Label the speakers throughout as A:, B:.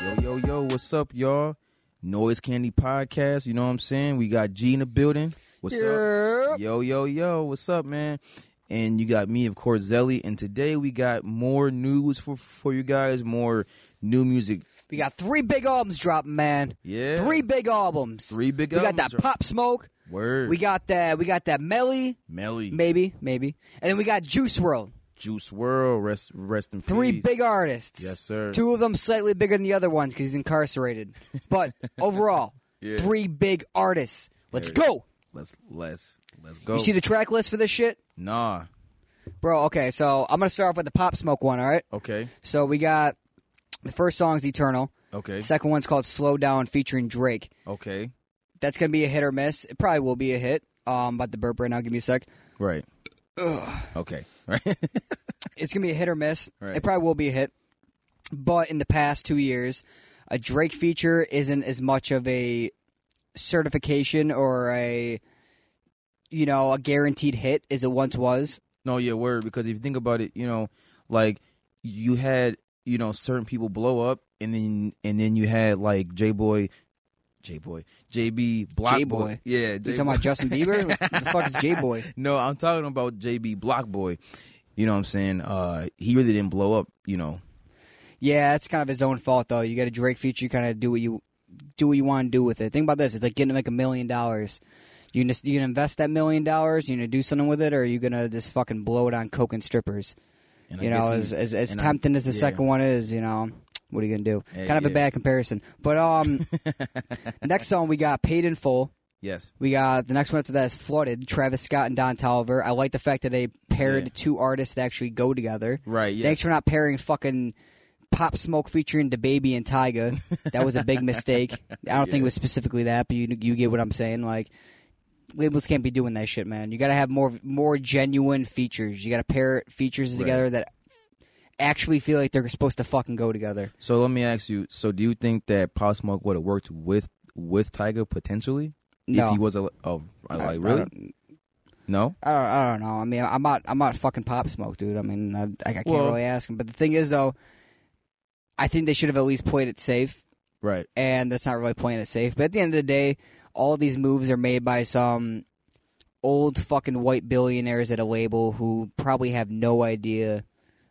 A: Yo, yo, yo, what's up, y'all? Noise Candy Podcast, you know what I'm saying? We got G in the building. What's up? Yo, yo, yo, what's up, man? And you got me, of course, Zelly. And today we got more news for, for you guys, more new music.
B: We got three big albums dropping, man.
A: Yeah.
B: Three big albums.
A: Three big
B: we
A: albums
B: got that
A: dropping.
B: Pop Smoke.
A: Word.
B: We got that. We got that Melly.
A: Melly,
B: Maybe, maybe. And then we got Juice World.
A: Juice World, rest, rest in peace.
B: Three big artists.
A: Yes, sir.
B: Two of them slightly bigger than the other ones because he's incarcerated. But overall,
A: Yeah.
B: three big artists. Let's
A: There it
B: go.
A: Let's let's let's go.
B: You see the track list for this shit?
A: nah.
B: Bro, okay, so I'm going to start off with the Pop Smoke one, all right?
A: Okay.
B: So we got the first song's Eternal.
A: Okay.
B: The second one's called Slow Down featuring Drake.
A: Okay.
B: That's gonna be a hit or miss. It probably will be a hit. Um, but the burp right now. Give me a sec.
A: Right. Okay. Right.
B: It's gonna be a hit or miss.
A: Right.
B: It probably will be a hit. But in the past two years, a Drake feature isn't as much of a certification or a you know a guaranteed hit as it once was.
A: No, yeah, word. Because if you think about it, you know, like you had, you know, certain people blow up, and then and then you had like J Boy, J Boy, JB Block
B: J-Boy.
A: Yeah,
B: You talking
A: J-Boy.
B: about Justin Bieber? What the fuck is J Boy?
A: No, I'm talking about JB Block Boy. You know what I'm saying? Uh, he really didn't blow up. You know,
B: Yeah, it's kind of his own fault though. You got a Drake feature, you kind of do what you do what you want to do with it. Think about this: it's like getting like a million dollars. You gonna, you gonna invest that million dollars? You gonna do something with it, or are you gonna just fucking blow it on coke and strippers?
A: and I
B: you
A: guess
B: know,
A: he-
B: as as, as
A: and I-
B: tempting as the
A: yeah.
B: second one is, you know, what are you gonna do?
A: Yeah,
B: kind of a
A: yeah.
B: bad comparison, but um, next song we got paid in full.
A: Yes,
B: We got the next one after that is flooded. Travis Scott and Don Tolliver. I like the fact that they paired
A: Yeah.
B: two artists that actually go together.
A: right. Yeah,
B: Thanks for not pairing fucking Pop Smoke featuring the Baby and Tyga. That was a big mistake. I don't think it was specifically that, but you you get what I'm saying. Like labels can't be doing that shit, man. You got to have more more genuine features. You got to pair features together that actually feel like they're supposed to fucking go together.
A: So let me ask you. So do you think that Pop Smoke would have worked with with Tiger potentially
B: No.
A: if he was a oh I- like
B: I
A: really
B: don't,
A: no
B: I don't, I don't know. I mean, I'm not I'm not fucking Pop Smoke, dude. I mean, I, I can't
A: Well-
B: really ask him. But the thing is, though, I think they should have at least played it safe.
A: right
B: and that's not really playing it safe. But at the end of the day, all these moves are made by some old fucking white billionaires at a label who probably have no idea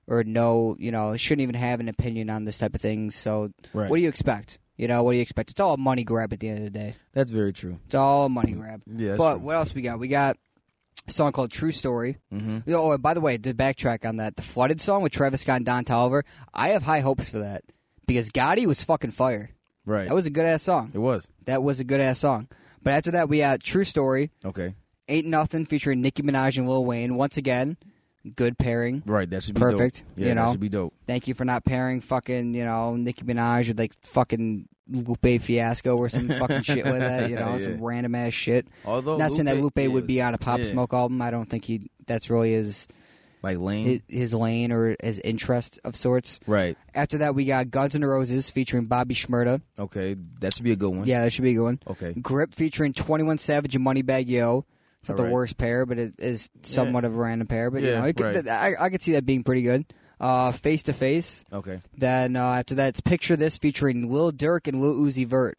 B: or no, you know, shouldn't even have an opinion on this type of thing. So
A: right
B: what do you expect? You know, what do you expect? It's all a money grab at the end of the day.
A: that's very true
B: It's all a money grab.
A: yeah that's
B: but
A: true.
B: what else we got? We got a song called True Story.
A: hmm
B: Oh, and by the way, to backtrack on that, the Flooded song with Travis Scott and Don Tolliver, I have high hopes for that because Gotti was fucking fire.
A: right
B: That was a good ass song.
A: it was
B: That was a good ass song. But after that, we had True Story,
A: okay
B: Ain't Nothing featuring Nicki Minaj and Lil Wayne. Once again, good pairing.
A: right that should be
B: Perfect,
A: dope. yeah that
B: you know.
A: should be dope
B: Thank you for not pairing fucking, you know, Nicki Minaj with like fucking Lupe Fiasco or some fucking shit like that, you know,
A: Yeah.
B: some random ass shit.
A: although
B: not saying that Lupe
A: yeah,
B: would be on a Pop
A: yeah.
B: Smoke album. I don't think he that's really his,
A: like lame
B: his his lane or his interest of sorts.
A: right
B: After that, we got Guns N' Roses featuring Bobby Shmurda.
A: okay that should be a good one
B: Yeah, that should be a good one.
A: okay
B: Grip featuring 21 Savage and Moneybag Yo. It's not the
A: Alright.
B: worst pair, but it is somewhat of a random pair. But you
A: Yeah,
B: know, it could,
A: right.
B: I, I could see that being pretty good. Uh, face to face.
A: okay
B: Then uh, after that, it's picture this featuring Lil Durk and Lil Uzi Vert.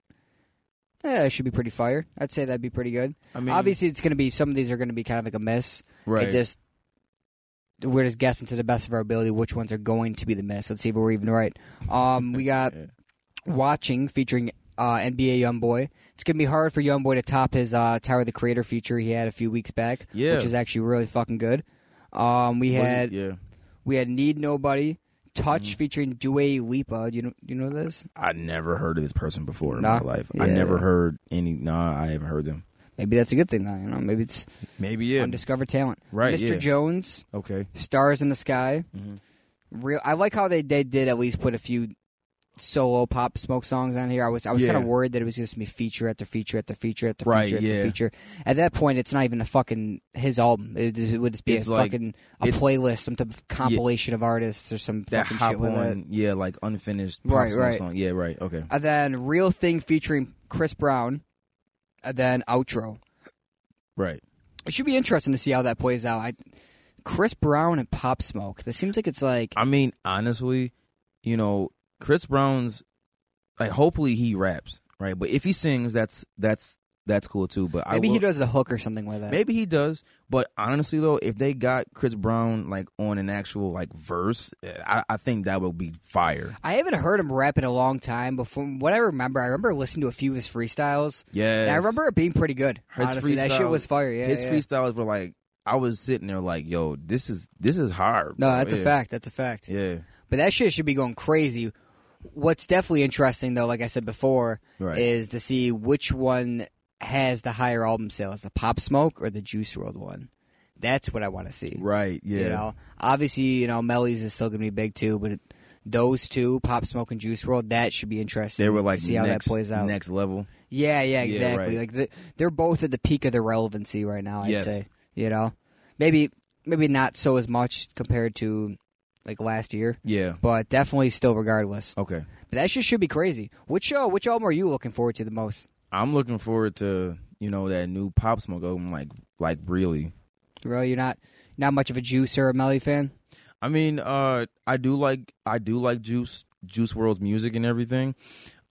B: Yeah, it should be pretty fire. I'd say that'd be pretty good.
A: I mean
B: Obviously, it's gonna be some of these are gonna be kind of like a miss.
A: right
B: It just we're just guessing to the best of our ability which ones are going to be the miss. Let's see if we're even right. Um, we got
A: Yeah.
B: watching featuring uh, NBA YoungBoy. It's gonna be hard for YoungBoy to top his uh, Tower of the Creator feature he had a few weeks back,
A: Yeah.
B: which is actually really fucking good. Um, we
A: But-
B: had
A: yeah Mm.
B: we had Need Nobody, Touch featuring Dua Lipa. Do you know, do you know this?
A: I never heard of this person before in
B: Nah.
A: my life I
B: Yeah.
A: never heard any nah I haven't heard them
B: Maybe that's a good thing, though. You know, maybe it's
A: Maybe yeah.
B: undiscovered talent.
A: Right,
B: Mr.
A: yeah.
B: Jones,
A: okay.
B: Stars in the Sky.
A: Mm-hmm.
B: Real. I like how they, they did at least put a few solo pop smoke songs on here. I was I was
A: Yeah.
B: kind of worried that it was just gonna be feature after feature after feature after
A: Right,
B: feature after
A: yeah.
B: feature. At that point, it's not even a fucking his album. It, it would just be
A: It's
B: a
A: like-
B: fucking a
A: it's-
B: playlist, some type of compilation of artists or some
A: That
B: fucking
A: hop
B: shit with it.
A: on, yeah, like unfinished Pop
B: Right,
A: Smoke
B: right.
A: song. Yeah, right. Okay.
B: And then Real Thing featuring Chris Brown. And then outro.
A: Right.
B: It should be interesting to see how that plays out. I, Chris Brown and Pop Smoke. That seems like it's like
A: I mean, honestly, you know, Chris Brown's like hopefully he raps, right? But if he sings, that's that's that's cool too. But I
B: maybe
A: will,
B: he does the hook or something like that.
A: Maybe he does, but honestly though, if they got Chris Brown like on an actual like verse, eh, I, I think that would be fire.
B: I haven't heard him rap in a long time, but from what I remember, I remember listening to a few of his freestyles.
A: Yeah,
B: And I remember it being pretty good.
A: His
B: honestly, that shit
A: freestyle-
B: was fire. Yeah,
A: his
B: yeah.
A: freestyles were like I was sitting there like, yo, this is this is hard.
B: No,
A: bro.
B: that's
A: Yeah.
B: a fact. That's a fact.
A: Yeah,
B: But that shit should be going crazy. What's definitely interesting, though, like I said before,
A: Right.
B: is to see which one has the higher album sales, the Pop Smoke or the Juice World one. That's what I want to see.
A: right. Yeah,
B: You know, obviously, you know, Melly's is still gonna be big too, but it- those two, Pop Smoke and Juice World, that should be interesting.
A: they were like
B: to see how
A: next-
B: that plays out.
A: next level.
B: Yeah, yeah,
A: Yeah,
B: exactly.
A: right.
B: Like the, they're both at the peak of their relevancy right now. I'd
A: Yes.
B: say, you know, maybe maybe not so as much compared to like last year,
A: Yeah.
B: but definitely still regardless.
A: Okay.
B: But that shit should be crazy. Which show? Which album are you looking forward to the most?
A: I'm looking forward to you know that new Pop Smoke album. Like like really.
B: Really, you're not not much of a Juice or a Melly fan.
A: I mean, uh, I do like I do like Juice Juice World's music and everything.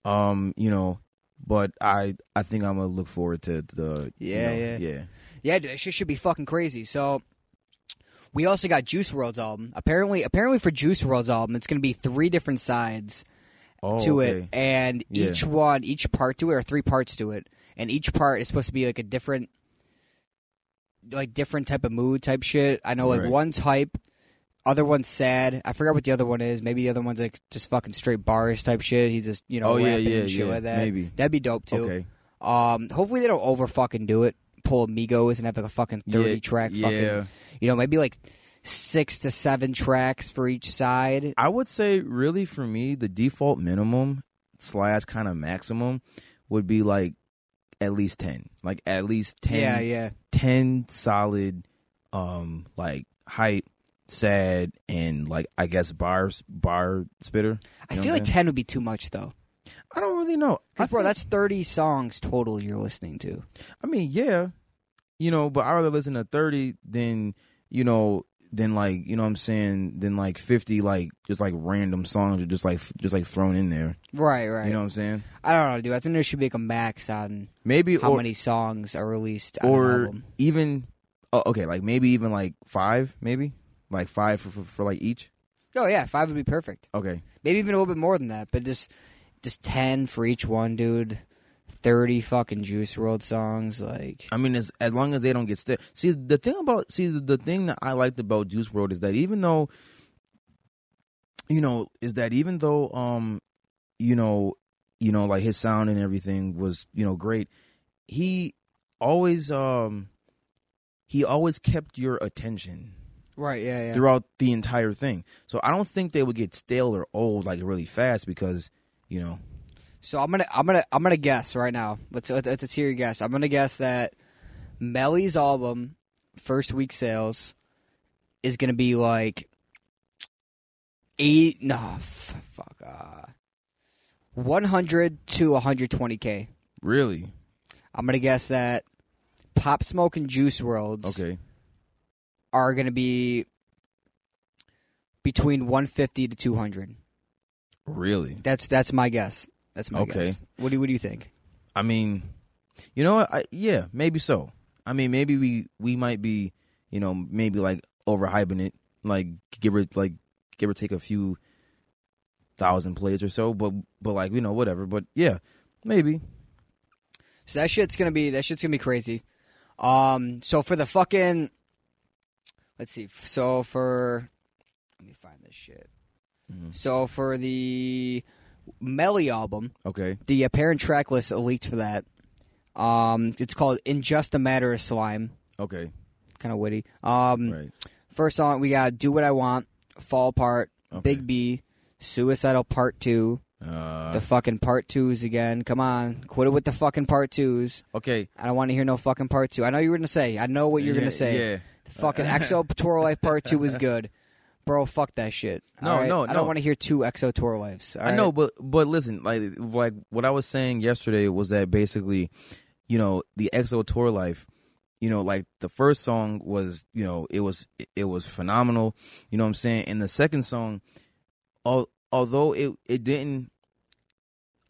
A: Um, you know, but I I think I'm gonna look forward to the you
B: Yeah,
A: know,
B: yeah.
A: yeah
B: Yeah, dude, that shit should be fucking crazy. So we also got Juice World's album. Apparently, apparently for Juice World's album, it's going to be three different sides
A: oh,
B: to
A: okay.
B: it, and
A: Yeah.
B: each one, each part to it, or three parts to it, and each part is supposed to be like a different, like different type of mood type shit. I know like
A: Right.
B: one's hype, other one's sad. I forgot what the other one is. Maybe the other one's like just fucking straight bars type shit. He's just you know
A: Oh, yeah,
B: rapping
A: yeah,
B: and shit
A: yeah.
B: like that.
A: Maybe.
B: that'd be dope too.
A: Okay.
B: Um, hopefully they don't over fucking do it. Pull amigos and have like a fucking thirty
A: Yeah,
B: track
A: yeah.
B: fucking you know, maybe like six to seven tracks for each side.
A: I would say really for me the default minimum slash kind of maximum would be like at least ten, like at least ten
B: yeah, yeah.
A: 10 solid um like hype sad and like i guess bar bar spitter
B: I
A: You know
B: feel
A: what
B: like
A: I'm saying?
B: ten would be too much though.
A: i don't really know I,
B: 'Cause, bro,
A: think-
B: that's thirty songs total you're listening to.
A: I mean yeah you know but i'd rather listen to 30 than you know than like you know what i'm saying than like 50 like just like random songs are just like just like thrown in there
B: Right, right.
A: you know what i'm saying
B: I don't know, dude. I think there should be like a max on
A: maybe
B: how
A: or
B: many songs are released on an
A: or
B: album.
A: even oh, okay like maybe even like five maybe like five for, for, for like each
B: Oh yeah, five would be perfect.
A: okay
B: Maybe even a little bit more than that, but just just ten for each one, dude. Thirty fucking Juice World songs, like
A: I mean, as as long as they don't get stiff. See, the thing about see the, the thing that I liked about Juice World is that even though, you know, is that even though, um, you know, you know, like his sound and everything was you know great, he always um, he always kept your attention
B: right, yeah, yeah.
A: throughout the entire thing. So I don't think they would get stale or old like really fast because you know,
B: So I'm gonna I'm gonna I'm gonna guess right now. Let's let's, let's hear your guess. I'm gonna guess that Melly's album first week sales is gonna be like eight no f- fuck uh, one hundred to one hundred twenty k.
A: really
B: I'm gonna guess that Pop Smoke and Juice Worlds
A: okay,
B: are gonna be between one fifty to two hundred.
A: really.
B: That's that's my guess. That's my
A: Okay.
B: guess. What do what do you think?
A: I mean, you know, what? I, yeah, maybe so. I mean, maybe we we might be, you know, maybe like overhyping it, like give or like give or take a few thousand plays or so, but but like you know whatever. But yeah, maybe
B: So that shit's gonna be that shit's gonna be crazy. Um, so for the fucking, let's see. So for, let me find this shit.
A: Mm-hmm.
B: So for the Melly album,
A: okay,
B: the apparent track list leaked for that. Um, it's called "In Just a Matter of Slime."
A: Okay.
B: Kind of witty. Um,
A: Right.
B: First song we got "Do What I Want," "Fall Apart," "Big B," "Suicidal Part 2,
A: Uh,
B: The fucking part twos again. Come on, quit it with the fucking part twos.
A: okay.
B: I don't want to hear no fucking part two. I know you were gonna say. I know what you're
A: Yeah,
B: gonna say.
A: Yeah. Uh,
B: The fucking XO Tour Life Part Two was good, bro. Fuck that shit.
A: No,
B: All right?
A: no,
B: I
A: no.
B: don't want to hear two XO Tour Lives. all
A: I
B: right?
A: know, but but listen, like like what I was saying yesterday was that basically, you know, the EXO tour life, you know, like the first song was, you know, it was it was phenomenal, you know what I'm saying? And the second song, al- although it it didn't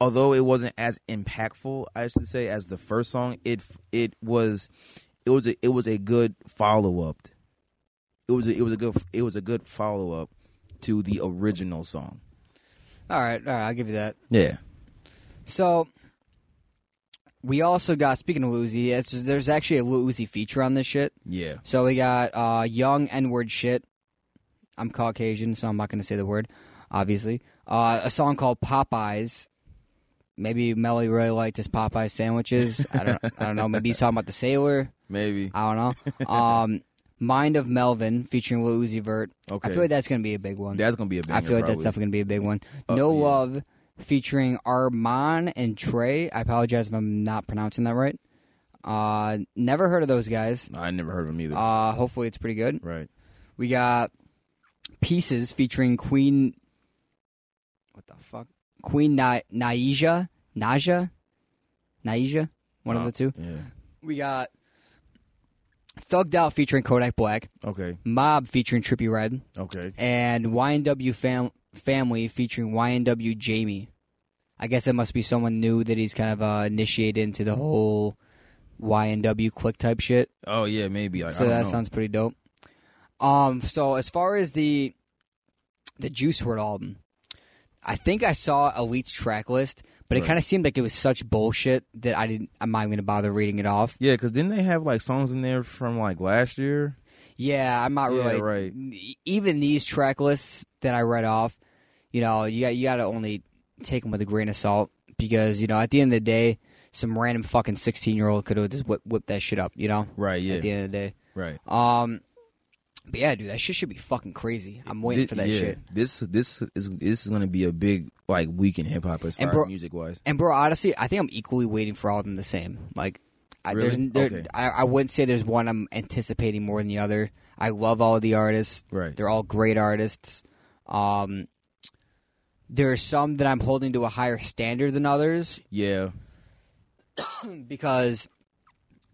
A: although it wasn't as impactful, I should say, as the first song, it it was it was a, it was a good follow-up. It was a, it was a good it was a good follow-up to the original song.
B: All right, all right. I'll give you that.
A: Yeah.
B: So we also got speaking of Lucy, it's, there's actually a Lil Uzi feature on this shit.
A: Yeah.
B: So we got uh, young N word shit. I'm Caucasian, so I'm not going to say the word, obviously. Uh, a song called Popeyes. Maybe Melly really liked his Popeye sandwiches. I don't, I don't know. Maybe he's talking about the sailor.
A: Maybe.
B: I don't know. Um, Mind of Melvin featuring Lil Uzi Vert.
A: Okay.
B: I feel like that's going to be a big one.
A: that's gonna be a banger.
B: I feel like
A: probably.
B: that's definitely going to be a big one. no
A: yeah.
B: Love featuring Arman and Trey. I apologize if I'm not pronouncing that right. Uh, never heard of those guys.
A: I never heard of him either.
B: Uh, hopefully it's pretty good.
A: right.
B: We got Pieces featuring Queen. What the fuck? Queen Na- Naija? Naja? Naija? One of
A: Uh,
B: the two.
A: Yeah.
B: We got Thugged Out featuring Kodak Black,
A: Okay.
B: Mob featuring Trippy Red,
A: Okay.
B: and YNW fam- Family featuring YNW Jamie. I guess it must be someone new that he's kind of uh, initiated into the whole YNW click type shit.
A: Oh yeah, maybe. Like, I
B: So
A: don't
B: that
A: know.
B: sounds pretty dope. Um, so as far as the the Juice WRLD album, I think I saw Elite's track list, but it
A: Right.
B: kind of seemed like it was such bullshit that I didn't. I'm not even gonna bother reading it off.
A: Yeah, because didn't they have like songs in there from like last year?
B: Yeah, I'm not
A: Yeah,
B: really
A: right.
B: e- Even these track lists that I read off, you know, you got you got to only take them with a grain of salt because you know at the end of the day, some random fucking 16 year old could have just whipped whipped that shit up, you know.
A: Right. Yeah.
B: At the end of the day.
A: Right.
B: Um, but yeah, dude, that shit should be fucking crazy. I'm waiting
A: Thi-
B: for that
A: yeah.
B: shit.
A: This this is this is gonna be a big like week in hip hop as
B: And
A: far
B: bro-
A: as music wise.
B: And bro, honestly, I think I'm equally waiting for all of them the same. Like, I,
A: Really?
B: there's, there,
A: Okay.
B: I, I wouldn't say there's one I'm anticipating more than the other. I love all of the artists.
A: Right.
B: They're all great artists. Um, there are some that I'm holding to a higher standard than others
A: Yeah.
B: because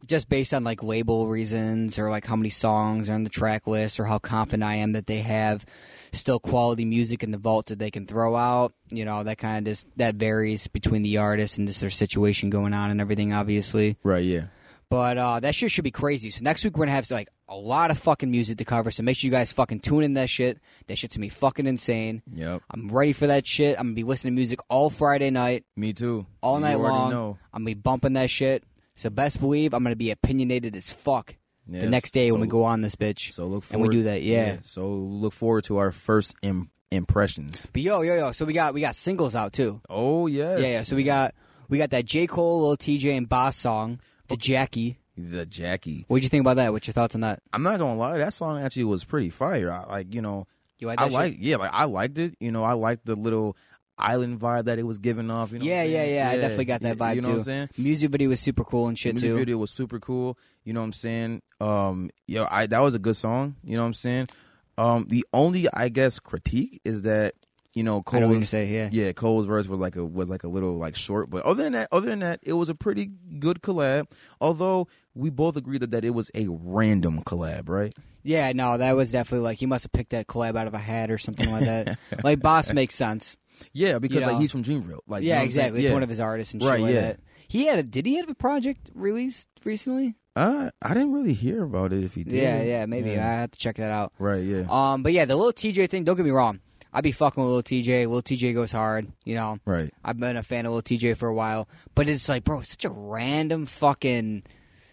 B: just based on like label reasons or like how many songs are on the track list or how confident I am that they have still quality music in the vault that they can throw out, you know, that kind of just that varies between the artist and just their situation going on and everything obviously.
A: Right. Yeah.
B: But uh, that shit should be crazy. So next week we're gonna have like a lot of fucking music to cover. So make sure you guys fucking tune in that shit. That shit's gonna be fucking insane.
A: Yep.
B: I'm ready for that shit. I'm gonna be listening to music all Friday night,
A: Me too.
B: all
A: You
B: night
A: already
B: long.
A: Know.
B: I'm gonna be bumping that shit. So best believe I'm gonna be opinionated as fuck
A: Yes.
B: the next day
A: So-
B: when we go on this bitch.
A: So look forward.
B: and we do that, yeah.
A: So look forward to our first Im- impressions.
B: But yo, yo, yo. So we got we got singles out too.
A: Oh yes.
B: Yeah, yeah. So we got we got that J Cole, Lil TJ, and Boss song, the Jackie.
A: The Jackie.
B: What'd you think about that? What's your thoughts on that?
A: I'm not gonna lie, that song actually was pretty fire. I like, you know,
B: You like that
A: I
B: shit?
A: like, yeah, like I liked it. You know, I liked the little island vibe that it was giving off. You know, what
B: yeah,
A: I'm
B: yeah,
A: saying?
B: yeah, I definitely got that
A: yeah,
B: vibe
A: You know
B: too.
A: what I'm saying?
B: Music video was super cool and
A: The
B: shit
A: music
B: too.
A: video was super cool. You know what I'm saying? Um, yo, I that was a good song. You know what I'm saying? Um, the only I guess critique is that you know
B: I know what you
A: Cole's
B: say. Yeah.
A: yeah Cole's verse was like a was like a little like short, but other than that, other than that, it was a pretty good collab. Although we both agreed that that it was a random collab, right?
B: yeah, no, that was definitely like he must have picked that collab out of a hat or something like that. like Boss makes sense.
A: Yeah, because like
B: know?
A: he's from Dreamville. Like you know
B: yeah,
A: what I'm
B: exactly.
A: saying?
B: It's
A: Yeah.
B: one of his artists and shit
A: Right,
B: like
A: yeah.
B: that. He had a did he have a project released recently?
A: Uh, I didn't really hear about it. If he did,
B: Yeah, yeah, maybe.
A: Yeah.
B: I have to check that out.
A: right, yeah,
B: Um, but yeah, the little TJ thing. Don't get me wrong. I be fucking with little TJ. Little TJ goes hard. You know,
A: right,
B: I've been a fan of little TJ for a while. But it's like, bro, it's such a random fucking,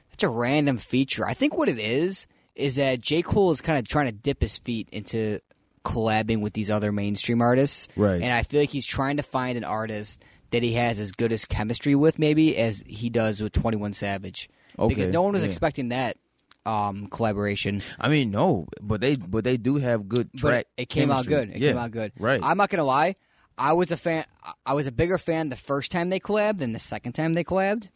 B: such a random feature. I think what it is is that J Cole is kind of trying to dip his feet into collabing with these other mainstream artists,
A: Right.
B: And I feel like he's trying to find an artist that he has as good as chemistry with, maybe as he does with Twenty One Savage. Because
A: Okay,
B: no one was
A: yeah.
B: expecting that um, collaboration.
A: I mean, no, but they but they do have good
B: but
A: track.
B: it came out
A: chemistry.
B: good. It
A: yeah,
B: came out good.
A: Right.
B: I'm not gonna lie. I was a fan. I- I was a bigger fan the first time they collabed than the second time they collabed.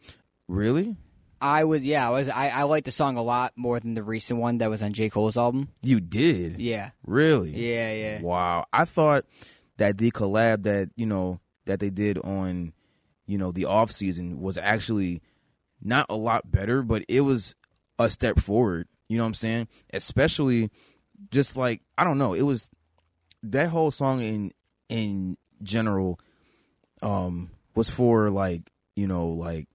A: really?
B: I was yeah. I was I, I liked the song a lot more than the recent one that was on J Cole's album.
A: You did?
B: Yeah.
A: Really?
B: Yeah. Yeah.
A: Wow. I thought that the collab that you know that they did on you know the off season was actually not a lot better, but it was a step forward. You know what I'm saying? Especially just like I don't know, it was that whole song in in general um was for like you know like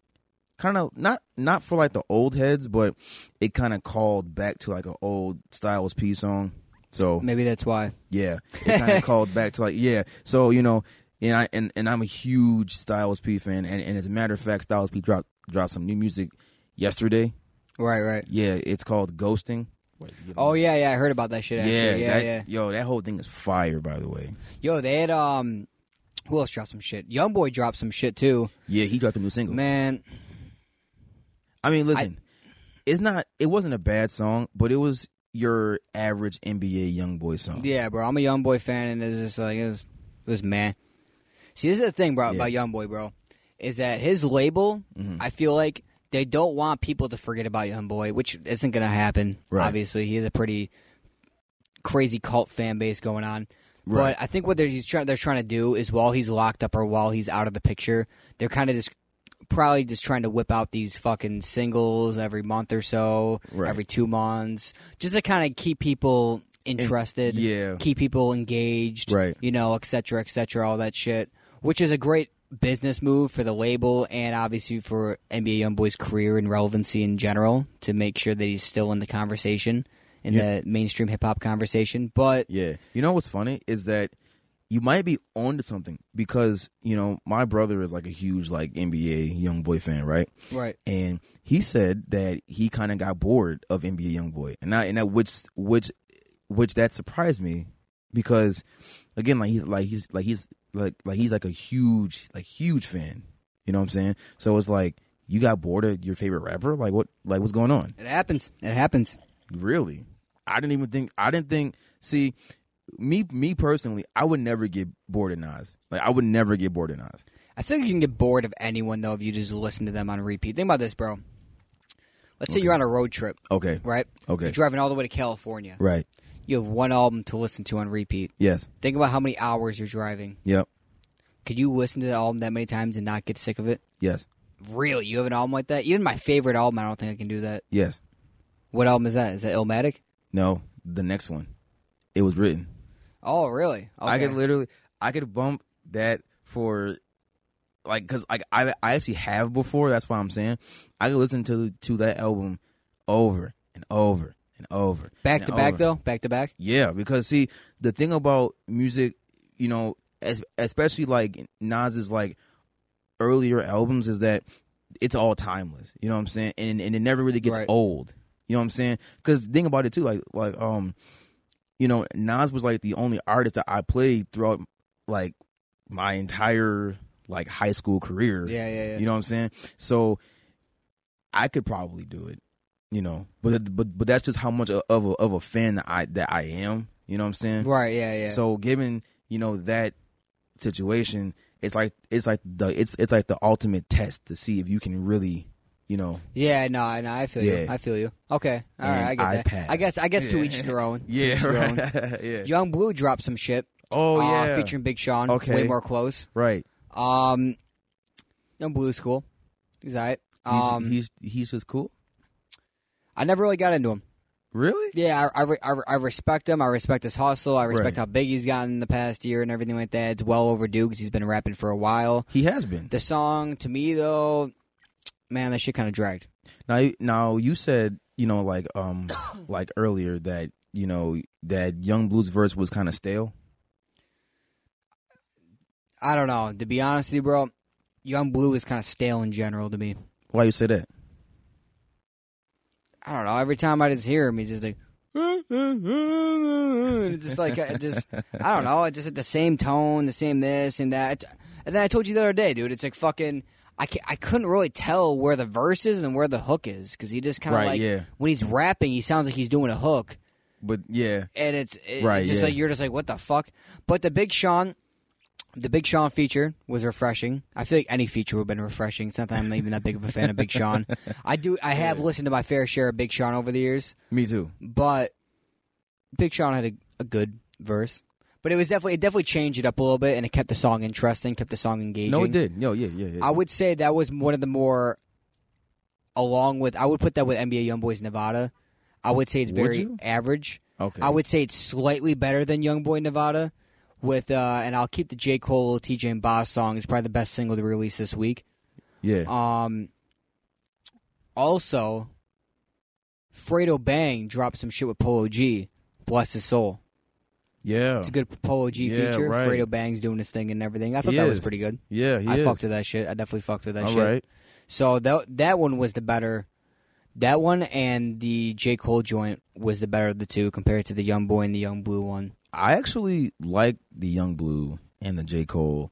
A: kind of not not for like the old heads but it kind of called back to like an old styles p song so
B: Maybe that's why.
A: yeah, it kind of called back to like yeah. So you know, and I and, and I'm a huge Styles P fan, and, and as a matter of fact, Styles P dropped dropped some new music yesterday.
B: Right. Right.
A: Yeah, it's called Ghosting.
B: Oh yeah. Yeah. I heard about that shit. Actually. Yeah. Yeah.
A: that, Yo, that whole thing is fire. By the way,
B: Yo, they had um. Who else dropped some shit? YoungBoy dropped some shit too.
A: yeah, he dropped a new single.
B: Man,
A: I mean, listen, it's not. It wasn't a bad song, but it was your average NBA young boy song.
B: Yeah, bro. I'm a young boy fan, and it's just like it was, it was man. See, this is the thing, bro, about young boy, bro, is that his label.
A: Mm-hmm.
B: I feel like they don't want people to forget about young boy, which isn't gonna happen.
A: Right.
B: Obviously, he has a pretty crazy cult fan base going on.
A: Right.
B: But I think what they're he's trying they're trying to do is while he's locked up or while he's out of the picture, they're kind of just probably just trying to whip out these fucking singles every month or so,
A: Right.
B: every two months, just to kind of keep people interested,
A: yeah.
B: keep people engaged,
A: Right.
B: You know, et cetera, et cetera, all that shit, which is a great business move for the label and obviously for NBA YoungBoy's career and relevancy in general to make sure that he's still in the conversation in the mainstream hip hop conversation. But
A: Yeah. You know what's funny is that you might be onto something because, you know, my brother is like a huge like NBA young boy fan, right?
B: right,
A: And he said that he kind of got bored of NBA young boy. And I and that which which which that surprised me because again like he's like he's like he's like like he's like a huge like huge fan. You know what I'm saying? So it's like you got bored of your favorite rapper? Like what like what's going on?
B: it happens. It happens.
A: Really? I didn't even think. I didn't think. See, me me personally, I would never get bored of Nas. Like I would never get bored of Nas.
B: I feel like you can get bored of anyone though if you just listen to them on repeat. Think about this, bro. Let's say you're on a road trip,
A: Okay.
B: right?
A: Okay.
B: You're driving all the way to California.
A: Right.
B: You have one album to listen to on repeat.
A: Yes.
B: Think about how many hours you're driving.
A: Yep.
B: Could you listen to the album that many times and not get sick of it?
A: Yes.
B: Really? You have an album like that? Even my favorite album, I don't think I can do that.
A: Yes.
B: What album is that? Is that Illmatic?
A: No. The next one. It was written.
B: Oh, really?
A: I could
B: Okay.
A: literally. I could bump that for. Like, cause like I I actually have before. That's why I'm saying I could listen to to that album over and over and over.
B: back
A: and
B: to back
A: over.
B: though. Back to back.
A: Yeah, because see, the thing about music, you know, es- especially like Nas's like earlier albums, is that it's all timeless. You know what I'm saying? And and it never really gets
B: Right.
A: old. You know what I'm saying? Because thing about it too, like like um, you know, Nas was like the only artist that I played throughout like my entire like high school career.
B: Yeah, yeah, yeah.
A: You know what I'm saying? So I could probably do it, you know. But but but that's just how much of a of a fan that I that I am. You know what I'm saying?
B: Right? Yeah, yeah.
A: So given you know that situation, it's like it's like the it's it's like the ultimate test to see if you can really, you know.
B: yeah, no, no, I feel you.
A: Yeah.
B: I feel you. Okay, all right,
A: And
B: I get
A: I
B: that. I
A: passed.
B: guess, I guess to
A: Yeah.
B: each their own. To each
A: Yeah,
B: their own.
A: right. yeah.
B: Young Blue dropped some shit.
A: oh
B: uh,
A: yeah,
B: featuring Big Sean.
A: Okay.
B: way more close.
A: right.
B: Um, Young Blue's cool. He's alright.
A: He's,
B: Um,
A: he's he's just cool.
B: I never really got into him.
A: Really?
B: Yeah, I, I, re- I, re- I respect him. I respect his hustle. I
A: Right.
B: respect how big he's gotten in the past year and everything like that. It's well overdue because he's been rapping for a while.
A: He has been.
B: The song, to me though, man, that shit kind of dragged.
A: Now, you- now you said you know like um like earlier that you know that Young Blue's verse was kind of stale.
B: I don't know. To be honest with you, bro, Young Blue is kind of stale in general to me.
A: Why you say that?
B: I don't know. Every time I just hear him, he's just like, uh, and it's just like, it just, I don't know. It's just at the same tone, the same this and that. And then I told you the other day, dude. It's like fucking. I, ca I couldn't really tell where the verse is and where the hook is because he just kind of
A: Right,
B: like
A: yeah.
B: when he's rapping, he sounds like he's doing a hook,
A: But yeah,
B: and it's it,
A: Right,
B: it's just
A: yeah.
B: like you're just like what the fuck. But the Big Sean, the Big Sean feature was refreshing. I feel like any feature would have been refreshing. It's not that I'm even that big of a fan of Big Sean. I do. I have listened to my fair share of Big Sean over the years
A: me too.
B: but Big Sean had a, a good verse. But it was definitely it definitely changed it up a little bit, and it kept the song interesting, kept the song engaging.
A: No, it did. No, yeah, yeah, yeah.
B: I would say that was one of the more, along with I would put that with NBA Youngboy's Nevada. I would say it's
A: Would
B: very
A: you?
B: average.
A: okay.
B: I would say it's slightly better than YoungBoy Nevada. With uh, and I'll keep the J Cole, TJ and Boss song. It's probably the best single to release this week.
A: yeah.
B: Um. Also, Fredo Bang dropped some shit with Polo G. Bless his soul.
A: yeah.
B: It's a good Polo G
A: Yeah,
B: feature.
A: right.
B: Fredo Bang's doing his thing and everything. I thought
A: He
B: that
A: is.
B: was pretty good.
A: Yeah, he
B: I
A: is.
B: fucked with that shit. I definitely fucked with that
A: All
B: shit.
A: right.
B: So that that one was the better. That one and the J Cole joint was the better of the two compared to the Young Boy and the Young Blue one.
A: I actually like the Young Blue and the J. Cole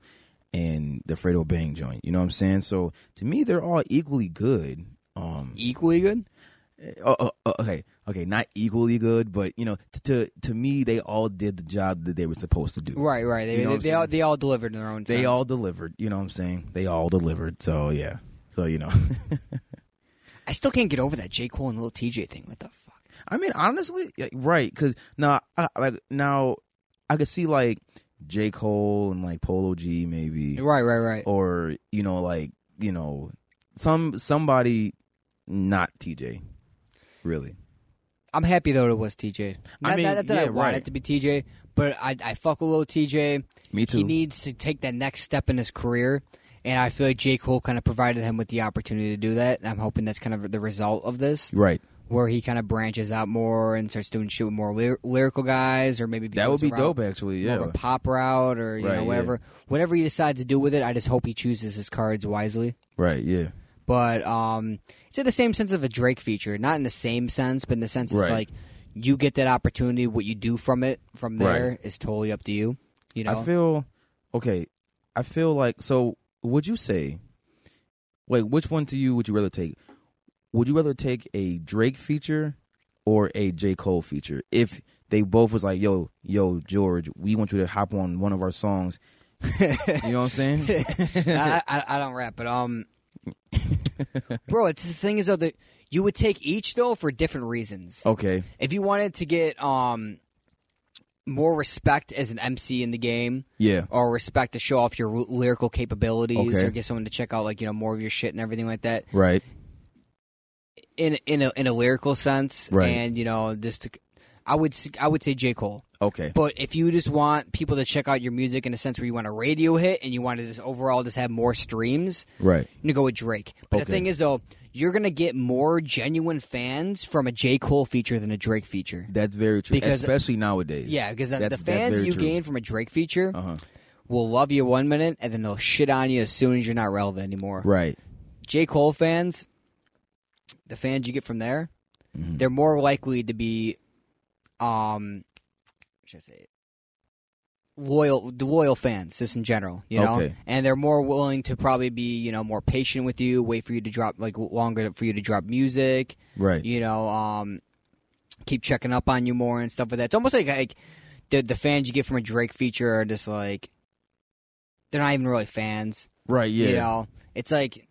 A: and the Fredo Bang joint. You know what I'm saying? So to me, they're all equally good. Um,
B: Equally good.
A: oh, oh, oh, okay, okay, not equally good, but you know, t- to to me, they all did the job that they were supposed to do.
B: Right. Right. They
A: You know what
B: they,
A: I'm
B: they all they all delivered in their own.
A: They
B: sense.
A: all delivered. You know what I'm saying? They all delivered. So yeah. So you know,
B: I still can't get over that J Cole and Little TJ thing. What the fuck?
A: I mean, honestly, like, right? Because now, I, like now, I could see like J. Cole and like Polo G maybe.
B: Right. Right.
A: Oh.
B: Right.
A: or you know like you know some somebody not TJ really
B: I'm happy though it was TJ.
A: I
B: Not,
A: mean,
B: not that I
A: yeah,
B: want
A: right.
B: it to be TJ, but I, I fuck with little TJ.
A: me
B: He needs to take that next step in his career, and I feel like J Cole kind of provided him with the opportunity to do that. And I'm hoping that's kind of the result of this,
A: right
B: where he kind of branches out more and starts doing shit with more lyr- lyrical guys, or maybe
A: that would
B: goes
A: be
B: around
A: dope actually
B: more of
A: yeah
B: a pop route, or you
A: Right,
B: know
A: yeah.
B: whatever whatever he decides to do with it. I just hope he chooses his cards wisely.
A: right yeah
B: but um, it's in the same sense of a Drake feature, not in the same sense, but in the sense
A: Right.
B: it's like you get that opportunity. What you do from it from
A: Right.
B: there is totally up to you. You know,
A: I feel okay I feel like so would you say wait which one to you would you rather take would you rather take a Drake feature or a J Cole feature if they both was like yo yo George we want you to hop on one of our songs you know what I'm saying
B: I, I, I don't rap, but um, bro, it's the thing is though that you would take each though for different reasons.
A: okay
B: If you wanted to get um more respect as an MC in the game,
A: yeah
B: or respect to show off your r- lyrical capabilities,
A: Okay.
B: or get someone to check out like you know more of your shit and everything like that.
A: right
B: in in a in a lyrical sense,
A: Right.
B: and you know, just to, I would s- I would say J Cole.
A: okay
B: But if you just want people to check out your music in a sense where you want a radio hit and you want to just overall just have more streams,
A: Right.
B: you go with Drake. But the
A: Okay.
B: thing is though, you're gonna get more genuine fans from a J Cole feature than a Drake feature.
A: That's very true.
B: Because-
A: Especially nowadays.
B: Yeah, because the, the
A: That's- that's
B: fans
A: very
B: you
A: true.
B: gain from a Drake feature
A: Uh-huh.
B: will love you one minute and then they'll shit on you as soon as you're not relevant anymore.
A: Right.
B: J. Cole fans, the fans you get from there, they're more likely to be, um, what should I say, loyal, the loyal fans, just in general, you know,
A: Okay.
B: and they're more willing to probably be, you know, more patient with you, wait for you to drop like longer for you to drop music,
A: Right.
B: you know, um, keep checking up on you more and stuff like that. It's almost like like the the fans you get from a Drake feature are just like they're not even really fans.
A: Right. Yeah.
B: You know, it's like,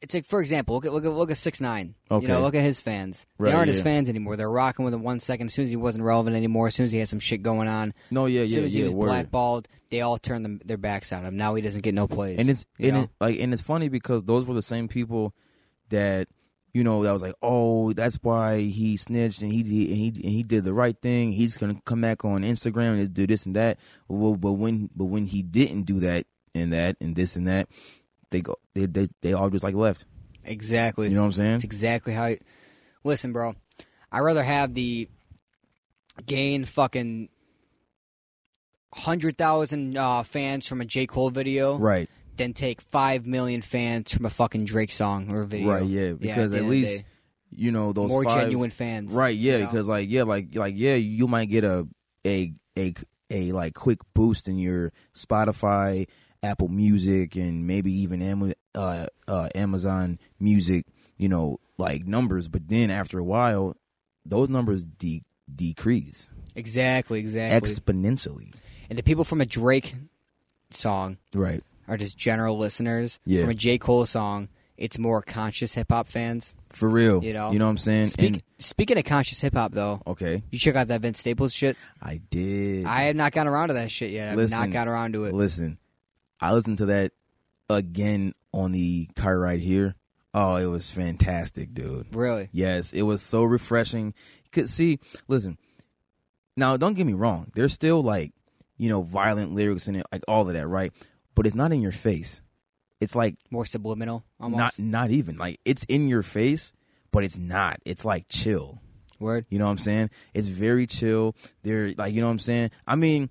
B: it's like for example, look at look at look at six nine.
A: Okay.
B: You know, look at his fans.
A: Right,
B: they aren't his
A: yeah.
B: fans anymore. They're rocking with him one second. As soon as he wasn't relevant anymore, as soon as he had some shit going on,
A: No. Yeah.
B: as
A: Yeah.
B: soon as he
A: Yeah.
B: was
A: Word.
B: blackballed, they all turned them, their backs on him. Now he doesn't get no plays.
A: and it's
B: you
A: and
B: know?
A: it, like and it's funny because those were the same people that you know that was like oh that's why he snitched and he did and he and he did the right thing he's gonna come back on Instagram and do this and that well, but when but when he didn't do that and that and this and that they go they they, they all just like left
B: exactly.
A: you know what I'm saying
B: That's exactly how. I, listen, bro, I rather have the gain fucking hundred thousand uh, fans from a J Cole video
A: right
B: than take five million fans from a fucking Drake song or video.
A: right yeah because
B: the
A: at
B: end of the
A: least
B: day.
A: you know those
B: more
A: five,
B: genuine fans,
A: Right, yeah,
B: you know?
A: because like yeah, like like yeah, you might get a a a a like quick boost in your Spotify, Apple Music and maybe even Am- uh, uh, Amazon Music, you know, like numbers. But then after a while, those numbers de- decrease
B: Exactly, exactly.
A: exponentially.
B: and the people from a Drake song
A: Right.
B: are just general listeners.
A: Yeah.
B: From a J. Cole song, it's more conscious hip hop fans.
A: For real.
B: You know?
A: what I'm saying?
B: Speak,
A: And-
B: speaking of conscious hip hop, though,
A: okay.
B: you check out that Vince Staples shit.
A: I did.
B: I have not gotten around to that shit yet. I've
A: Listen,
B: not got around to it.
A: Listen, I listened to that again on the car ride here. Oh, it was fantastic, dude.
B: Really?
A: Yes, it was so refreshing. Could see, listen. Now, don't get me wrong. There's still like, you know, violent lyrics in it, like all of that, right? But it's not in your face. It's like
B: More subliminal,
A: not
B: almost.
A: not even like it's in your face, but it's not. It's like chill.
B: Word.
A: You know what I'm saying? It's very chill. They're like, you know what I'm saying? I mean,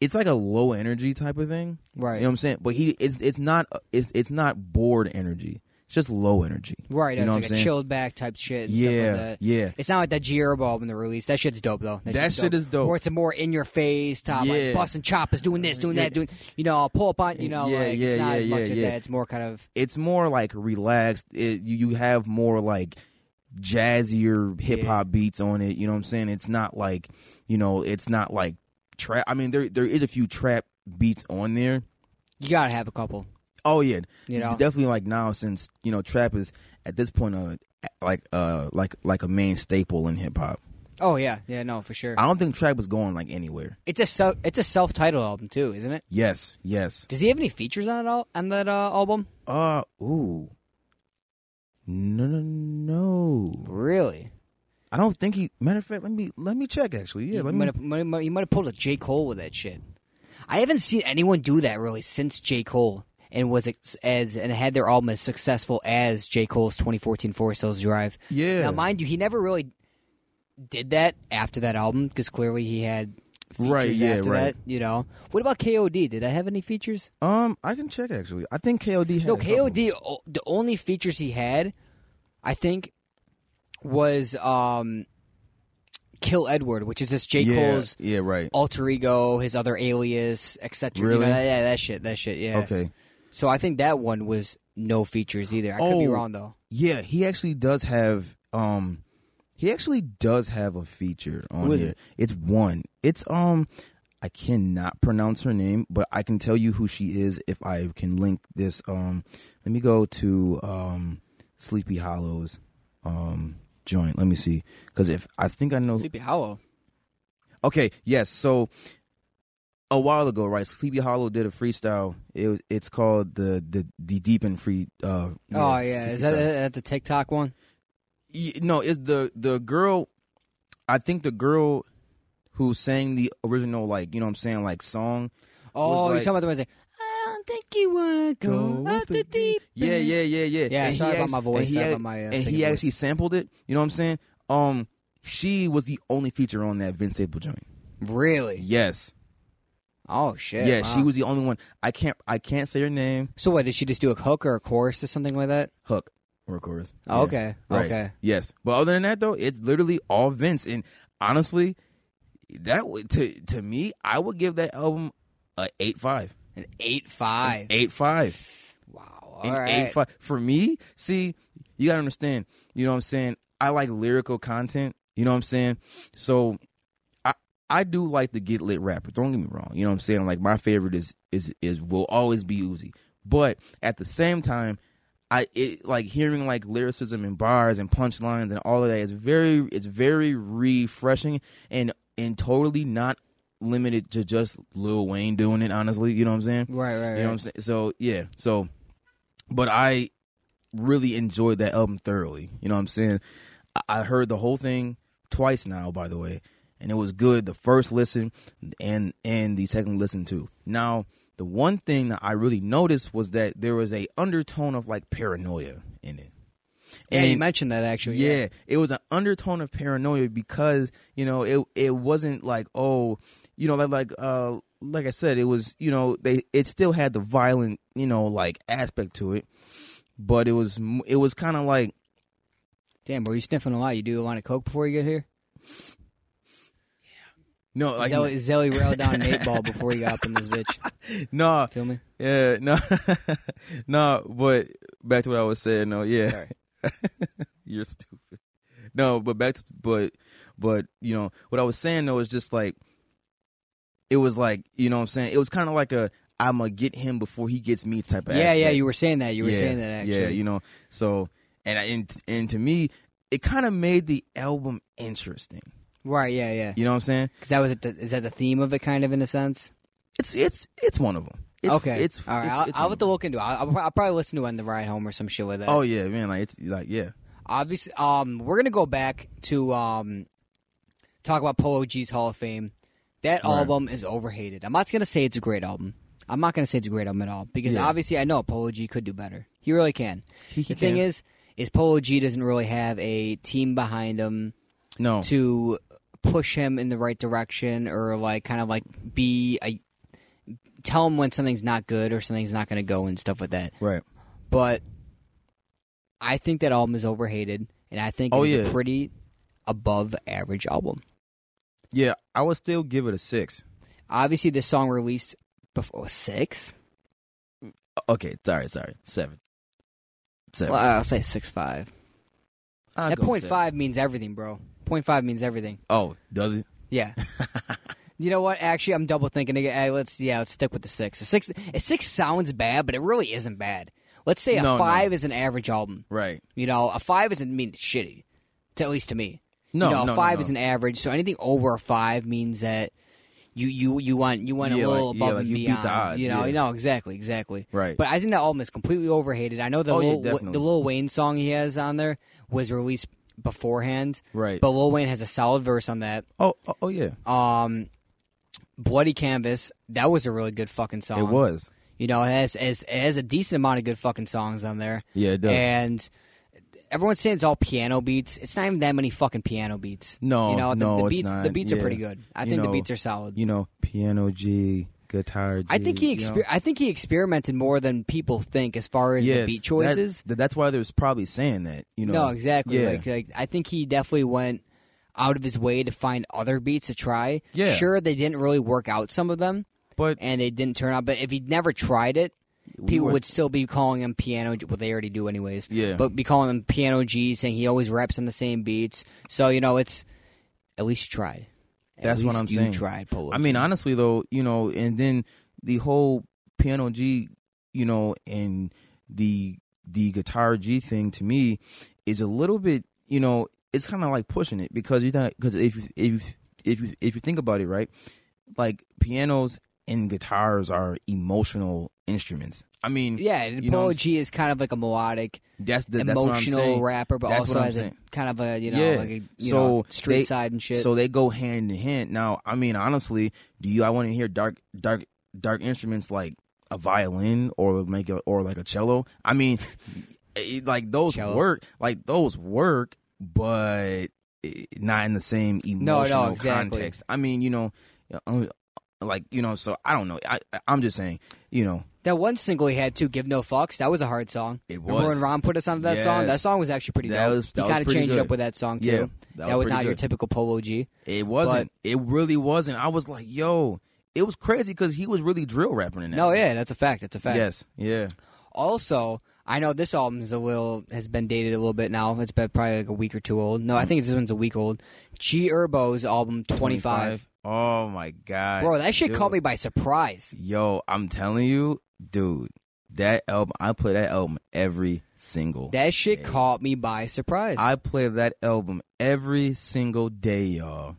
A: it's like a low energy type of thing.
B: Right.
A: You know what I'm saying? But he it's it's not it's it's not bored energy. It's just low energy.
B: Right.
A: You
B: That's
A: know
B: like
A: what
B: a
A: I'm saying?
B: chilled back type shit. And
A: yeah.
B: Stuff like that.
A: Yeah.
B: It's not like that Giro album in the release. That shit's dope though.
A: That
B: shit's
A: shit is dope.
B: Or it's a more in your face top,
A: Yeah.
B: like busting choppers, doing this, doing
A: Yeah.
B: that, doing you know, pull up on you know,
A: Yeah,
B: like
A: yeah,
B: it's not
A: yeah,
B: as much
A: yeah,
B: of
A: yeah.
B: that. It's more kind of
A: It's more like relaxed. It, you you have more like jazzier hip hop beats on it. You know what I'm saying? It's not like, you know, it's not like trap. I mean, there there is a few trap beats on there.
B: you gotta have a couple.
A: Oh yeah,
B: You know?
A: definitely like now since you know trap is at this point uh like uh like like a main staple in hip hop.
B: Oh yeah, yeah, no, for sure.
A: I don't think trap was going like anywhere.
B: It's a self it's a self titled album too, isn't it?
A: Yes, yes.
B: Does he have any features on it all on that uh, album?
A: Uh ooh. No, no, no.
B: Really?
A: I don't think he. Matter of fact, let me let me check. Actually, yeah,
B: You
A: let
B: might
A: me.
B: have, might- might- you might have pulled a J. Cole with that shit. I haven't seen anyone do that really since J. Cole and was ex- as and had their album as successful as J. Cole's 2014 Forest Hills Drive.
A: Yeah.
B: Now, mind you, he never really did that after that album because clearly he had features
A: Right, yeah,
B: after
A: right.
B: that. You know, what about KOD? Did I have any features?
A: Um, I can check actually. I think KOD had
B: No,
A: a couple.
B: KOD. o- The only features he had, I think, was um, Kill Edward, which is this J.
A: Yeah,
B: Cole's
A: yeah, right.
B: alter ego, his other alias, etc.
A: Really?
B: You know, that- yeah, that shit, that shit, yeah.
A: Okay.
B: So I think that one was no features either. I could be
A: Oh.
B: wrong though.
A: Yeah, he actually does have um he actually does have a feature on
B: Who is
A: here.
B: it?
A: It's one. It's um I cannot pronounce her name, but I can tell you who she is if I can link this um let me go to um Sleepy Hollows um joint. Let me see cuz if I think I know
B: Sleepy Hollow.
A: Okay, yes. So a while ago, right, Sleepy Hollow did a freestyle. It was, it's called the the the deep and free uh
B: Oh yeah, is that,
A: freestyle.
B: that the TikTok one?
A: Y- no, it's the the girl. I think the girl who sang the original, like you know, what I'm saying, like song.
B: Oh,
A: like-
B: you're talking about the one that's like, I don't think you wanna go, off the deep.
A: Yeah,
B: end."
A: yeah, yeah, yeah.
B: Yeah,
A: And
B: sorry
A: he
B: about
A: act-
B: my voice,
A: And he,
B: sorry
A: act-
B: about my, uh,
A: and he
B: singing voice.
A: actually sampled it. You know what I'm saying? Um, she was the only feature on that Vince Staples joint.
B: Really?
A: Yes,
B: Oh shit.
A: yeah, she
B: wow.
A: was the only one. I can't, I can't say her name.
B: So what? Did she just do a hook or a chorus or something like that?
A: Hook or chorus.
B: Oh,
A: Yeah.
B: okay.
A: Right.
B: Okay.
A: Yes, but other than that though, it's literally all Vince. And honestly, that would to to me, I would give that album a eight five.
B: An eight five.
A: Eight five.
B: wow.
A: an
B: All right.
A: eight five for me. See, you gotta understand. You know what I'm saying. I like lyrical content. You know what I'm saying. So, I I do like the get lit rapper. Don't get me wrong. You know what I'm saying. Like my favorite is is is will always be Uzi. But at the same time, I it, like hearing like lyricism and bars and punchlines and all of that is very it's very refreshing and and totally not limited to just Lil Wayne doing it. Honestly, you know what I'm saying.
B: Right. Right. Right.
A: You know what I'm saying? So yeah. So but I really enjoyed that album thoroughly. You know what I'm saying? I, I heard the whole thing twice now, by the way. And it was good the first listen and and the second listen too. Now the one thing that I really noticed was that there was a undertone of like paranoia in it.
B: yeah, you mentioned that actually.
A: Yeah, it was an undertone of paranoia because you know it it wasn't like oh you know like like uh like I said it was you know they it still had the violent you know like aspect to it, but it was m- it was kind of like
B: Damn, were you sniffing a lot? You do a lot of coke before you get here?
A: No, like
B: Zelly, Zelly railed down an eight ball before he got up in this bitch.
A: no,
B: Feel me?
A: yeah, no, no. But back to what I was saying. No, yeah, you're stupid. No, but back to but but you know what I was saying though is just like it was like you know what I'm saying it was kind of like a I'm gonna get him before he gets me type of
B: Yeah, yeah.
A: aspect.
B: You were saying that. You were saying that actually.
A: Yeah, you know. So and I, and and to me, it kind of made the album interesting.
B: right. Yeah, yeah.
A: You know what I'm saying?
B: Because that was at the, is that the theme of it, kind of in a sense.
A: It's it's it's one of them. It's,
B: okay.
A: It's
B: all right.
A: it's-
B: I'll,
A: it's one
B: I'll have
A: of
B: to
A: 'em.
B: look into. it. I'll, I'll probably listen to it on the ride home or some shit like that.
A: Oh yeah, man. Like it's like yeah.
B: obviously um we're gonna go back to um talk about Polo G's Hall of Fame. That album is overhated. I'm not gonna say it's a great album. I'm not gonna say it's a great album at all because
A: Yeah.
B: obviously I know Polo G could do better. He really can.
A: He- he
B: the thing
A: can.
B: is, is Polo G doesn't really have a team behind him
A: No.
B: to push him in the right direction or like kind of like be a tell him when something's not good or something's not gonna go and stuff like that
A: Right.
B: but I think that album is overhated, and I think
A: Oh,
B: it's
A: yeah.
B: a pretty above average album.
A: Yeah, I would still give it a six.
B: Obviously, this song released before oh, six.
A: Okay, sorry, sorry, seven. Seven.
B: Well, I'll say six five.
A: I'll
B: That
A: go
B: point
A: seven.
B: five means everything, bro. Point five means everything.
A: Oh, does it?
B: Yeah. you know what? Actually, I'm double thinking. again. Hey, Let's yeah, let's stick with the six. A six, a six sounds bad, but it really isn't bad. Let's say a
A: No, no.
B: five is an average album.
A: Right.
B: You know, a five isn't mean it's shitty, to, at least to me.
A: No,
B: you know,
A: no, no,
B: a five
A: no.
B: is an average. So anything over a five means that you you you want you want
A: Yeah,
B: a little
A: like- yeah,
B: above
A: like
B: and
A: you beat the
B: beyond.
A: odds,
B: you know,
A: yeah.
B: no, exactly, exactly.
A: Right.
B: But I think that album is completely overhated. I know the
A: Oh, yeah,
B: Lil,
A: definitely.
B: the Lil Wayne song he has on there was released beforehand,
A: Right.
B: but Lil Wayne has a solid verse on that.
A: Oh, oh, oh yeah.
B: Um, Bloody Canvas, that was a really good fucking song.
A: It was.
B: You know, it has, has, it has a decent amount of good fucking songs on there.
A: Yeah, it does.
B: And everyone's saying it's all piano beats. It's not even that many fucking piano beats.
A: No,
B: you know, the,
A: no,
B: the
A: it's
B: beats the
A: not.
B: beats
A: Yeah.
B: are pretty good. I
A: You
B: think
A: know,
B: the beats are solid.
A: You know, piano G, guitar G.
B: I think he
A: you know.
B: exper- I think he experimented more than people think as far as the beat
A: that-
B: choices.
A: th- that's why there's probably saying that. You know.
B: no, exactly.
A: Yeah.
B: Like, like I think he definitely went out of his way to find other beats to try.
A: Yeah.
B: Sure, they didn't really work out some of them
A: but
B: and they didn't turn out, but if he'd never tried it, people
A: were-
B: would still be calling him piano. Well, they already do anyways.
A: Yeah.
B: but be calling him piano G, saying he always raps on the same beats. So you know, it's at least you tried. At
A: That's what
B: least
A: I'm
B: you
A: saying.
B: Tried Polo.
A: I mean,
B: G.
A: honestly though, you know, and then the whole piano G, you know, and the the guitar G thing to me is a little bit, you know, it's kind of like pushing it because you think because if you- if if you- if you think about it, right, like pianos and guitars are emotional instruments. I mean,
B: yeah,
A: you
B: and
A: know what
B: Polo
A: I'm
B: G is kind of like a melodic,
A: that's the that's what I'm
B: emotional
A: saying.
B: rapper, but
A: That's
B: also
A: what I'm
B: has
A: saying.
B: a kind of a you know
A: Yeah.
B: like a you
A: So
B: know street
A: they-
B: side and shit.
A: So they go hand in hand. Now, I mean, honestly, do you? I want to hear dark, dark, dark instruments like a violin or make a, or like a cello. I mean, it, like those
B: Cello.
A: work, like those work, but it- not in the same
B: no,
A: emotional
B: exactly.
A: context. I mean, you know, um, like you know. So I don't know. I I- I'm just saying, you know,
B: that one single he had too, "Give No Fucks," that was a hard song.
A: it
B: Remember
A: was
B: when Ron put us onto that song?
A: Yes.
B: That song was actually pretty
A: That
B: dope.
A: was- that
B: he
A: was
B: kind of
A: pretty
B: changed it up
A: good.
B: with that song too.
A: Yeah, that was pretty
B: not your
A: good.
B: typical Polo G.
A: It wasn't. it really wasn't. I was like, yo, it was crazy because he was really drill rapping in that.
B: No, yeah, that's a fact. That's a fact.
A: Yes. Yeah.
B: Also, I know this album is a little has been dated a little bit now. It's been probably like a week or two old. No, I think this one's a week old. G Herbo's album Twenty Five.
A: Oh my god,
B: Bro, that shit caught me
A: dude.
B: by surprise.
A: Yo, I'm telling you, dude, that album. I play that album every single.
B: That shit
A: Yeah.
B: caught me by surprise.
A: I play that album every single day, y'all.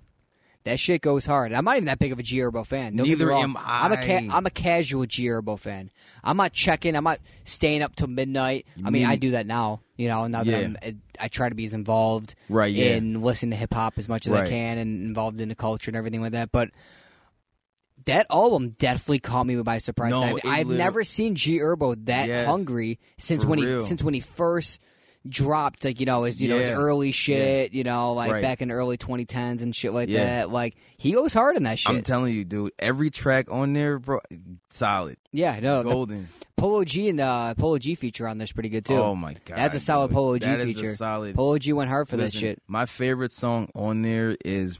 B: that shit goes hard. I'm not even that big of a G Herbo fan. Don't get me
A: Neither
B: wrong.
A: am
B: I'm a
A: I.
B: ca- I'm a casual G Herbo fan. I'm not checking. I'm not staying up till midnight. I mean,
A: mean-
B: I do that now. You know, now that
A: Yeah.
B: I'm, I, I try to be as involved.
A: Right? Yeah.
B: and listen to hip hop as much as I
A: Right.
B: can and involved in the culture and everything like that. But that album definitely caught me by surprise.
A: No,
B: And
A: it
B: I've, I've
A: literally-
B: never seen G Herbo that
A: Yes.
B: hungry since
A: For
B: when
A: real.
B: he since when he first dropped like you know his you know his
A: Yeah.
B: early shit you know like
A: Right.
B: back in the early 2010s and shit like
A: Yeah.
B: that like he goes hard in that shit
A: I'm telling you, dude. Every track on there, bro, solid,
B: yeah no the
A: golden.
B: Polo G and the uh, Polo G feature on there's pretty good too
A: Oh my god,
B: That's a solid
A: dude.
B: Polo G
A: That is a
B: feature.
A: solid
B: Polo G went hard for
A: Listen,
B: that shit
A: My favorite song on there is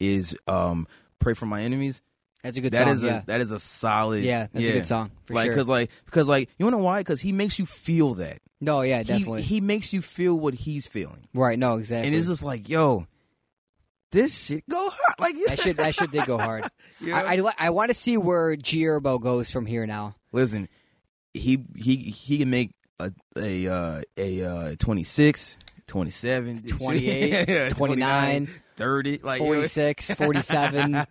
A: is um Pray for my enemies.
B: That's a good
A: That
B: song.
A: is
B: yeah.
A: a that is a solid.
B: Yeah, that's a good song, for
A: like
B: sure.
A: because like because like you wanna why? Because he makes you feel that.
B: no, yeah,
A: He-
B: definitely.
A: he makes you feel what he's feeling.
B: right, no, exactly.
A: and it's just like, yo, this shit go hot. Like
B: that shit that shit did go hard.
A: Yeah.
B: I I, li- I want to see where Gierbo goes from here now.
A: listen, he he he can make a a uh, a uh, 26, 27,
B: 28,
A: yeah,
B: 29,
A: 30, like Uh, you know,
B: 46, 47.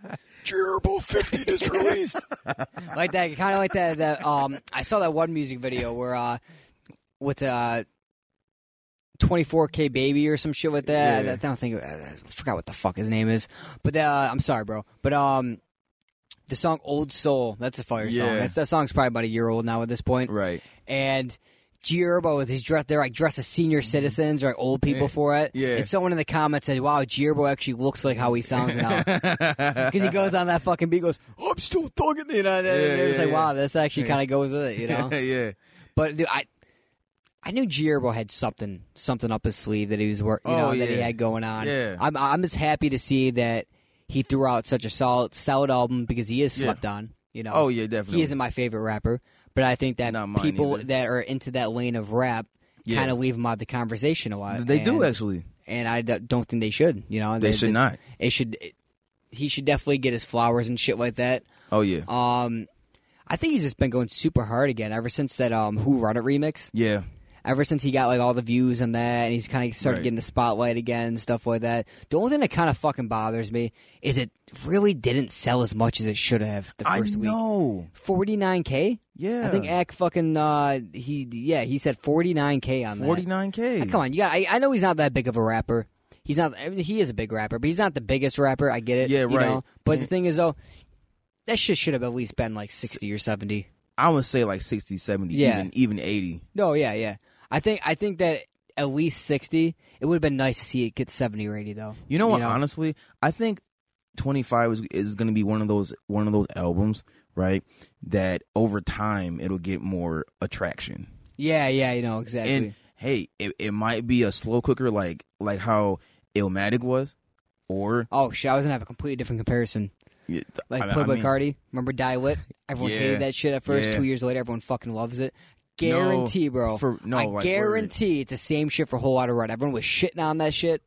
C: Gerbil 15 is released.
B: like that kind of like that that um I saw that one music video where uh with uh 24k baby or some shit with that.
A: Yeah.
B: I don't think uh, I forgot what the fuck his name is. But uh, I'm sorry, bro. But um the song Old Soul, that's a fire
A: Yeah.
B: song. That's, that song's probably about a year old now at this point.
A: right.
B: and G Herbo with his dress, they're like dressed as senior citizens or like old people for it.
A: Mm-hmm. Yeah.
B: And someone in the comments said, "Wow, G Herbo actually looks like how he sounds now." Because he goes on that fucking beat, goes, "I'm still talking," you know. And it's
A: yeah,
B: like,
A: yeah.
B: wow, this actually kind of goes with it, you know.
A: yeah.
B: but dude, I, I knew G Herbo had something, something up his sleeve that he was working, you
A: Oh,
B: know, that he
A: yeah.
B: had going on.
A: Yeah.
B: I'm, I'm just happy to see that he threw out such a solid, solid album because he is
A: Yeah.
B: slept on, you know.
A: Oh yeah, definitely.
B: He isn't my favorite rapper, but I think that
A: Not mine
B: people
A: either.
B: that are into that lane of rap
A: Yeah.
B: kind of leave him out of the conversation a lot.
A: they do
B: and-
A: actually.
B: and I d- don't think they should. You know,
A: They should
B: it's-
A: not.
B: It should. It, he should definitely get his flowers and shit like that.
A: Oh yeah,
B: Um, I think he's just been going super hard again ever since that um Who Run It remix.
A: yeah.
B: Ever since he got like all the views and that, and he's kind of started
A: Right.
B: getting the spotlight again and stuff like that. The only thing that kind of fucking bothers me is it really didn't sell as much as it should have the
A: I
B: first week.
A: know.
B: Forty nine k.
A: Yeah,
B: I think Eck fucking uh he yeah he said 49k on
A: forty
B: that. Ah,
A: nine k.
B: Come on, you got. I, I know he's not that big of a rapper. He's not. I mean, he is a big rapper, but he's not the biggest rapper. I get it.
A: Yeah,
B: you
A: right. Mm-hmm.
B: know? But the thing is though, that shit should have at least been like 60 or 70.
A: I would say like 60, 70,
B: Yeah.
A: even even eighty.
B: No, yeah, yeah. I think I think that at least 60. It would have been nice to see it get 70 or 80 though.
A: You know what? Honestly, I think twenty five is is going to be one of those one of those albums, right? That over time it'll get more attraction.
B: Yeah, yeah. You know exactly.
A: And hey, it, it might be a slow cooker like like how Illmatic was, or
B: oh shit, I was gonna have a completely different comparison.
A: like
B: Like Playboy Cardi, remember Die Lit? Everyone
A: Yeah.
B: hated that shit at first.
A: Yeah.
B: Two years later, everyone fucking loves it. Guarantee, bro.
A: for- no,
B: I
A: like,
B: guarantee it's the same shit for Whole Lotta Red. Everyone was shitting on that shit.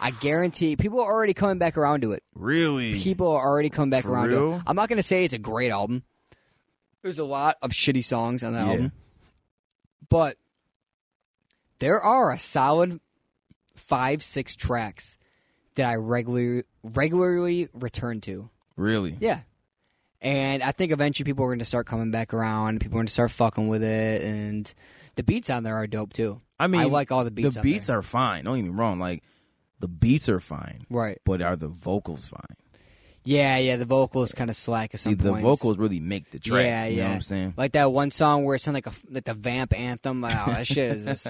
B: I guarantee people are already coming back around to it.
A: Really?
B: People are already coming back
A: For
B: around to it.
A: real?
B: I'm not gonna say it's a great album. There's a lot of shitty songs on that
A: Yeah.
B: album, but there are a solid five, six tracks that I regularly regularly return to.
A: really?
B: Yeah. And I think eventually people are going to start coming back around. People are going to start fucking with it, and the beats on there are dope too.
A: I mean,
B: I like all the beats.
A: the beats are fine. Don't get me wrong. Like the beats are fine,
B: are right.
A: but are the vocals fine?
B: Yeah, yeah. The vocals kind of slack at some
A: See, the
B: points.
A: vocals really make the track.
B: Yeah,
A: you know
B: yeah.
A: what I'm saying?
B: like that one song where it sounded like a like the vamp anthem. Oh, that shit is just,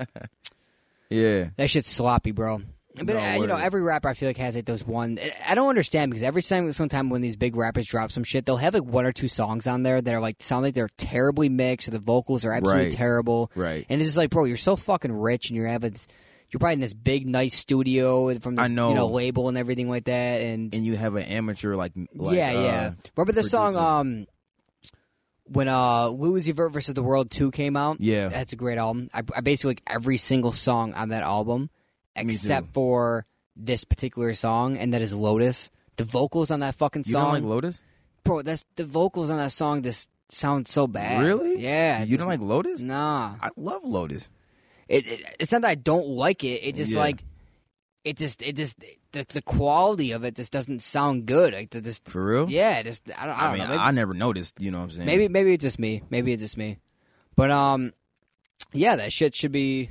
A: Yeah.
B: that shit's sloppy, bro. But
A: No
B: uh, you know,
A: word.
B: every rapper I feel like has like those one. I don't understand because every time sometime when these big rappers drop some shit, they'll have like one or two songs on there that are like sound like they're terribly mixed or the vocals are absolutely
A: Right.
B: terrible.
A: Right.
B: And it's just like, bro, you're so fucking rich, and you're having, this- you're probably in this big, nice studio from this,
A: I know.
B: you know label and everything like that, and,
A: and you have an amateur like, like
B: yeah,
A: uh,
B: yeah. Remember the song,
A: producer.
B: um, when uh Louis Vert versus the World Two came out?
A: Yeah.
B: that's a great album. I, I basically like every single song on that album,
A: Me
B: except for this particular song, and that is Lotus. The vocals on that fucking
A: You don't
B: song,
A: like Lotus?
B: bro. That's the vocals on that song. Just sound so bad.
A: Really?
B: Yeah.
A: You
B: just-
A: don't like Lotus?
B: Nah.
A: I love Lotus.
B: It, it it's not that I don't like it. It just
A: Yeah.
B: like it just it just the, the quality of it just doesn't sound good. Like the, just
A: For real?
B: yeah, just I don't, I
A: I,
B: don't
A: mean,
B: know. Maybe-
A: I never noticed. You know what I'm saying?
B: Maybe maybe it's just me. Maybe it's just me. But um, yeah, that shit should be.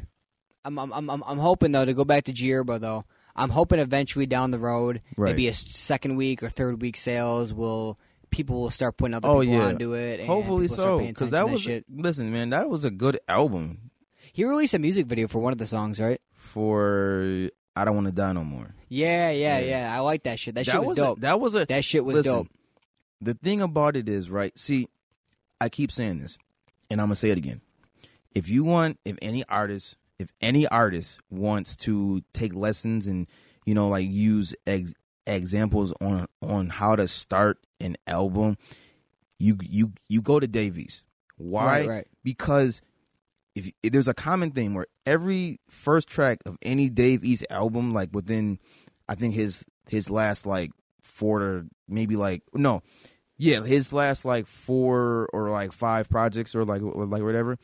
B: I'm I'm I'm I'm I'm hoping though to go back to Gierbo though. I'm hoping eventually down the road,
A: Right.
B: maybe a s- second week or third week sales will people will start putting other
A: Oh,
B: people
A: yeah.
B: onto it. And
A: Hopefully
B: people start
A: so,
B: paying
A: because
B: attention
A: that
B: to
A: was
B: shit.
A: listen, man. That was a good album
B: He released a music video for one of the songs, right?
A: for "I Don't Want to Die No More."
B: Yeah, yeah,
A: Yeah.
B: yeah. I like that shit. That,
A: that
B: shit was,
A: was
B: dope.
A: A, that was a
B: that shit was
A: listen,
B: dope.
A: The thing about it is, right? See, I keep saying this, and I'm gonna say it again. If you want, if any artist, if any artist wants to take lessons and you know, like use ex- examples on on how to start an album, you you you go to Davies. Why?
B: Right, right.
A: Because if, if there's a common thing where every first track of any Dave East album, like within, I think his his last like four to maybe like no, yeah, his last like four or like five projects or like or like whatever,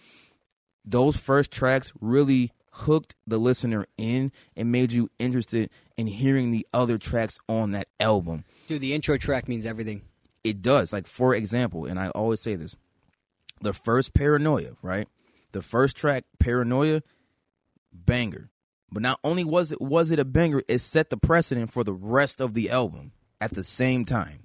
A: those first tracks really hooked the listener in and made you interested in hearing the other tracks on that album.
B: Dude, the intro track means everything.
A: It does. Like for example, and I always say this, the first Paranoia, right? The first track Paranoia, banger. But not only was it was it a banger, it set the precedent for the rest of the album at the same time.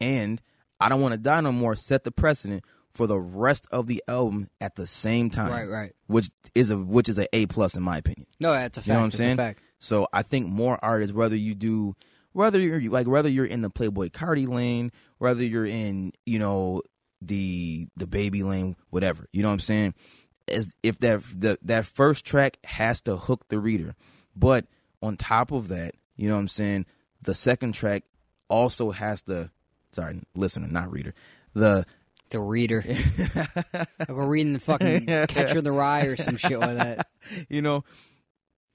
A: And I don't want to die no more set the precedent for the rest of the album at the same time.
B: Right, right.
A: Which is a which is a A plus in my opinion.
B: No, that's a fact.
A: You know what I'm
B: It's
A: saying?
B: A fact.
A: So I think more artists, whether you do, whether you're like whether you're in the Playboy Cardi lane, whether you're in you know the the baby lane, whatever. You know what I'm saying? As if that the, that first track has to hook the reader, but on top of that, you know what I'm saying? The second track also has to. Sorry, listener, not reader. The
B: The reader. like we're reading the fucking Catcher in the Rye or some shit like that.
A: you know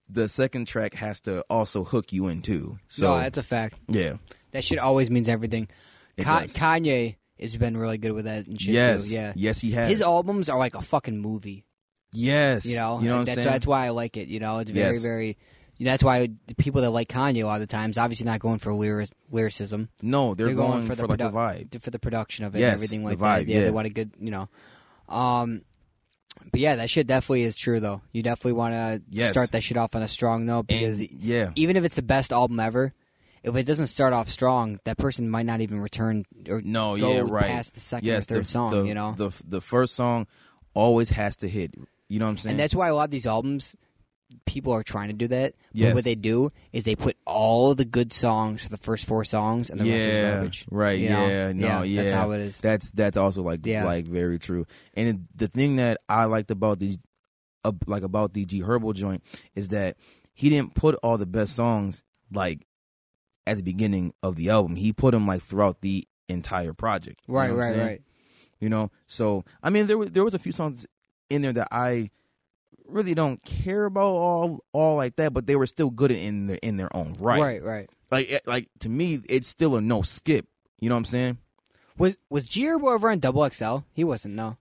A: the second track has to also hook you in too. So
B: no, that's a fact.
A: yeah.
B: That shit always means everything.
A: It
B: Ka-
A: does.
B: Kanye has been really good with that and shit
A: Yes.
B: too. Yeah.
A: Yes, he has.
B: His albums are like a fucking movie.
A: Yes.
B: You know,
A: You know what I'm
B: that's
A: saying?
B: that's why I like it. You know, it's very
A: Yes.
B: very. You know, that's why the people that like Kanye a lot of the times obviously not going for lyric, lyricism.
A: no, they're, going, for, like the
B: produc-
A: vibe.
B: for the production of it,
A: Yes,
B: and everything
A: the
B: like
A: vibe,
B: that. Yeah,
A: yeah.
B: they want a good, you know. Um, but yeah, that shit definitely is true though. You definitely want to
A: Yes.
B: start that shit off on a strong note because
A: And, yeah.
B: even if it's the best album ever, if it doesn't start off strong, that person might not even return or
A: No,
B: go
A: Oh, yeah, right.
B: past the second
A: yes,
B: or
A: the-
B: third song.
A: the-
B: you know,
A: the the first song always has to hit. You know what I'm saying?
B: and that's why a lot of these albums people are trying to do that
A: Yes.
B: but what they do is they put all the good songs for the first four songs and the rest is
A: yeah,
B: garbage
A: right.
B: you know?
A: yeah, no, yeah,
B: that's how it is
A: That's that's also like
B: Yeah.
A: like very true. And it- the thing that I liked about the ab- like about the G Herbal joint is that he didn't put all the best songs like at the beginning of the album. He put them like throughout the entire project. You know
B: right
A: what I'm
B: right
A: saying?
B: right
A: you know so i mean there was there was a few songs in there that i really don't care about all all like that but they were still good in their in their own right,
B: right right
A: like it- like to me it's still a no skip you know what i'm saying
B: was was G Herbo ever on Double XL? He wasn't. No,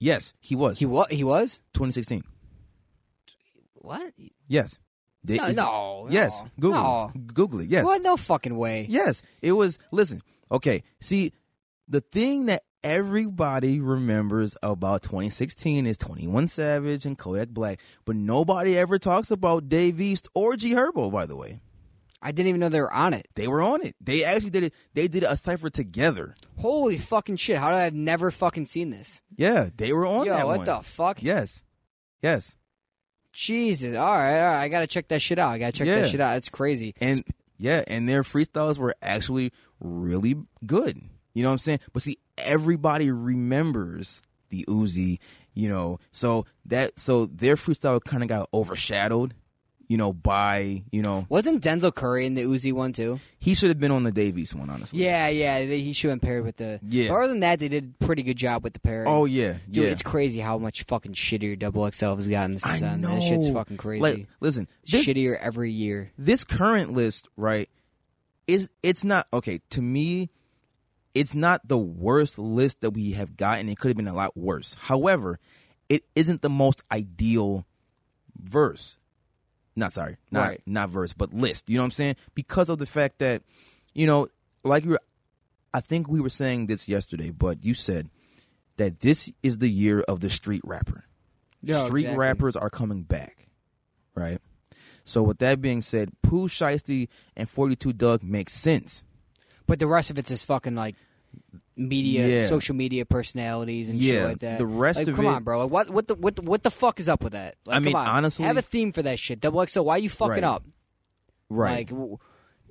A: yes he was
B: he was. He was.
A: 2016
B: What?
A: yes They-
B: No,
A: it's-
B: no.
A: yes
B: no.
A: google
B: No.
A: it. google it yes
B: What? No fucking way.
A: yes it was listen okay see the thing that everybody remembers about 2016 is 21 Savage and Kodak Black, but nobody ever talks about Dave East or G Herbo, by the way.
B: I didn't even know they were on it.
A: They were on it. They actually did it. They did a cipher together.
B: Holy fucking shit! How did I never fucking seen this?
A: Yeah, they were on
B: Yo,
A: that
B: what
A: one.
B: the fuck?
A: yes, yes,
B: Jesus! All right, all right. I gotta check that shit out. I gotta check
A: Yeah.
B: that shit out. It's crazy.
A: and yeah, and their freestyles were actually really good. You know what I'm saying? But see, everybody remembers the Uzi. You know, so that so their freestyle kind of got overshadowed. You know, by you know
B: Wasn't Denzel Curry in the Uzi one too?
A: he should have been on the Davies one, honestly.
B: Yeah, yeah. They, he should have been paired with the.
A: Yeah.
B: But other than that, they did a pretty good job with the pairing.
A: Oh yeah,
B: Dude,
A: yeah.
B: it's crazy how much fucking shittier Double XL has gotten since
A: I
B: then.
A: know.
B: That shit's fucking crazy.
A: Like, listen, this
B: shittier every year.
A: this current list, right, is it's not okay to me. It's not the worst list that we have gotten. It could have been a lot worse. However, it isn't the most ideal verse. Not sorry, not
B: Right.
A: not verse, but list. You know what I'm saying? Because of the fact that, you know, like we were, I think we were saying this yesterday, but you said that this is the year of the street rapper.
B: No,
A: street
B: exactly.
A: rappers are coming back, right? So with that being said, Pooh Shiesty and Forty Two Doug makes sense.
B: But the rest of it's just fucking like media,
A: Yeah.
B: social media personalities and shit
A: Yeah,
B: like that.
A: the rest
B: like,
A: of
B: come
A: it-
B: on, bro. Like, what what the what the- what the fuck is up with that? Like,
A: I mean,
B: come on.
A: honestly-
B: have a theme for that shit. Double XL, why you fucking
A: Right.
B: up?
A: Right.
B: Like. W-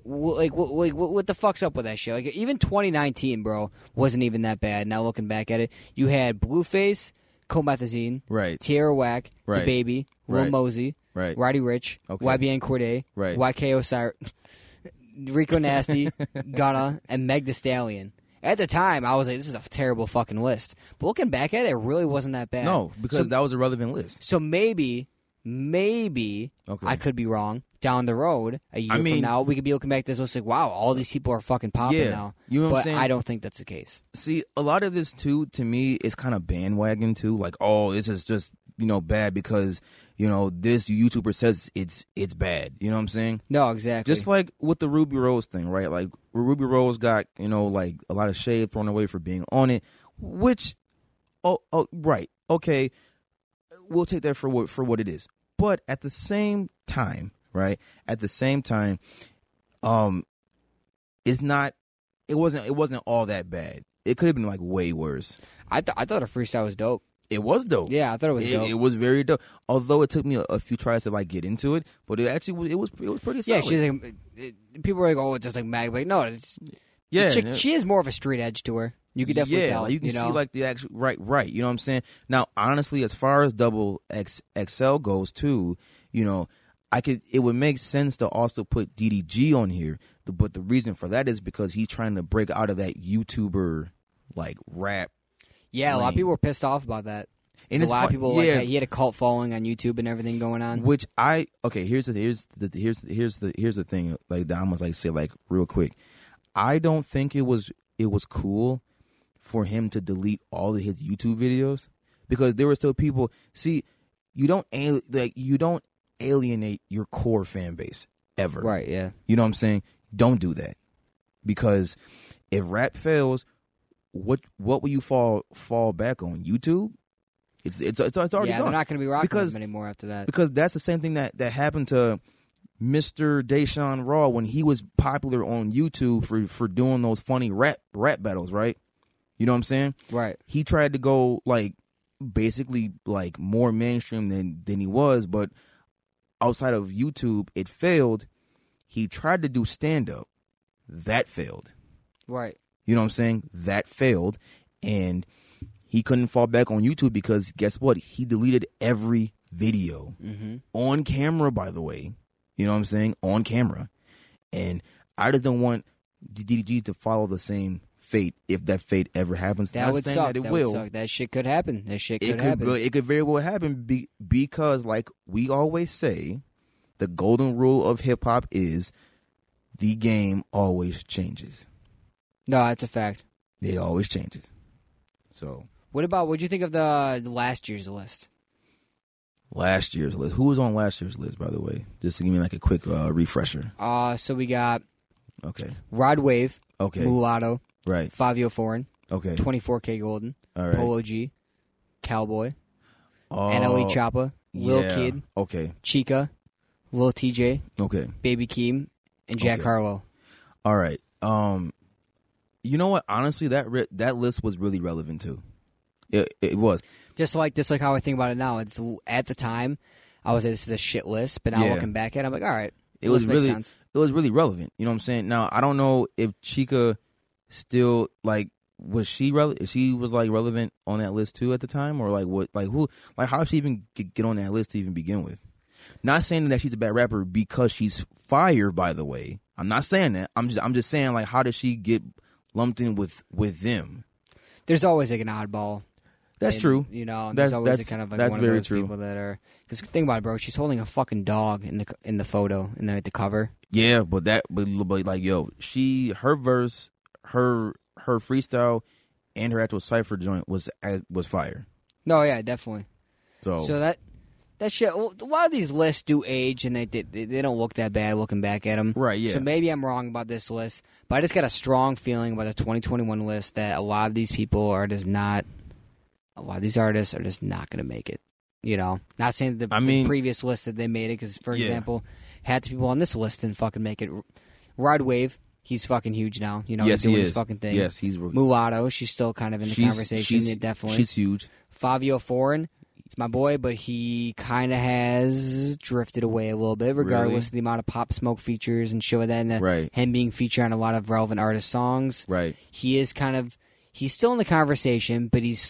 B: w- like, w- like what, what the fuck's up with that shit? Like, even 2019, bro, wasn't even that bad. Now looking back at it, you had Blueface, Comethazine,
A: right.
B: Tierra Whack,
A: Right.
B: The Baby, Lil
A: Right.
B: Mosey,
A: Right.
B: Roddy Rich,
A: Okay.
B: YBN Corday,
A: Right.
B: YK Osiris, Rico Nasty, Gunna, and Meg the Stallion. At the time, I was like, "This is a terrible fucking list." But looking back at it, it really wasn't that bad.
A: No, because
B: So-
A: that was a relevant list.
B: So maybe, maybe
A: Okay.
B: I could be wrong. Down the road, a year
A: mean-
B: from now, we could be looking back at this and it's like, wow, all these people are fucking popping
A: Yeah.
B: now.
A: You know what I'm
B: but
A: saying?
B: I don't think that's the case.
A: See, a lot of this too, to me, is kind of bandwagon too. Like, oh, this is just you know bad because you know this YouTuber says it's it's bad. You know what I'm saying?
B: No, exactly.
A: Just like with the Ruby Rose thing, right? Like Ruby Rose got you know like a lot of shade thrown away for being on it, which oh oh right okay, we'll take that for what for what it is. But at the same time, right? At the same time, um, it's not. It wasn't. It wasn't all that bad. It could have been like way worse.
B: I, th- I thought a freestyle was dope.
A: It was dope.
B: Yeah, I thought it was
A: It,
B: dope.
A: it was very dope. Although it took me a, a few tries to like get into it, but it actually was- it was it was pretty
B: yeah,
A: solid.
B: she's like, it- people are like, oh, it's just like mag. But no, it's,
A: yeah,
B: she,
A: yeah.
B: she is more of a street edge to her. You could definitely
A: yeah,
B: tell.
A: like, you can
B: know?
A: see like the actual right, right. You know what I'm saying? Now, honestly, as far as double X XL goes too, you know, I could it would make sense to also put DDG on here, The- but the reason for that is because he's trying to break out of that YouTuber like rap.
B: yeah, a lot of
A: lame.
B: people were pissed off about that.
A: And
B: a
A: it's
B: lot of
A: fu-
B: people like
A: yeah.
B: had- he had a cult following on YouTube and everything going on.
A: Which I okay. Here's the here's the here's the, here's the here's the thing. Like that I must like say like real quick. I don't think it was it was cool for him to delete all of his YouTube videos because there were still people. See, you don't al- like you don't alienate your core fan base ever.
B: Right? Yeah.
A: You know what I'm saying? Don't do that because if rap fails, what what will you fall fall back on YouTube? It's it's it's, it's already
B: yeah,
A: gone
B: they're not going to be rocking
A: Because-
B: them anymore after that.
A: because that's the same thing that that happened to Mr. Deshaun Raw when he was popular on YouTube for for doing those funny rap rap battles, right? You know what I'm saying?
B: Right.
A: He tried to go like basically like more mainstream than than he was, but outside of YouTube, it failed. He tried to do stand up. That failed.
B: Right.
A: You know what I'm saying? That failed. And he couldn't fall back on YouTube because guess what? He deleted every video
B: Mm-hmm.
A: on camera, by the way. You know what I'm saying? On camera. And I just don't want DDG to follow the same fate if that fate ever happens.
B: That
A: Not
B: would
A: saying
B: suck.
A: That it
B: would
A: will.
B: suck. That shit could happen. That shit could,
A: It could,
B: happen.
A: go- it could very well happen be, because, like we always say, the golden rule of hip hop is the game always changes.
B: No, that's a fact.
A: It always changes. So
B: What about what'd you think of the, the last year's list?
A: last year's list. Who was on last year's list, by the way? Just to give me like a quick uh, refresher.
B: Uh so we got
A: Okay.
B: Rod Wave,
A: Okay.
B: Mulatto,
A: Right.
B: Fabio Foreign,
A: Okay.
B: 24K Golden,
A: All right.
B: Polo G, Cowboy,
A: Oh,
B: NLE Choppa, Lil
A: yeah.
B: Kid,
A: Okay.
B: Chica, Lil TJ,
A: Okay.
B: Baby Keem, and Jack
A: Okay.
B: Harlow.
A: All right. Um, you know what? Honestly, that re- that list was really relevant too. It it was.
B: Just like just like how I think about it now. It's at the time I was like, this is a shit list, but now
A: Yeah.
B: looking back at it, I'm like, all right.
A: It was
B: list makes
A: really
B: sense.
A: it was really relevant. You know what I'm saying? Now I don't know if Chica still like was she rele- if she was like relevant on that list too at the time or like what like who like how did she even g- get on that list to even begin with? Not saying that she's a bad rapper because she's fire. By the way, I'm not saying that. I'm just I'm just saying like how did she get lumped in with with them?
B: There's always like an oddball
A: That's
B: And,
A: true.
B: You know, and
A: That's-
B: there's always a
A: that's-
B: kind of like
A: that's
B: one
A: very
B: of those
A: true.
B: people that are. Because think about it, bro. She's holding a fucking dog in the co- in the photo in the, the cover.
A: Yeah, but that but, but like yo, she her verse, her her freestyle, and her actual cipher joint was uh, was fire.
B: No, yeah, definitely.
A: So,
B: So that that shit. well, A lot of these lists do age, and they they, they don't look that bad looking back at them.
A: Right, yeah.
B: So maybe I'm wrong about this list, but I just got a strong feeling about the 2021 list that a lot of these people are just not. A lot of these artists are just not going to make it. You know, not saying that the,
A: I
B: the
A: mean-
B: previous list that they made it because, for
A: Yeah.
B: example, had the people on this list didn't fucking make it. Rod Wave, he's fucking huge now. You know,
A: yes,
B: he's doing
A: he
B: his
A: is.
B: fucking thing.
A: Yes, he's
B: Mulatto, she's still kind of in the
A: she's,
B: conversation.
A: She's,
B: definitely.
A: she's huge.
B: Fabio Foreign. It's my boy, but he kind of has drifted away a little bit, regardless
A: Really?
B: of the amount of pop smoke features and shit with that, and the,
A: Right.
B: him being featured on a lot of relevant artist songs.
A: Right.
B: He is kind of he's still in the conversation, but he's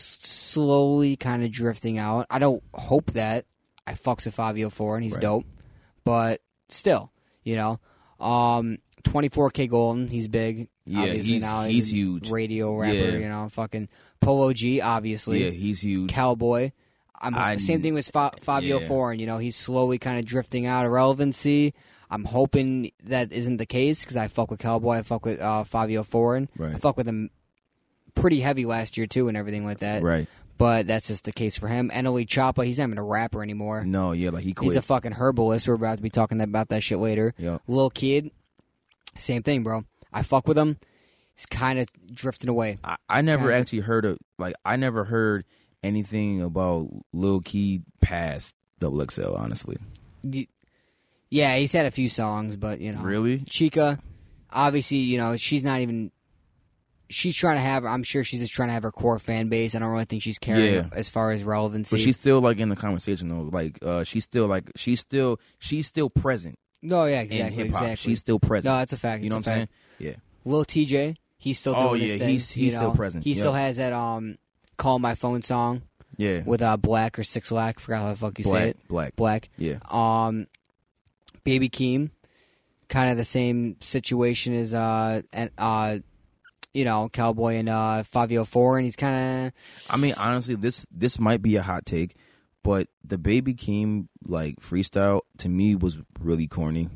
B: slowly kind of drifting out. I don't hope that I fucks with Fabio Foreign. He's
A: Right.
B: dope, but still, you know. Um, 24K Golden, he's big.
A: Yeah,
B: obviously
A: he's-
B: now
A: he's
B: a
A: huge.
B: Radio rapper,
A: Yeah.
B: you know, fucking Polo G, obviously.
A: Yeah, he's huge.
B: Mm-hmm. Cowboy. I'm
A: I-
B: same thing with Fa- Fabio
A: yeah.
B: Foreign. You know, he's slowly kind of drifting out of relevancy. I'm hoping that isn't the case because I fuck with Cowboy. I fuck with uh, Fabio Foreign.
A: Right.
B: I fuck with him pretty heavy last year too, and everything like that.
A: Right.
B: But that's just the case for him. Enoli Choppa, he's not even a rapper anymore.
A: No, yeah, like he
B: He's
A: quit.
B: a fucking herbalist. We're about to be talking about that shit later.
A: Yep.
B: Lil Kid, same thing, bro. I fuck with him. He's kind of drifting away.
A: I, I never
B: Gotcha.
A: actually heard of like I never heard anything about Lil Key past Double XL. Honestly,
B: Y- Yeah, he's had a few songs, but you know,
A: really,
B: Chica, obviously, you know, she's not even. She's trying to have. I'm sure she's just trying to have her core fan base. I don't really think she's caring
A: Yeah.
B: as far as relevancy.
A: but she's still like in the conversation though. Like uh, she's still like she's still she's still present
B: no, yeah,
A: in
B: exactly,
A: hip hop.
B: exactly.
A: She's still present.
B: no, that's a fact.
A: you know what
B: it's
A: I'm
B: a
A: saying?
B: fact.
A: Yeah,
B: Lil TJ, he's still doing
A: Oh,
B: his
A: yeah,
B: thing,
A: he's-
B: you
A: he's still
B: know?
A: present,
B: He
A: yeah.
B: still has that um, call my phone song
A: yeah.
B: with uh black or six lack. Forgot how the fuck you say
A: black,
B: it.
A: black.
B: Black.
A: Yeah,
B: Um, Baby Keem, kind of the same situation as uh, and uh, you know, Cowboy and uh, Fabio Four, and he's kind of
A: I mean, honestly, this this might be a hot take, but the Baby Keem like freestyle to me was really corny.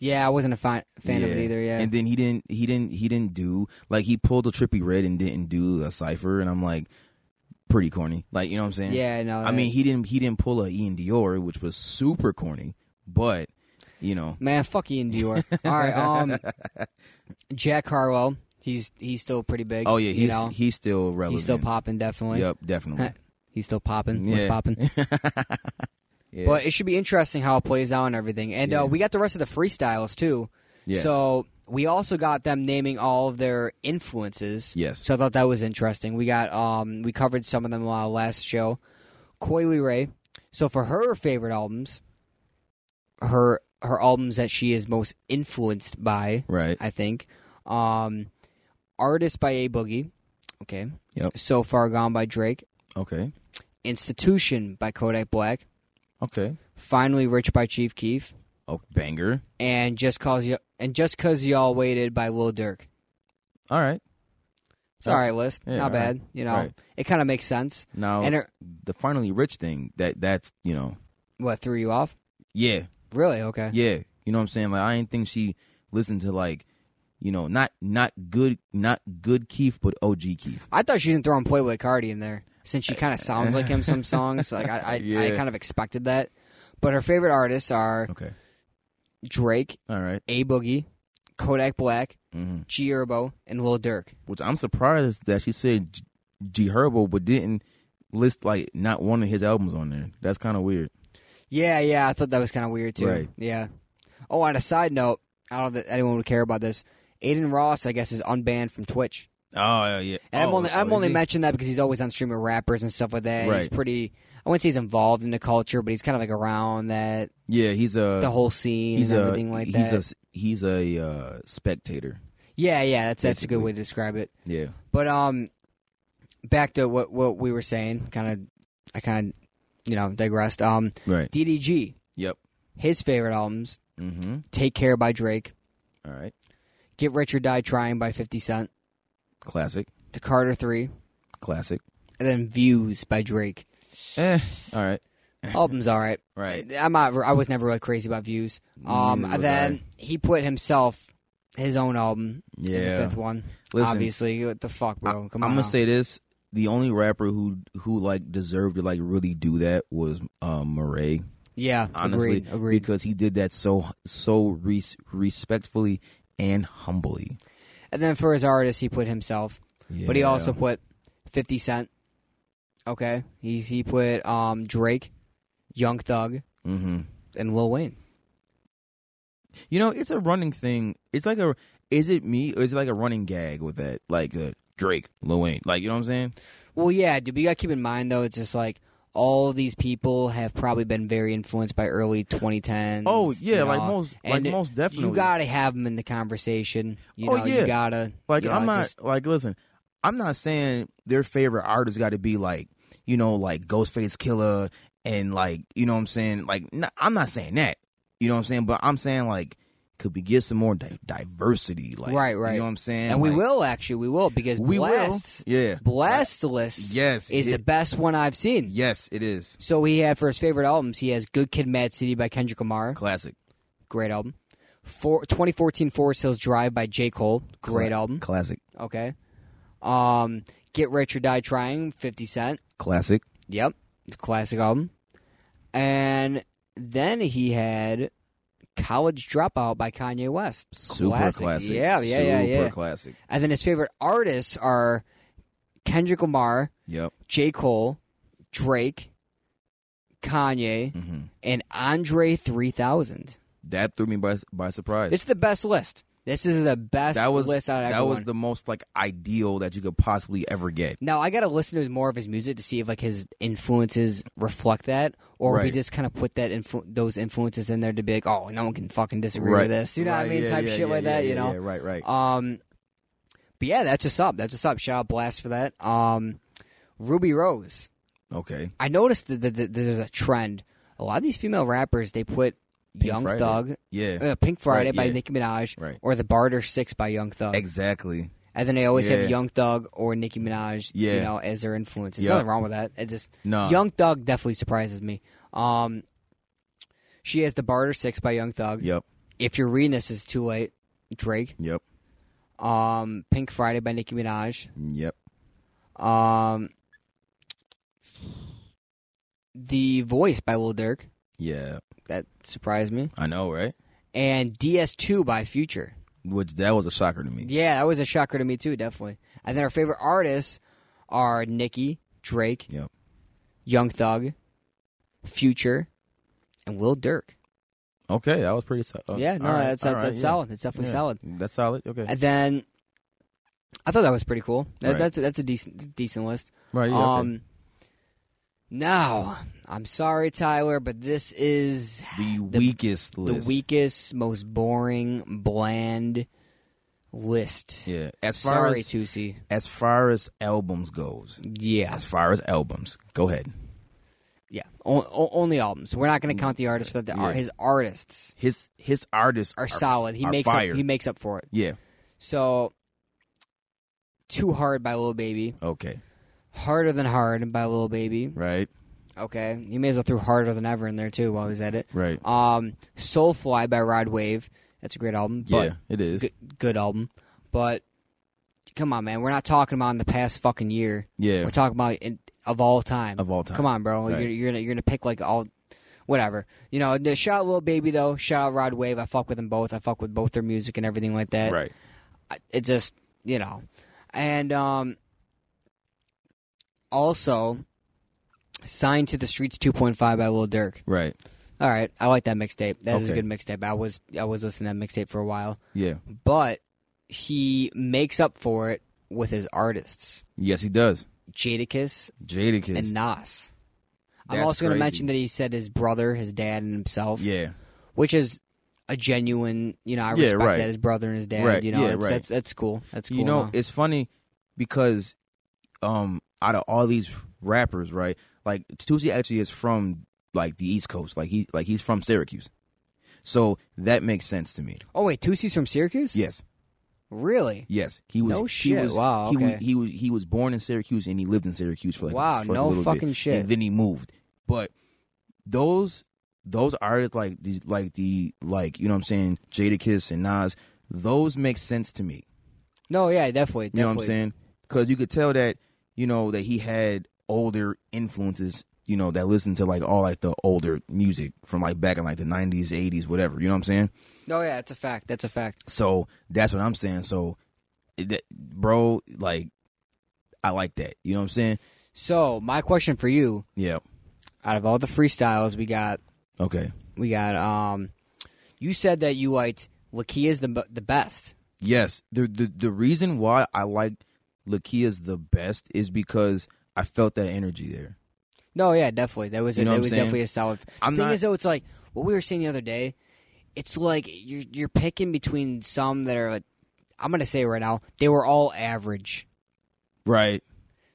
B: yeah, I wasn't a fi- fan of it either. Yeah,
A: And then he didn't he didn't he didn't do like he pulled a trippy red and didn't do a cipher and I'm like pretty corny. Like you know what I'm saying?
B: yeah, no,
A: I mean he didn't he didn't pull a Ian Dior, which was super corny, but you know
B: man, fuck Ian Dior. All right, um, Jack Harlow, he's he's still pretty big.
A: Oh yeah, he's
B: you know,
A: he's still relevant.
B: he's still popping definitely.
A: Yep, definitely.
B: He's still popping. What's
A: Yeah.
B: popping?
A: Yeah.
B: But it should be interesting how it plays out and everything. And
A: Yeah.
B: uh, we got the rest of the freestyles too.
A: Yes.
B: So we also got them naming all of their influences.
A: Yes.
B: So I thought that was interesting. We got um we covered some of them uh, last show. Coily Ray. So for her favorite albums, her her albums that she is most influenced by,
A: Right.
B: I think. Um Artist by A Boogie. Okay.
A: Yep.
B: So Far Gone by Drake.
A: Okay.
B: Institution by Kodak Black.
A: Okay.
B: Finally Rich by Chief Keef.
A: Oh banger.
B: And just cause you and just cause y'all waited by Lil Durk.
A: All right.
B: It's all right list.
A: Yeah, all
B: Not
A: right.
B: bad. You know,
A: Right.
B: it kind of makes sense.
A: Now
B: And it,
A: the finally rich thing that that's you know
B: what threw you off?
A: yeah
B: Really? Okay.
A: Yeah, you know what I'm saying. Like I didn't think she listened to like, you know, not not good not good Keith, but OG Keith.
B: I thought she was throwing Playboy Cardi in there since she kind of sounds like him some songs. Like I, I, I
A: Yeah.
B: kind of expected that. But her favorite artists are
A: Okay,
B: Drake,
A: all right.
B: A Boogie, Kodak Black,
A: Mm-hmm.
B: G Herbo, and Lil Durk.
A: Which I'm surprised that she said G, G Herbo, but didn't list like not one of his albums on there. That's kind of weird.
B: Yeah, yeah, I thought that was kind of weird too.
A: Right.
B: Yeah. Oh, on a side note, I don't know that anyone would care about this. Aiden Ross, I guess, is unbanned from Twitch.
A: Oh yeah, yeah.
B: And I'm
A: Oh,
B: only
A: oh,
B: I'm
A: is
B: only
A: he?
B: mentioning that because he's always on stream with rappers and stuff like that. He's
A: Right.
B: pretty. I wouldn't say he's involved in the culture, but he's kind of like around that
A: Yeah, he's a
B: the whole scene
A: Uh, he's
B: and
A: a
B: everything like
A: he's
B: that.
A: a he's a uh, spectator.
B: yeah, yeah, that's that's a good
A: basically.
B: way to describe it.
A: Yeah,
B: But um, back to what what we were saying. Kind of, I kind of, you know, digressed. Um,
A: right.
B: DDG,
A: Yep.
B: his favorite albums:
A: Mm-hmm.
B: "Take Care" by Drake,
A: All right.
B: "Get Rich or Die Trying" by Fifty Cent,
A: Classic.
B: "To Carter 3,
A: Classic.
B: and then "Views" by Drake.
A: Eh. All right.
B: Album's all right.
A: Right.
B: I'm not. I was never really crazy about views. Um.
A: Neither was
B: Then
A: I.
B: he put himself his own album. as
A: Yeah.
B: the fifth one.
A: Listen,
B: Obviously, what the fuck, bro? Come
A: I'm
B: on.
A: gonna
B: now.
A: say this: the only rapper who who like deserved to like really do that was um, Murray.
B: Yeah.
A: Honestly,
B: agreed. Agreed.
A: because he did that so so res- respectfully and humbly.
B: And then for his artist, he put himself, but he
A: Yeah.
B: also put Fifty Cent. Okay. He he put um Drake, Young Thug,
A: Mhm.
B: and Lil Wayne.
A: you know it's a running thing. It's like a is it me or is it like a running gag with that like uh, Drake, Lil Wayne, like you know what I'm saying?
B: Well, yeah, dude. But you gotta keep in mind though, it's just like. All these people have probably been very influenced by early 2010s.
A: Oh yeah,
B: you
A: like
B: know,
A: most like
B: and it-
A: most definitely.
B: You gotta have them in the conversation. You
A: Oh,
B: know,
A: yeah.
B: you gotta.
A: Like
B: you know,
A: I'm not
B: just-
A: like listen, I'm not saying their favorite artist got to be like you know like Ghostface Killer and like you know what I'm saying like n I'm not saying that you know what I'm saying, but I'm saying like Could we get some more di- diversity? Like,
B: Right,
A: You
B: right.
A: know what I'm saying?
B: And we
A: Like,
B: will actually, we will because
A: We will.
B: Blasts,
A: Yeah.
B: Blast list,
A: Yes,
B: is
A: it-
B: the best one I've seen.
A: Yes, it is
B: So he had for his favorite albums, he has Good Kid, Mad City by Kendrick Lamar,
A: classic.
B: great album. For 2014 Forest Hills Drive by J Cole, great album.
A: Classic.
B: Okay. Um, Get Rich or Die Trying, 50 Cent.
A: Classic.
B: Yep. Classic album. And then he had College Dropout by Kanye West.
A: Super classic.
B: Yeah, yeah, yeah,
A: Super
B: yeah.
A: classic.
B: and then his favorite artists are Kendrick Lamar,
A: Yep.
B: J. Cole, Drake, Kanye,
A: hmm
B: and Andre 3000.
A: That threw me by by surprise.
B: It's the best list. This is the best
A: that was
B: list out of
A: that
B: everyone.
A: was the most like ideal that you could possibly ever get.
B: Now I gotta listen to more of his music to see if like his influences reflect that, or if he
A: Right.
B: just kind of put that influ- those influences in there to be like, oh, no one can fucking disagree with this, you know what I
A: Right,
B: mean?
A: yeah,
B: Type
A: yeah,
B: shit
A: yeah,
B: like
A: yeah,
B: that,
A: yeah,
B: you know.
A: Yeah, right, right.
B: Um, but yeah, that's just up. That's just up. Shout out blast for that. Um, Ruby Rose.
A: okay.
B: I noticed that, that, that there's a trend. A lot of these female rappers they put Young
A: Friday.
B: Thug,
A: Yeah.
B: uh, Pink Friday
A: Right,
B: by
A: yeah.
B: Nicki Minaj,
A: Right.
B: or the Barter Six by Young Thug.
A: Exactly.
B: And then they always
A: Yeah.
B: have Young Thug or Nicki Minaj, you
A: Yeah.
B: know, as their influences.
A: Yeah. Uh.
B: Nothing wrong with that. It just
A: No.
B: Young Thug definitely surprises me. Um, she has the Barter Six by Young Thug.
A: Yep.
B: If you're reading this, it's too late. Drake,
A: Yep.
B: um, Pink Friday by Nicki Minaj,
A: Yep.
B: um, The Voice by Lil Durk.
A: Yeah.
B: That surprised me.
A: I know, right?
B: And DS2 by Future.
A: Which that was a shocker to me.
B: Yeah, that was a shocker to me too, definitely. And then our favorite artists are Nicki, Drake,
A: Yep.
B: Young Thug, Future, and Will Dirk.
A: Okay, that was pretty uh, solid.
B: yeah, no, that's that's, that's solid. That's definitely solid.
A: That's solid. Okay.
B: And then I thought that was pretty cool. That,
A: Right.
B: That's that's a decent decent list.
A: right. Yeah, okay.
B: Um, now I'm sorry, Tyler, but this is
A: the, weakest
B: the
A: list.
B: weakest, most boring, bland list.
A: Yeah. As far
B: Sorry,
A: as
B: Tusi.
A: as far as albums goes.
B: Yeah,
A: As far as albums, go ahead.
B: yeah. O- o- only albums. We're not going to count the artists, but the ar-
A: Mm, Yeah.
B: his artists
A: His his artists
B: are, solid. He
A: are
B: makes
A: fire.
B: up. He makes up for it.
A: Yeah.
B: So, Too Hard by Lil Baby.
A: Okay.
B: Harder Than Hard by Lil Baby.
A: Right.
B: Okay. You may as well throw Harder Than Ever in there, too, while he's at it.
A: Right.
B: Um, Soulfly by Rod Wave. That's a great album. But
A: yeah. It is.
B: good, good album. But, come on, man. We're not talking about in the past fucking year.
A: yeah.
B: We're talking about in, of all time.
A: Of all time.
B: Come on, bro.
A: Right.
B: You're, you're gonna you're gonna pick like all, whatever. You know, the shout out Lil Baby though. Shout out Rod Wave. I fuck with them both. I fuck with both their music and everything like that.
A: Right.
B: I- It just you know, and um, also, signed to the streets 2.5 by Lil Durk.
A: Right.
B: All right, I like that mixtape. That is
A: Okay.
B: a good mixtape. I was I was listening to that mixtape for a while,
A: Yeah.
B: but he makes up for it with his artists,
A: Yes, he does.
B: Jadakiss
A: Jadakiss.
B: and Nas. I'm
A: That's
B: also going
A: crazy.
B: to mention that he said his brother, his dad, and himself,
A: yeah.
B: which is a genuine. You know, I
A: Yeah,
B: respect
A: right.
B: that his brother and his dad.
A: Right,
B: You know,
A: yeah,
B: that's,
A: right.
B: that's that's cool. That's cool.
A: you know,
B: and all.
A: it's funny because um out of all these rappers, right? Like Tusi actually is from like the East Coast. Like he like he's from Syracuse. So that makes sense to me.
B: oh wait, Tusi's from Syracuse.
A: Yes.
B: Really?
A: Yes. He was
B: No
A: he
B: shit.
A: was-
B: Wow,
A: He, was,
B: okay.
A: he was he was born in Syracuse and he lived in Syracuse for like
B: Wow,
A: for like,
B: no
A: a little bit.
B: fucking shit.
A: And then he moved. But those those artists like the like the like you know what I'm saying, Jadakiss and Nas, those make sense to me.
B: No, yeah, definitely. definitely.
A: You know what I'm saying? Because you could tell that you know that he had older influences. You know that listened to like all like the older music from like back in like the 90s, 80s, whatever. You know what I'm saying?
B: No, yeah, it's a fact. That's a fact.
A: So that's what I'm saying. So, it- that, bro, like I like that. You know what I'm saying?
B: So my question for you:
A: Yeah.
B: out of all the freestyles we got,
A: Okay.
B: we got um, you said that you liked Lakia's the b- the best.
A: Yes. The the the reason why I like Lakia's the best is because I felt that energy there.
B: No, yeah, definitely. That was
A: You know what
B: that
A: I'm
B: was
A: saying?
B: definitely a solid. The
A: I'm
B: thing
A: not-
B: is, though, it's like what we were saying the other day. It's like you're you're picking between some that are like I'm gonna say right now they were all average.
A: Right.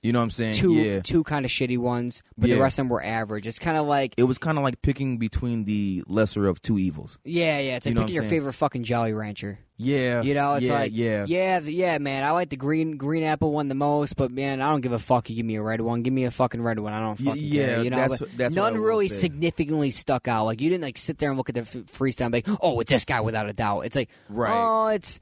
A: You know what I'm saying?
B: two
A: yeah.
B: two kind of shitty ones, but the
A: Yeah.
B: rest of them were average. It's kind of like
A: It was kind of like picking between the lesser of two evils.
B: yeah, yeah. It's like
A: You know what
B: picking
A: I'm
B: your
A: saying?
B: favorite fucking Jolly Rancher.
A: Yeah.
B: You know, it's
A: yeah,
B: like
A: yeah.
B: yeah, th- yeah, man. I like the green green apple one the most, but man, I don't give a fuck. You give me a red one, give me a fucking red one. I don't
A: Y-
B: fucking
A: yeah,
B: care. You know,
A: that's
B: but
A: what- that's what I
B: none
A: would
B: really
A: say.
B: significantly stuck out. Like you didn't like sit there and look at the f- freestyle and be like, oh, it's this guy without a doubt. It's like
A: Right.
B: oh, it's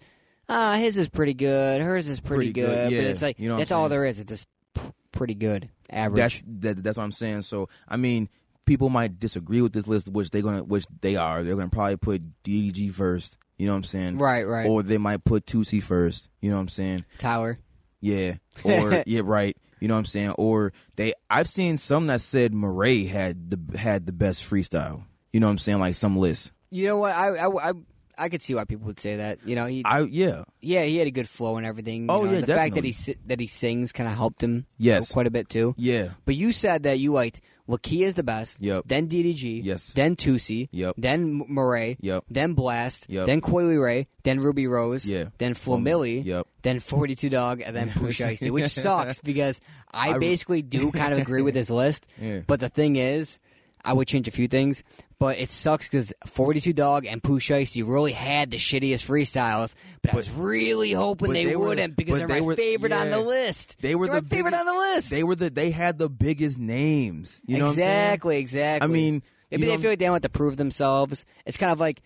B: ah, his is pretty good, hers is pretty,
A: Pretty good,
B: but
A: yeah.
B: it's like
A: You know what I'm
B: that's all
A: saying?
B: there is. It's just p- pretty good, average.
A: That's that, that's what I'm saying. So I mean, people might disagree with this list, which they're gonna, which they are. They're gonna probably put DDG first. You know what I'm saying?
B: right, right.
A: Or they might put 2C first. You know what I'm saying?
B: Tyler,
A: Yeah. Or yeah, right. You know what I'm saying? Or they I've seen some that said Murray had the had the best freestyle. You know what I'm saying? Like some list.
B: you know what? I I I, I could see why people would say that. You know, he
A: I yeah.
B: Yeah, he had a good flow and everything. you
A: Oh,
B: know,
A: yeah,
B: the fact that
A: definitely.
B: he si- that he sings kind of helped him. you
A: Yes.
B: know, quite a bit too.
A: Yeah.
B: But you said that you liked Lakia is the best.
A: Yep.
B: Then DDG.
A: Yes.
B: Then Tusi.
A: Yep.
B: Then M- Murray.
A: Yep.
B: Then Blast.
A: Yep.
B: Then Coily Ray. Then Ruby Rose.
A: Yeah.
B: Then Flo Milli.
A: Yep.
B: Then Forty Two Dog, and then Pusha T, which sucks because I, basically do kind of agree with this list.
A: Yeah.
B: But the thing is, I would change a few things. But it sucks because 42 Dog and Pusha T really had the shittiest freestyles, but, I was really hoping
A: but
B: they,
A: they were-
B: wouldn't because
A: but
B: they're
A: they
B: my
A: were-
B: favorite on the
A: yeah.
B: list.
A: They were
B: They're
A: the
B: my favorite
A: biggest-
B: on the list.
A: They were the they had the biggest names. You know
B: exactly, exactly.
A: I mean,
B: maybe
A: you
B: they
A: know-
B: feel like they don't have to prove themselves. It's kind of like,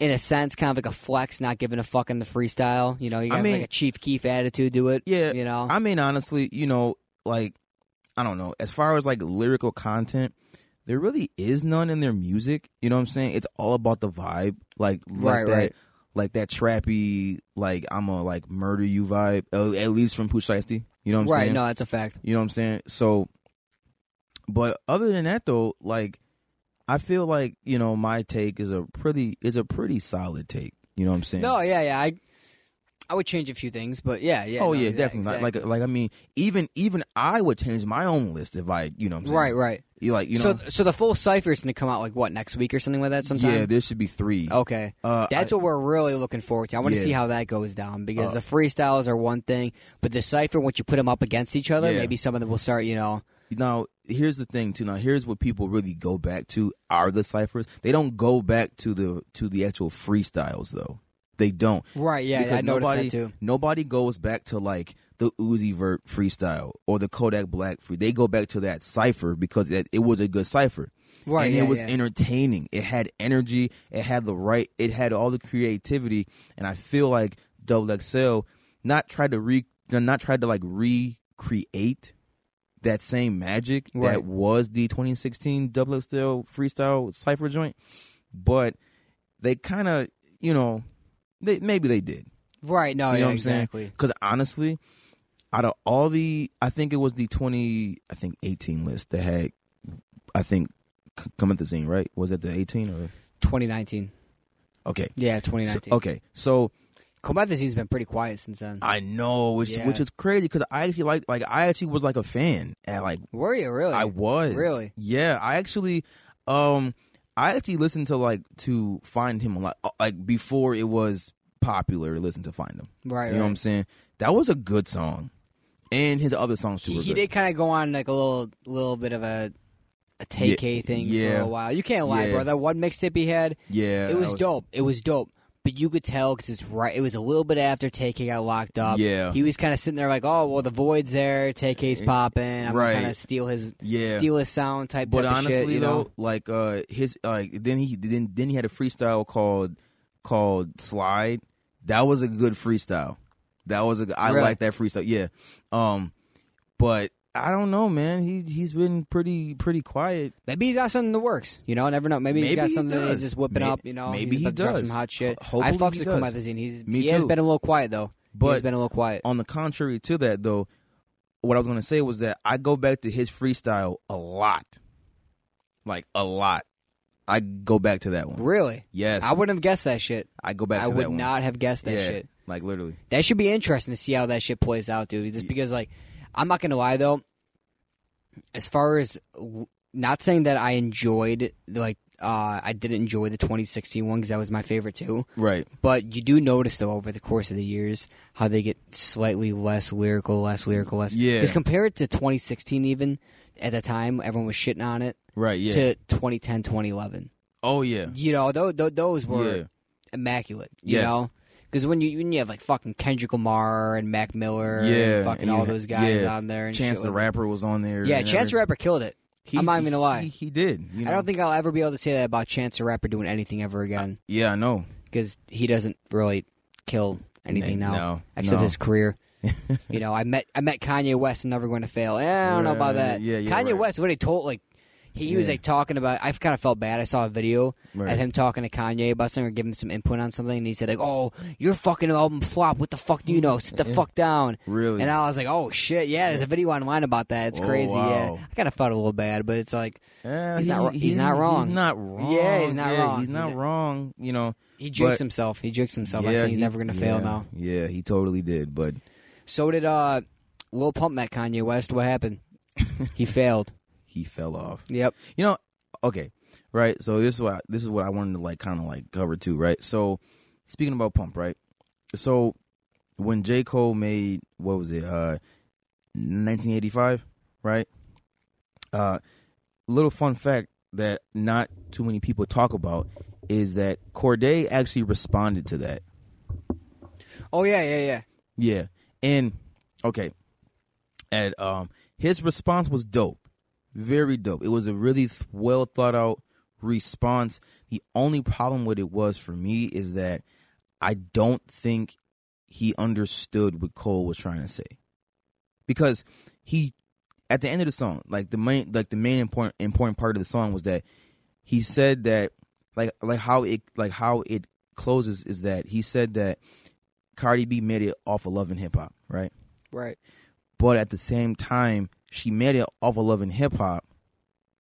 B: in a sense, kind of like a flex, not giving a fuck in the freestyle. You know, you
A: I
B: got
A: mean-
B: like a Chief Keef attitude to
A: what
B: it.
A: I'm saying? Yeah.
B: you know,
A: I mean honestly, you know, like I don't know. As far as like lyrical content, there really is none in their music. You know what I'm saying? It's all about the vibe. Like like
B: Right,
A: that
B: right.
A: like that trappy like I'm a like murder you vibe. uh, At least from Pooh Shiesty. You know what I'm
B: right?
A: saying?
B: No, that's a fact.
A: You know what I'm saying? So, but other than that though, like I feel like you know my take is a pretty is a pretty solid take. You know what I'm saying?
B: No, yeah, yeah. I I would change a few things, but yeah, yeah.
A: oh
B: no,
A: yeah,
B: exa-
A: definitely. Like-
B: exactly.
A: Like like I mean, even even I would change my own list if I you know what I'm saying?
B: right, right.
A: You like you know
B: so, so the full cipher is going to come out like what next week or something like that. Sometime.
A: yeah, there should be three.
B: Okay.
A: Uh,
B: Oh, That's what we're really looking forward to. I want to
A: Yeah.
B: see how that goes down because
A: Uh,
B: the freestyles are one thing, but the cipher once you put them up against each other,
A: Yeah.
B: maybe some of them will start. You know,
A: Now, here's the thing too. Now, here's what people really go back to are the ciphers. They don't go back to the to the actual freestyles though. They don't.
B: right? Yeah,
A: Because
B: I noticed
A: nobody,
B: that too.
A: Nobody goes back to like the Uzi Vert freestyle or the Kodak Black free. They go back to that cipher because it, it was a good cipher.
B: Right,
A: and
B: yeah,
A: it was
B: yeah.
A: entertaining. It had energy. It had the right. It had all the creativity. And I feel like Double XL not tried to re not tried to like recreate that same magic
B: Right.
A: that was the 2016 Double XL freestyle cipher joint, but they kind of you know they maybe they did.
B: Right? No,
A: You know
B: yeah,
A: what I'm
B: exactly.
A: saying? Because honestly, out of all the, I think it was the 20, I think 18 list that had, I think, c- come at the scene, right? Was it the 18 or?
B: 2019.
A: Okay.
B: Yeah,
A: So,
B: 2019.
A: okay. So
B: Comethazine's been pretty quiet since then.
A: I know, which
B: Yeah.
A: which is crazy because I actually like, like I actually was like a fan and like
B: Were you really?
A: I was
B: Really?
A: yeah. I actually, um, I actually listened to like to find him a lot, uh, like before it was popular to listen to find him.
B: right.
A: You know
B: right.
A: what I'm saying? That was a good song, and his other songs too.
B: he,
A: were
B: he
A: good.
B: did kind of go on like a little little bit of a a take
A: Yeah,
B: thing for
A: yeah.
B: a while. You can't lie,
A: Yeah.
B: bro. That one mixtape he had,
A: Yeah,
B: it
A: that
B: was, dope. It was dope. But you could tell because it's right. It was a little bit after Take got locked up.
A: Yeah. Eh,
B: he was kind of sitting there like, "Oh, well, the void's there. Take popping. I'm
A: Right.
B: gonna kind of steal his,
A: Yeah.
B: steal his sound type."
A: But
B: type
A: honestly
B: of shit, you
A: though,
B: know?
A: like uh his like then he then then he had a freestyle called called Slide. That was a good freestyle. That was a g- I
B: Really?
A: like that freestyle. Yeah. Um but I don't know, man. He he's been pretty pretty quiet.
B: maybe he's got something in the works. You know, never know. Maybe, he's
A: Maybe
B: got
A: he
B: something that
A: does.
B: he's just whipping
A: May-
B: up. You know,
A: maybe
B: he's
A: he
B: about to drop
A: does.
B: Some hot shit.
A: Ho-
B: I
A: hopefully
B: fucks
A: he
B: with
A: does.
B: Comethazine. He's
A: Me
B: he has
A: too.
B: been a little quiet though. he's
A: But
B: been a little quiet.
A: on the contrary to that though, what I was gonna say was that I go back to his freestyle a lot. Like a lot. I go back to that one.
B: Really,
A: Yes.
B: I wouldn't have guessed that shit.
A: I go back to
B: I
A: that
B: would
A: one.
B: not have guessed that
A: yeah,
B: shit.
A: Like literally.
B: That should be interesting to see how that shit plays out, dude. Just because, like, I'm not gonna lie though. As far as l- not saying that I enjoyed like Uh, I did enjoy the 2016 one because that was my favorite too.
A: Right.
B: But you do notice though over the course of the years how they get slightly less lyrical, less lyrical, less.
A: Yeah.
B: Because compared to 2016, even at the time, everyone was shitting on it.
A: Right. Yeah.
B: To 2010, 2011,
A: oh yeah.
B: you know, those those were
A: Yeah.
B: immaculate. You
A: Yes.
B: know. Because when you when you have like fucking Kendrick Lamar and Mac Miller
A: Yeah,
B: and fucking
A: and
B: all
A: you-
B: those guys
A: yeah.
B: on there and
A: Chance
B: shit
A: the
B: like-
A: Rapper was on there.
B: yeah,
A: and
B: Chance the
A: every-
B: Rapper killed it.
A: He,
B: I'm not even gonna lie.
A: He, he did. you
B: I
A: know?
B: don't think I'll ever be able to say that about Chance the Rapper doing anything ever again
A: Yeah, I know.
B: because he doesn't really kill anything
A: Nah,
B: now,
A: no,
B: except
A: no.
B: his career. you know, I met I met Kanye West and Never Going to Fail. Eh, I don't know about
A: Right,
B: that.
A: yeah, yeah,
B: Kanye
A: right.
B: West, what he told like. He was
A: Yeah.
B: like talking about. I kind of felt bad. I saw a video
A: Right.
B: of him talking to Kanye about something or giving some input on something, and he said like, "Oh, your fucking album flop. What the fuck do you know? Sit the fuck down."
A: Really?
B: And I was like, "Oh shit, yeah." There's a video online about that. It's
A: Oh,
B: crazy.
A: wow.
B: Yeah, I kind of felt a little bad, but it's like
A: Yeah,
B: He's not- he's not wrong.
A: He's not wrong.
B: Yeah, he's not wrong.
A: He's not
B: He's-
A: wrong. You know.
B: He jinxed
A: But-
B: himself. He jinxed himself. I
A: Yeah,
B: think he's
A: he-
B: never going to fail
A: yeah,
B: now.
A: Yeah, he totally did. But
B: So did uh, Lil Pump met Kanye West. What happened? he failed.
A: he fell off.
B: Yep.
A: You know, okay, right. So this is what this is what I wanted to like kind of like cover too, right? So speaking about pump, right? So when J Cole made what was it, uh, 1985, right? Uh, little fun fact that not too many people talk about is that Corday actually responded to that.
B: Oh yeah, yeah, yeah.
A: Yeah, and okay, and um, his response was dope, very dope. It was a really th- well thought out response. The only problem with it was for me is that I don't think he understood what Cole was trying to say, because he at the end of the song, like the main, like the main important important part of the song was that he said that like like how it like how it closes is that he said that Cardi B made it off of Love and Hip Hop, right?
B: Right.
A: But at the same time, she made it off of Love and Hip Hop.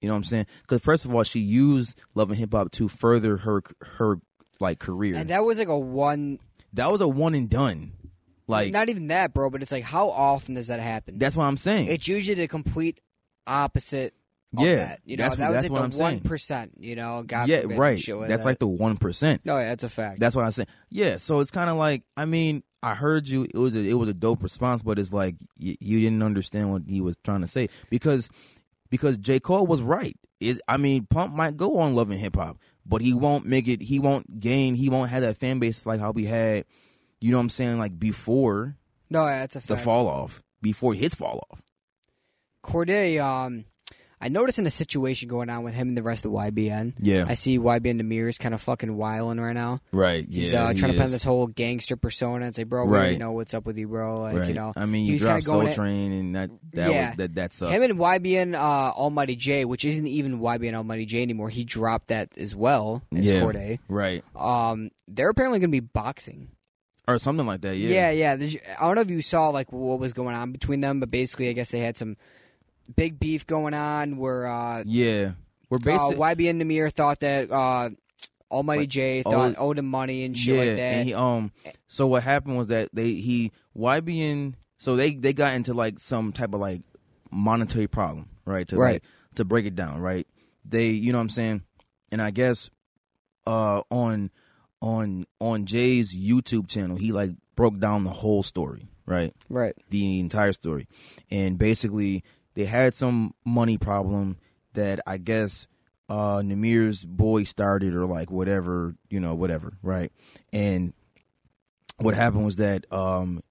A: You know what I'm saying? Because first of all, she used Love and Hip Hop to further her her like career.
B: And
A: that,
B: that was like a one.
A: was a one and done. Like
B: not even that, bro. But it's like, how often does that happen?
A: that's what I'm saying.
B: it's usually the complete opposite. Of
A: Yeah,
B: That. You know,
A: that's-
B: that was
A: that's
B: like
A: what
B: the
A: I'm saying.
B: one percent. You know, God
A: yeah,
B: forbid,
A: right.
B: Shit like
A: that's
B: that.
A: like the one percent.
B: No, yeah, that's a fact.
A: That's what I'm saying. Yeah. So it's kind of like I mean I heard you. It was a, it was a dope response, but it's like y- you didn't understand what he was trying to say because because J Cole was right. Is I mean Pump might go on loving hip hop, but he won't make it. He won't gain. He won't have that fan base like how we had. You know what I'm saying? Like before
B: no, yeah, that's a
A: the
B: fact.
A: fall off, before his fall off.
B: Corday. Um, I noticed in a situation going on with him and the rest of YBN.
A: Yeah.
B: I see YBN Demir is kind of fucking wilding right now.
A: right. Yeah.
B: He's uh, trying to put on this whole gangster persona. It's like, bro, we already
A: Right.
B: know what's up with you, bro. Like,
A: Right.
B: you know,
A: I mean, you
B: he's
A: dropped
B: kinda going
A: Soul
B: at-
A: Train, and that that
B: Yeah.
A: was, that that's up.
B: him and YBN uh, Almighty J, which isn't even YBN Almighty J anymore. He dropped that as well as
A: Yeah.
B: Corday.
A: right
B: Um, they're apparently going to be boxing.
A: or something like that.
B: yeah. There's- I don't know if you saw like what was going on between them, but basically, I guess they had some big beef going on where uh,
A: Yeah. We're
B: uh,
A: basically
B: YBN Demir thought that uh, Almighty J
A: oh,
B: thought owed him money and shit
A: yeah,
B: like that.
A: and he um so what happened was that they he YBN so they they got into like some type of like monetary problem, right? To
B: Right.
A: like, to break it down, right? They you know what I'm saying? And I guess uh on on on Jay's YouTube channel, he like broke down the whole story, right?
B: right.
A: the entire story. And basically, they had some money problem that I guess uh Namir's boy started or like whatever, you know, whatever, right? And what happened was that um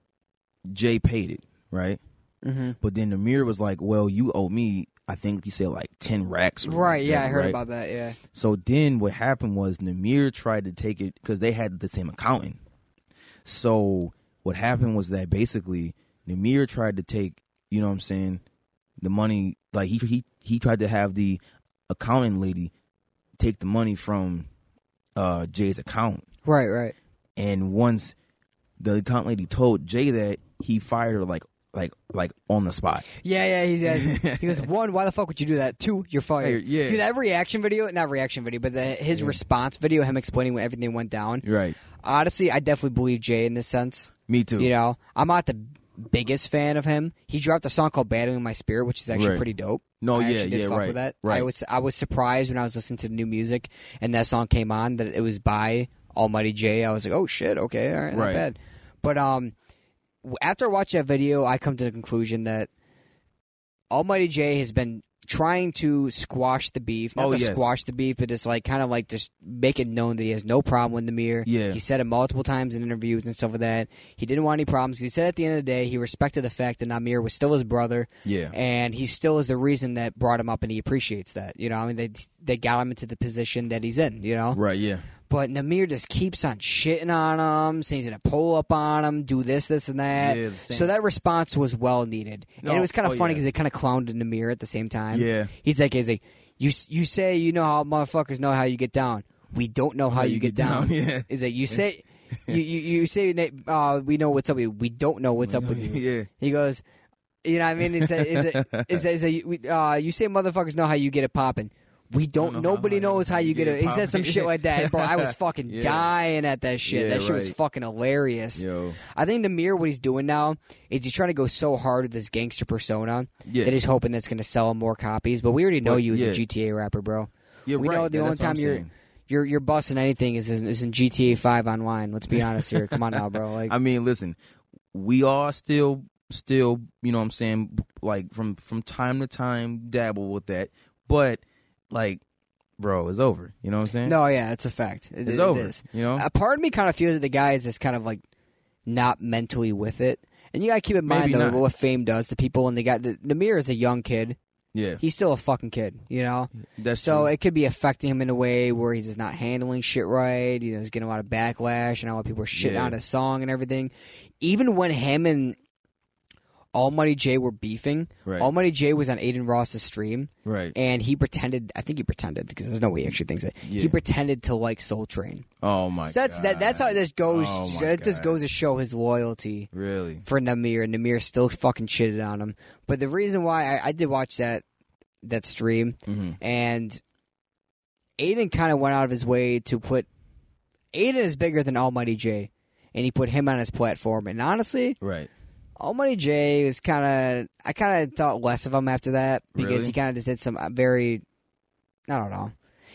A: Jay paid it, right?
B: Mm-hmm.
A: But then Namir was like, "Well, you owe me, I think you said like 10 racks." Or
B: Right. Yeah, I
A: whatever,
B: heard
A: right?
B: about that. Yeah.
A: So then what happened was Namir tried to take it because they had the same accountant. So what happened was that basically Namir tried to take, you know what I'm saying, the money like he he he tried to have the accountant lady take the money from uh Jay's account.
B: Right. Right.
A: And once the accountant lady told Jay that, he fired her like like like on the spot.
B: Yeah, yeah, he's yeah. he goes one. Why the fuck would you do that? Two, you're fired.
A: Hey, yeah.
B: Dude, that reaction video, not reaction video, but the, his response video, him explaining when everything went down.
A: Right.
B: Honestly, I definitely believe Jay in this sense.
A: Me too.
B: You know, I'm not the biggest fan of him. He dropped a song called "Battling My Spirit," which is actually
A: Right.
B: pretty dope.
A: No,
B: I
A: yeah,
B: actually did
A: yeah,
B: fuck
A: right,
B: With that.
A: right.
B: I was I was surprised when I was listening to new music and that song came on that it was by Almighty J. I was like, oh shit, okay, all right,
A: Right.
B: not bad. But um, w- after I watched that video, I come to the conclusion that Almighty J has been trying to squash the beef. Not
A: Oh,
B: to
A: yes.
B: squash the beef, but just like kind of like just make it known that he has no problem with Namir.
A: Yeah.
B: He said it multiple times in interviews and stuff like that. He didn't want any problems. He said at the end of the day he respected the fact that Namir was still his brother
A: Yeah.
B: and he still is the reason that brought him up, and he appreciates that. You know, I mean, they they got him into the position that he's in. You know,
A: Right, yeah.
B: but Namir just keeps on shitting on him, saying he's gonna pull up on him, do this, this, and that.
A: Yeah, the same-
B: so that response was well needed, and
A: No,
B: it was kind of
A: oh,
B: funny
A: yeah.
B: because they kind of clowned Namir at the same time.
A: Yeah.
B: he's like, he's like, you you say you know how motherfuckers know how you get down. We don't know how, you, get, down.
A: yeah.
B: Is that you say you, you you say that uh, we know what's up with you. We don't know what's up with you.
A: Yeah.
B: He goes, you know what I mean? It's a, it's a, it's a, it's a, you- we- uh, you say motherfuckers know how you get it popping. We don't.
A: know how-
B: nobody
A: how-
B: knows how you get it. He said some
A: poppin'.
B: shit like that, bro. I was fucking
A: Yeah.
B: dying at that shit.
A: Yeah,
B: that shit was
A: right.
B: fucking hilarious.
A: Yo.
B: I think Namir, what he's doing now is he's trying to go so hard with this gangster persona
A: Yeah.
B: that he's hoping that's going to sell him more copies. But we already know
A: But,
B: you as
A: yeah.
B: a GTA rapper, bro.
A: Yeah,
B: we
A: right.
B: know the
A: Yeah,
B: only
A: that's what
B: time
A: I'm
B: you're
A: saying.
B: you're you're busting anything is in, is in GTA Five online. Let's be honest here. Come on now, bro. Like
A: I mean, listen, we are still still, you know what I'm saying, like from from time to time dabble with that, but like bro, it's over, you know what I'm saying?
B: No, yeah, it's a fact. It,
A: it's
B: it
A: over,
B: is.
A: you know?
B: A part of me kind of feels that the guy is just kind of like not mentally with it. And you gotta keep in mind
A: Maybe
B: though
A: not.
B: what fame does to people. And the guy, the, Namir is a young kid.
A: yeah.
B: He's still a fucking kid, you know.
A: That's
B: So
A: true.
B: it could be affecting him in a way where he's just not handling shit right. You know, he's getting a lot of backlash, and all the people are shitting
A: Yeah.
B: on his song and everything. Even when him and Almighty J were beefing,
A: Right.
B: Almighty J was on Aiden Ross's stream,
A: right.
B: and he pretended. I think he pretended because there's no way he actually thinks it. He
A: Yeah.
B: pretended to like Soul Train.
A: oh my
B: So that's
A: god.
B: that, that's how this goes.
A: Oh my
B: that just
A: God.
B: goes to show his loyalty
A: Really?
B: for Namir, and Namir still fucking shitted on him. But the reason why I, I did watch that that stream,
A: Mm-hmm.
B: and Aiden kind of went out of his way to put Aiden is bigger than Almighty J, and he put him on his platform. And honestly,
A: Right.
B: Almighty J was kind of I kind of thought less of him after that because
A: Really?
B: he kind of just did some uh, very I don't know.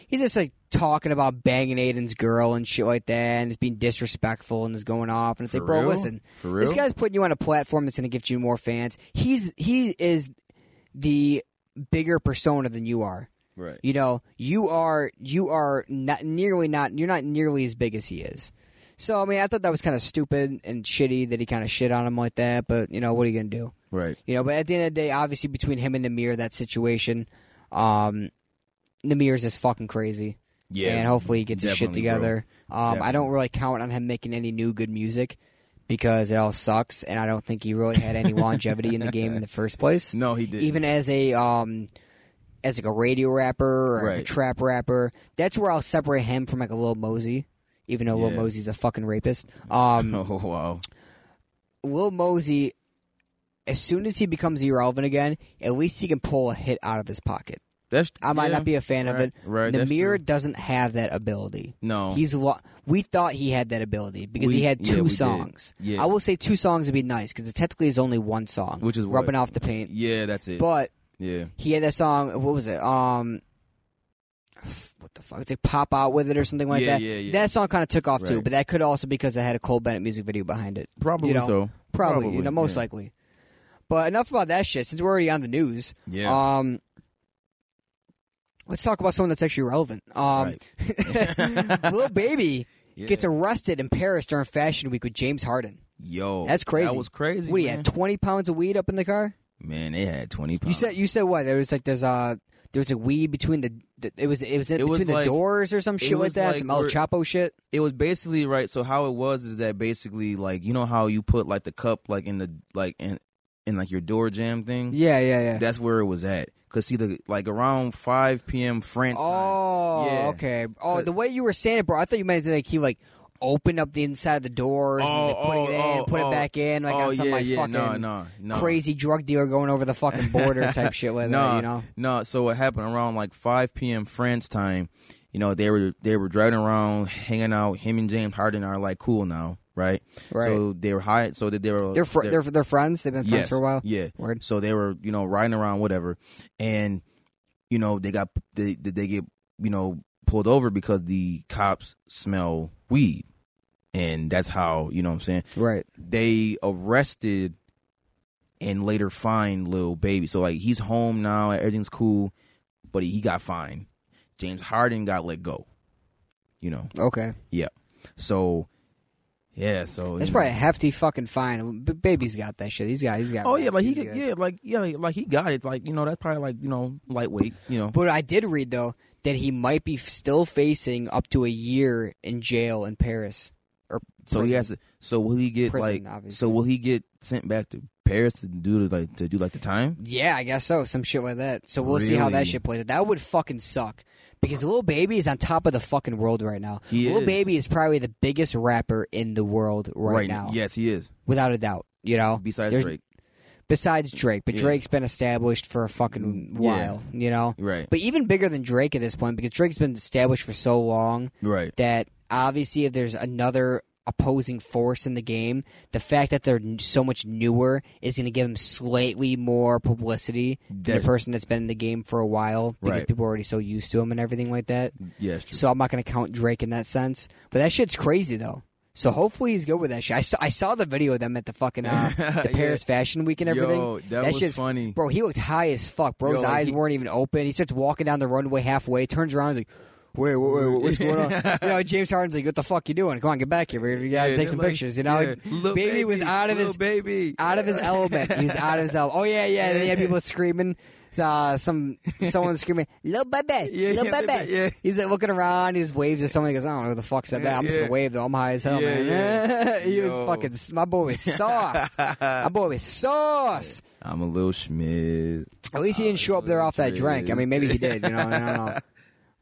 B: He's just like talking about banging Aiden's girl and shit like that, and it's being disrespectful and is going off. And it's
A: For
B: like, bro,
A: real?
B: listen,
A: For real?
B: this guy's putting you on a platform that's going to get you more fans. He's he is the bigger persona than you are.
A: right.
B: You know, you are you are not nearly not you're not nearly as big as he is. So I mean, I thought that was kind of stupid and shitty that he kind of shit on him like that. But you know, what are you gonna do?
A: Right.
B: You know, but at the end of the day, obviously between him and Namir, that situation, um, Namir's just fucking crazy.
A: Yeah.
B: and hopefully he gets his shit
A: definitely, bro.
B: together. Um, I don't really count on him making any new good music because it all sucks, and I don't think he really had any longevity in the game in the first place
A: No, he did.
B: even as a um as like a radio rapper or a
A: Right.
B: trap rapper. That's where I'll separate him from like a Lil Mosey, even though Lil
A: Yeah.
B: Mosey's a fucking rapist. Um
A: Oh wow.
B: Lil Mosey as soon as he becomes irrelevant again, at least he can pull a hit out of his pocket.
A: That's
B: I might
A: yeah,
B: not be a fan of
A: right,
B: it.
A: Right. that's true.
B: Namir doesn't have that ability.
A: No.
B: He's lo- we thought he had that ability because
A: We-
B: he had
A: yeah,
B: two
A: we did.
B: songs.
A: Yeah.
B: I will say two songs would be nice because technically is only one song,
A: Which is what?
B: rubbing off the paint.
A: Yeah, that's it.
B: But
A: yeah.
B: he had that song. What was it? Um, f- what the fuck? It's like pop out with it or something like
A: Yeah,
B: that.
A: yeah, yeah.
B: That song kind of took off too,
A: Right.
B: but that could also because it had a Cole Bennett music video behind it.
A: Probably
B: know,
A: so.
B: Probably, you
A: Probably,
B: know, most
A: yeah.
B: likely. But enough about that shit. Since we're already on the news,
A: Yeah.
B: um, let's talk about someone that's actually relevant. Um, Lil Baby
A: Yeah.
B: gets arrested in Paris during Fashion Week with James Harden.
A: Yo,
B: That's crazy.
A: That was crazy.
B: What do you
A: man.
B: had? Twenty pounds of weed up in the car?
A: Man, they had twenty pounds.
B: You said you said what? There was like there's uh there was a weed between the, the it was it was in
A: It
B: between
A: was
B: the
A: like-
B: doors or some shit like
A: was
B: that,
A: like
B: some El
A: we're-
B: Chapo shit.
A: it was basically right. So how it was is that basically like you know how you put like the cup like in the like in in like your door jam thing.
B: Yeah, yeah, yeah.
A: That's where it was at. Cause see the like around five p.m. France. time.
B: oh,
A: Yeah. Uh,
B: okay. Oh,
A: But-
B: the way you were saying it, bro, I thought you meant like he like opened up the inside of the doors and was, like,
A: Oh,
B: putting it in,
A: oh,
B: put it
A: oh,
B: back in, like
A: oh
B: on some
A: yeah,
B: like
A: yeah.
B: fucking
A: no, no, no.
B: crazy drug dealer going over the fucking border type shit like
A: no,
B: that, you know?
A: No, so what happened around like 5 p.m. France time you know they were they were driving around hanging out. Him and James Harden are like cool now, right?
B: Right.
A: So they were high. So that they were
B: They're fr- they're they're friends. They've been friends
A: Yes,
B: for a while.
A: Yeah.
B: Word.
A: So they were, you know, riding around, whatever, and you know they got they they- they get you know pulled over because the cops smell weed, and that's how you know what I'm saying
B: Right.
A: they arrested and later fined Lil Baby. So like he's home now, everything's cool, but he got fined. James Harden got let go. You know,
B: Okay.
A: yeah. So Oh, yeah, so
B: That's
A: you know.
B: probably a hefty fucking fine. B- Baby's got that shit. He's got. He's got.
A: Oh yeah,
B: racks.
A: like he
B: He's
A: could,
B: got-
A: yeah, like yeah, like he got it. Like you know, that's probably like you know lightweight. You know,
B: But I did read though that he might be still facing up to a year in jail in Paris. Or
A: so he has to. So will he get
B: Prison,
A: like?
B: obviously.
A: So will he get sent back to Paris to do the, like to do like the time?
B: Yeah, I guess so. Some shit like that. So we'll see how that
A: Really?
B: shit plays out. That would fucking suck. Because Lil Baby is on top of the fucking world right now.
A: He
B: Lil
A: is.
B: Baby is probably the biggest rapper in the world right, now.
A: yes, he is.
B: Without a doubt. You know?
A: Besides
B: There's-
A: Drake,
B: Besides Drake. But
A: Yeah. Mm,
B: Drake's been established for a fucking
A: Yeah.
B: while. You know?
A: right,
B: But even bigger than Drake at this point, because Drake's been established for so long
A: right,
B: that obviously if there's another opposing force in the game, the fact that they're n- so much newer is going to give them slightly more publicity than
A: That's-
B: the person that's been in the game for a while because
A: Right.
B: people are already so used to him and everything like that.
A: yes, true.
B: So I'm not going to count Drake in that sense. But that shit's crazy though. So hopefully he's good with that shit. I saw, I saw the video of them at the fucking uh, the
A: Yeah.
B: Paris Fashion Week and everything.
A: Yo, that, was
B: shit's
A: funny.
B: Bro, he looked high as fuck. Bro, his
A: Yo, like,
B: eyes
A: he-
B: weren't even open. He starts walking down the runway halfway, turns around, he's like, wait, wait, wait, what's going on? you know, James Harden's like, what the fuck you doing? Come on, get back here. We we gotta
A: Yeah,
B: take some
A: like,
B: pictures. You know,
A: yeah. Lil
B: baby, was out of
A: Lil
B: his
A: baby.
B: out of his element. He was out of his element. Oh yeah, yeah. And then he had people screaming. Uh, some someone screaming, "Little baby,
A: Yeah,
B: little
A: yeah,
B: baby."
A: yeah.
B: He's like looking around. He just waves at someone. He goes, "I don't know who the fuck's that."
A: Yeah,
B: I'm just gonna
A: yeah.
B: wave though. I'm high as hell,
A: Yeah,
B: man. he
A: Yo.
B: was fucking. My boy was sauced. my boy was sauced.
A: I'm a little Schmidt.
B: At least he didn't show up there off that drink. I mean, maybe he did. You know, I don't know.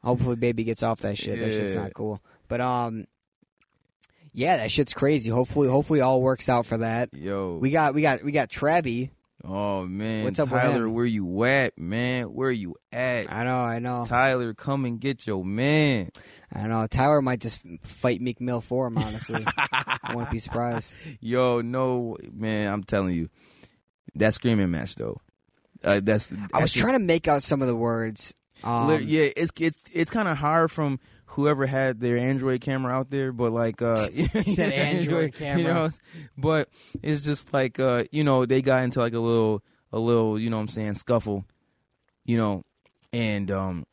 B: Hopefully, baby gets off that shit. That shit's
A: Yeah.
B: not cool. But um, yeah, that shit's crazy. Hopefully, hopefully, all works out for that.
A: Yo,
B: We got, we got, we got Travi.
A: oh man,
B: What's up with
A: Tyler?
B: him?
A: Where you at, man? Where you at?
B: I know, I know,
A: Tyler, come and get your man.
B: I know. Tyler might just fight Meek Mill for him. Honestly, I wouldn't be surprised.
A: Yo, no, man, I'm telling you, that screaming match though. Uh, that's
B: I was trying to make out some of the words. Um,
A: yeah, it's it's it's kind of hard from whoever had their Android camera out there, but like uh,
B: He said Android camera.
A: you know, but it's just like uh, you know, they got into like a little a little, you know what I'm saying, scuffle, you know, and um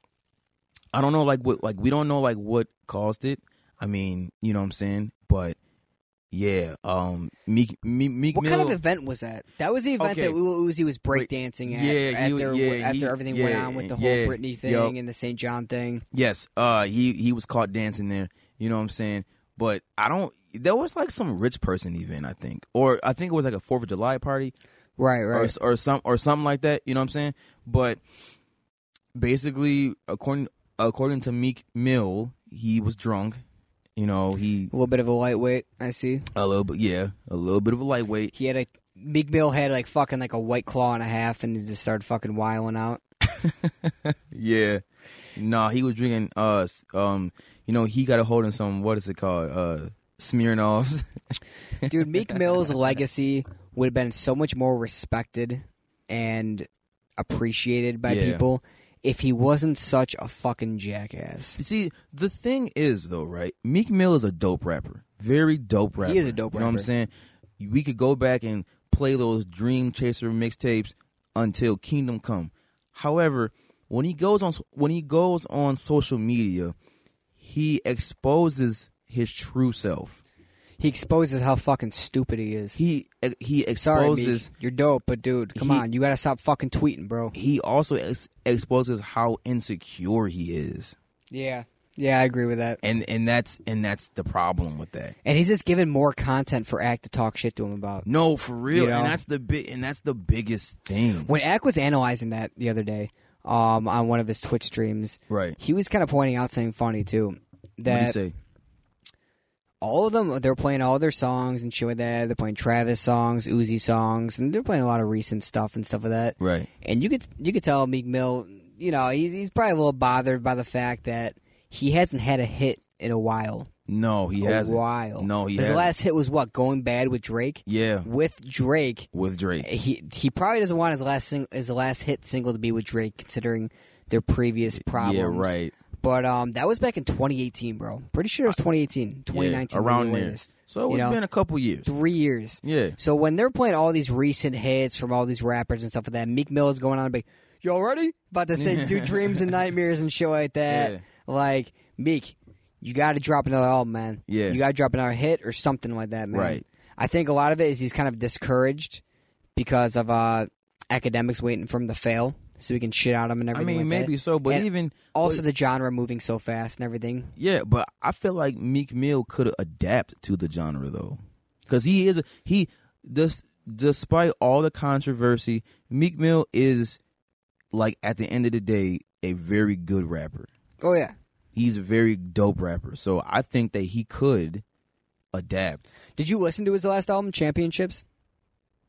A: I don't know like what like we don't know like what caused it. I mean, you know what I'm saying, but yeah, um Meek Meek, Meek
B: What
A: Mill,
B: kind of event was that? That was the event
A: Okay.
B: that Lil Uzi was breakdancing at
A: Yeah, he
B: after,
A: was- yeah,
B: after
A: he-
B: everything
A: yeah,
B: went on with the whole
A: yeah,
B: Britney thing
A: yup.
B: and the St. John thing.
A: Yes, uh, he he was caught dancing there. You know what I'm saying? But I don't. There was like some rich person event, I think, or I think it was like a Fourth of July party
B: Right, right.
A: or or some or something like that. You know what I'm saying? But basically, according according to Meek Mill, he was drunk. You know, he
B: A little bit of a lightweight, I see.
A: a little bit, yeah, a little bit of a lightweight.
B: He had a Big Bill had like fucking like a white claw and a half, and he just started fucking wiling out.
A: Yeah. Nah, he was drinking uh s- um you know, he got a hold in some what is it called? Uh Smirnoffs.
B: Dude, Meek Mill's legacy would have been so much more respected and appreciated by
A: Yeah.
B: people if he wasn't such a fucking jackass.
A: See, the thing is though, right? Meek Mill is a dope rapper. Very dope rapper.
B: is a dope
A: You know what I'm
B: rapper.
A: saying? We could go back and play those Dream Chaser mixtapes until Kingdom Come. However, when he goes on when he goes on social media, he exposes his true self.
B: He exposes how fucking stupid he is.
A: He e, he
B: Sorry,
A: exposes
B: Meek, you're dope, but dude, come
A: He-
B: on, you gotta stop fucking tweeting, bro.
A: he also ex- exposes how insecure he is,
B: Yeah, yeah, I agree with that.
A: and and that's and that's the problem with that.
B: And he's just giving more content for Act to talk shit to him about.
A: No, for real,
B: You know?
A: and that's the bit, and that's the biggest thing.
B: when Ack was analyzing that the other day um, on one of his Twitch streams,
A: right?
B: he was kind of pointing out something funny too.
A: What do you
B: That
A: say?
B: all of them, they're playing all their songs and shit like that. They're playing Travis songs, Uzi songs, and they're playing a lot of recent stuff and stuff like that.
A: Right,
B: And you could you could tell Meek Mill, you know, he's, he's probably a little bothered by the fact that he hasn't had a hit in a while.
A: No, he
B: a
A: hasn't.
B: while.
A: No, he
B: His
A: hasn't.
B: last hit was what? Going bad with Drake.
A: Yeah,
B: With Drake,
A: with Drake.
B: he he probably doesn't want his last sing- his last hit single to be with Drake, considering their previous problems.
A: Yeah, right.
B: But um, that was back in 2018, bro. Pretty sure it was 2018,
A: Uh, Yeah,
B: 2019,
A: around
B: the
A: there.
B: latest.
A: So
B: You
A: it's
B: know?
A: been a couple years.
B: Three years.
A: Yeah.
B: So when they're playing all these recent hits from all these rappers and stuff like that, Meek Mill is going on and be, "Y'all ready?" About to say "Do Dreams and Nightmares" and shit like that.
A: Yeah.
B: Like Meek, you got to drop another album, man.
A: Yeah.
B: you got to drop another hit or something like that, man.
A: Right.
B: I think a lot of it is he's kind of discouraged because of uh, academics waiting for him to fail so he can shit on him and
A: I
B: everything.
A: mean,
B: like that.
A: maybe so, but
B: And
A: even
B: also the genre moving so fast and everything.
A: yeah, but I feel like Meek Mill could adapt to the genre though, because he is a, he des, despite all the controversy, Meek Mill is like at the end of the day a very good rapper.
B: Oh yeah,
A: He's a very dope rapper, so I think that he could adapt.
B: did you listen to his last album, Championships?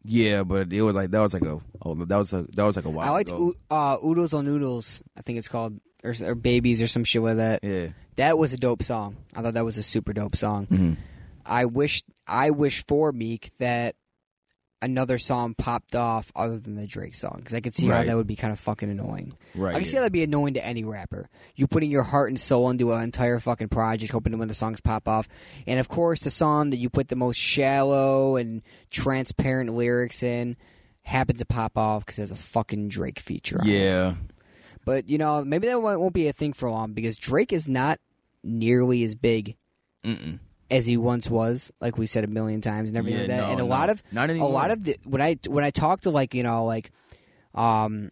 A: Yeah, but it was like that was like a oh that was like that was like a while.
B: I liked
A: ago.
B: oo- uh, Oodles on Noodles, I think it's called, or, or Babies or some shit like that.
A: yeah.
B: That was a dope song. I thought that was a super dope song.
A: Mhm.
B: I wish, I wish for Meek that another song popped off other than the Drake song because I could see how
A: Right.
B: that would be kind of fucking annoying.
A: Right,
B: I could see
A: yeah.
B: how that'd be annoying to any rapper. You putting your heart and soul into an entire fucking project, hoping when the songs pop off, and of course the song that you put the most shallow and transparent lyrics in happens to pop off because there's a fucking Drake feature. on it.
A: Yeah.
B: But you know, maybe that won't won't be a thing for long because Drake is not nearly as big
A: Mm-mm.
B: as he once was, like we said a million times and everything
A: Yeah,
B: like that.
A: no,
B: and a
A: no.
B: lot of
A: Not
B: a
A: anymore.
B: lot of the when I when I talk to like you know like um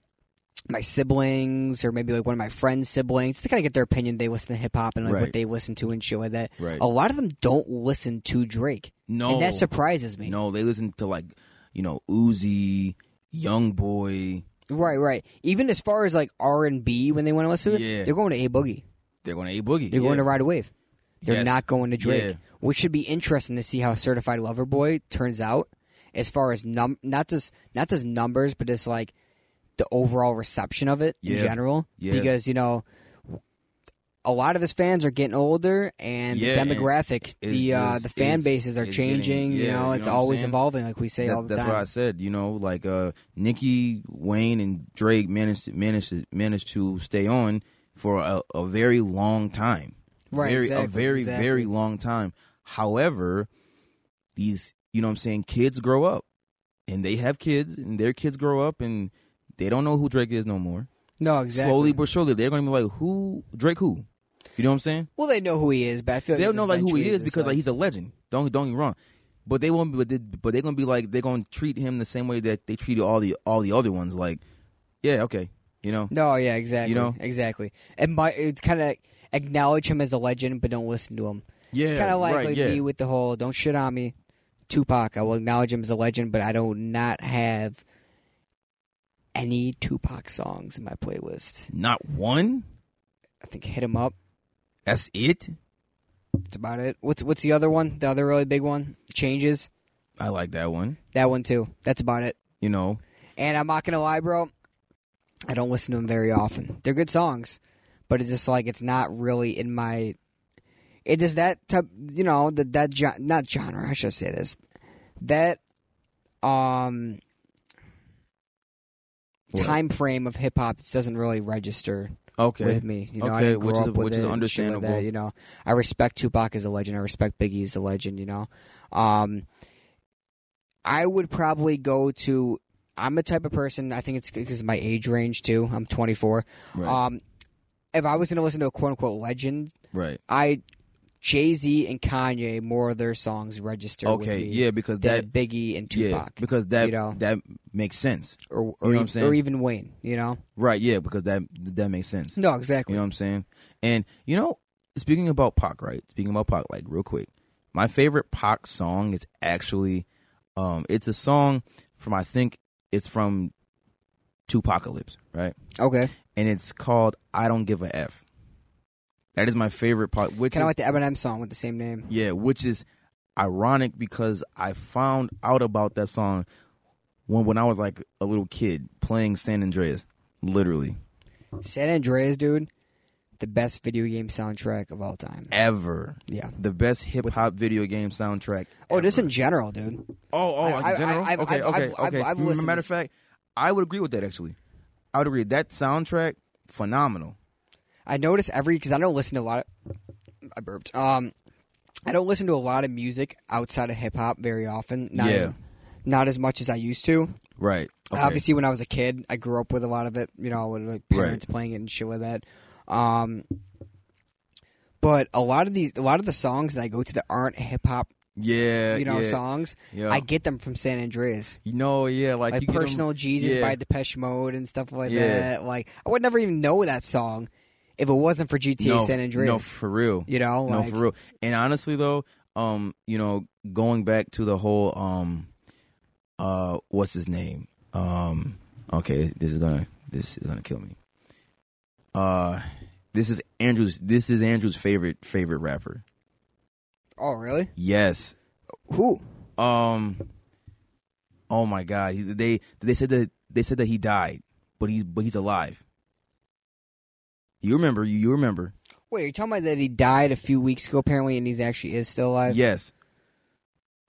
B: my siblings or maybe like one of my friends' siblings to kind of get their opinion, they listen to hip hop and like what
A: Right.
B: they listen to and shit like that.
A: Right.
B: A lot of them don't listen to Drake,
A: No.
B: and that surprises me.
A: No, they listen to like, you know, Uzi, Young Boy.
B: Right, right. Even as far as like R and B, when they want to listen to it,
A: Yeah.
B: they're going to a boogie.
A: They're going to A Boogie.
B: They're going to Ride a Wave. They're
A: Yes.
B: not going to Drake,
A: Yeah.
B: which should be interesting to see how Certified Lover Boy turns out as far as num not just not just numbers, but just like the overall reception of it in
A: Yeah.
B: general.
A: Yeah.
B: Because you know, a lot of his fans are getting older, and
A: Yeah, and
B: the demographic, the uh,
A: just-
B: the fan
A: it's-
B: bases are
A: it's getting-
B: changing. you
A: yeah,
B: know,
A: you
B: it's
A: know what I'm
B: always
A: saying?
B: evolving, like we say
A: That-
B: all the
A: that's
B: time.
A: what I said. You know, like uh, Nicki, Wayne, and Drake managed managed to- managed to stay on for a, a very long time.
B: Right,
A: very,
B: exactly,
A: a very
B: exactly.
A: very long time. However, these you know what I'm saying kids grow up, and they have kids, and their kids grow up, and they don't know who Drake is no more.
B: no, exactly.
A: Slowly but surely, they're going to be like, "Who Drake? Who?" You know what I'm saying?
B: well, they know who he is, but I feel like
A: they'll
B: it's
A: know like who he
B: eventually
A: is
B: just,
A: because like, he's a legend. Don't don't get me wrong, but they won't. Be, but, they, but they're gonna be like they're gonna treat him the same way that they treated all the all the other ones. Like, yeah, okay, you know,
B: No, yeah, exactly.
A: know?
B: exactly. And my it kind of acknowledge him as a legend, but don't listen to him.
A: yeah,
B: kind of like,
A: right,
B: like
A: yeah,
B: me with the whole "Don't shit on me." Tupac, I will acknowledge him as a legend, but I do not have any Tupac songs in my playlist.
A: not one.
B: I think "Hit 'Em Up."
A: That's it.
B: That's about it. What's what's the other one? The other really big one, "Changes."
A: I like that one.
B: That one too. That's about it.
A: You know,
B: And I'm not gonna lie, bro. I don't listen to them very often. They're good songs, but it's just like it's not really in my. It is that type, you know, that that gen- not genre. I should say this. That um
A: What?
B: time frame of hip hop just doesn't really register
A: okay,
B: with me. You know, I
A: Okay,
B: didn't grow
A: which is-
B: up with
A: which
B: it
A: is
B: and shit like that,
A: understandable.
B: you know, I respect Tupac as a legend. I respect Biggie as a legend. You know, um, I would probably go to. I'm the type of person. I think it's because of my age range too. I'm 24.
A: right,
B: Um, if I was going to listen to a quote unquote legend,
A: right,
B: I Jay Z and Kanye more of their songs register. with
A: okay,
B: me
A: yeah, because that,
B: Than Biggie and
A: yeah,
B: Tupac,
A: because that
B: you know?
A: that makes sense,
B: or
A: know
B: or,
A: what
B: e-
A: I'm saying?
B: or even Wayne, you know?
A: right? Yeah, because that that makes sense.
B: No, exactly.
A: You know what I'm saying? And you know, speaking about Pac, right? Speaking about Pac, like real quick, my favorite Pac song is actually, um, it's a song from I think it's from Tupacalypse, right?
B: okay,
A: And it's called "I Don't Give a F." That is my favorite Pac, which
B: kind
A: is
B: of like the Eminem song with the same name.
A: yeah, which is ironic because I found out about that song when when I was like a little kid playing San Andreas, literally.
B: San Andreas, dude. the best video game soundtrack of all time.
A: ever.
B: Yeah.
A: The best hip hop video game soundtrack.
B: Oh, just
A: ever.
B: in general, dude.
A: Oh, oh,
B: I-
A: in
B: I-
A: general.
B: I- I've-
A: okay,
B: I've-
A: okay,
B: I've- I've-
A: okay.
B: I've
A: Mm,
B: listened
A: matter
B: to
A: of fact, I would agree with that actually. I would agree. That soundtrack, phenomenal.
B: I notice every because I don't listen to a lot. Of, I burped. Um, I don't listen to a lot of music outside of hip hop very often. Not As,
A: Yeah.
B: not as much as I used to.
A: Right. Okay.
B: Obviously, when I was a kid, I grew up with a lot of it. You know, with like parents playing it and shit with that. Um, but a lot of these, a lot of the songs that I go to that aren't hip hop,
A: Yeah.
B: you know,
A: Uh, yeah.
B: songs,
A: Yeah.
B: I get them from San Andreas.
A: You know, yeah, like,
B: Like
A: you get 'em-
B: personal Jesus
A: yeah.
B: by Depeche Mode and stuff like
A: Yeah.
B: that. Like I would never even know that song if it wasn't for GTA
A: no,
B: San Andreas.
A: No, for real.
B: You know,
A: no,
B: like,
A: for real. And honestly, though, um, you know, going back to the whole, um, uh, what's his name? Um, okay, this is gonna, this is gonna kill me. Uh, this is Andrew's. This is Andrew's favorite favorite rapper.
B: Oh, really?
A: Yes.
B: Who?
A: Um. Oh my God. He, they they said that they said that he died, but he's but he's alive. You remember? You, you remember?
B: Wait, you're talking about that he died a few weeks ago, apparently, and he's actually is still alive.
A: yes.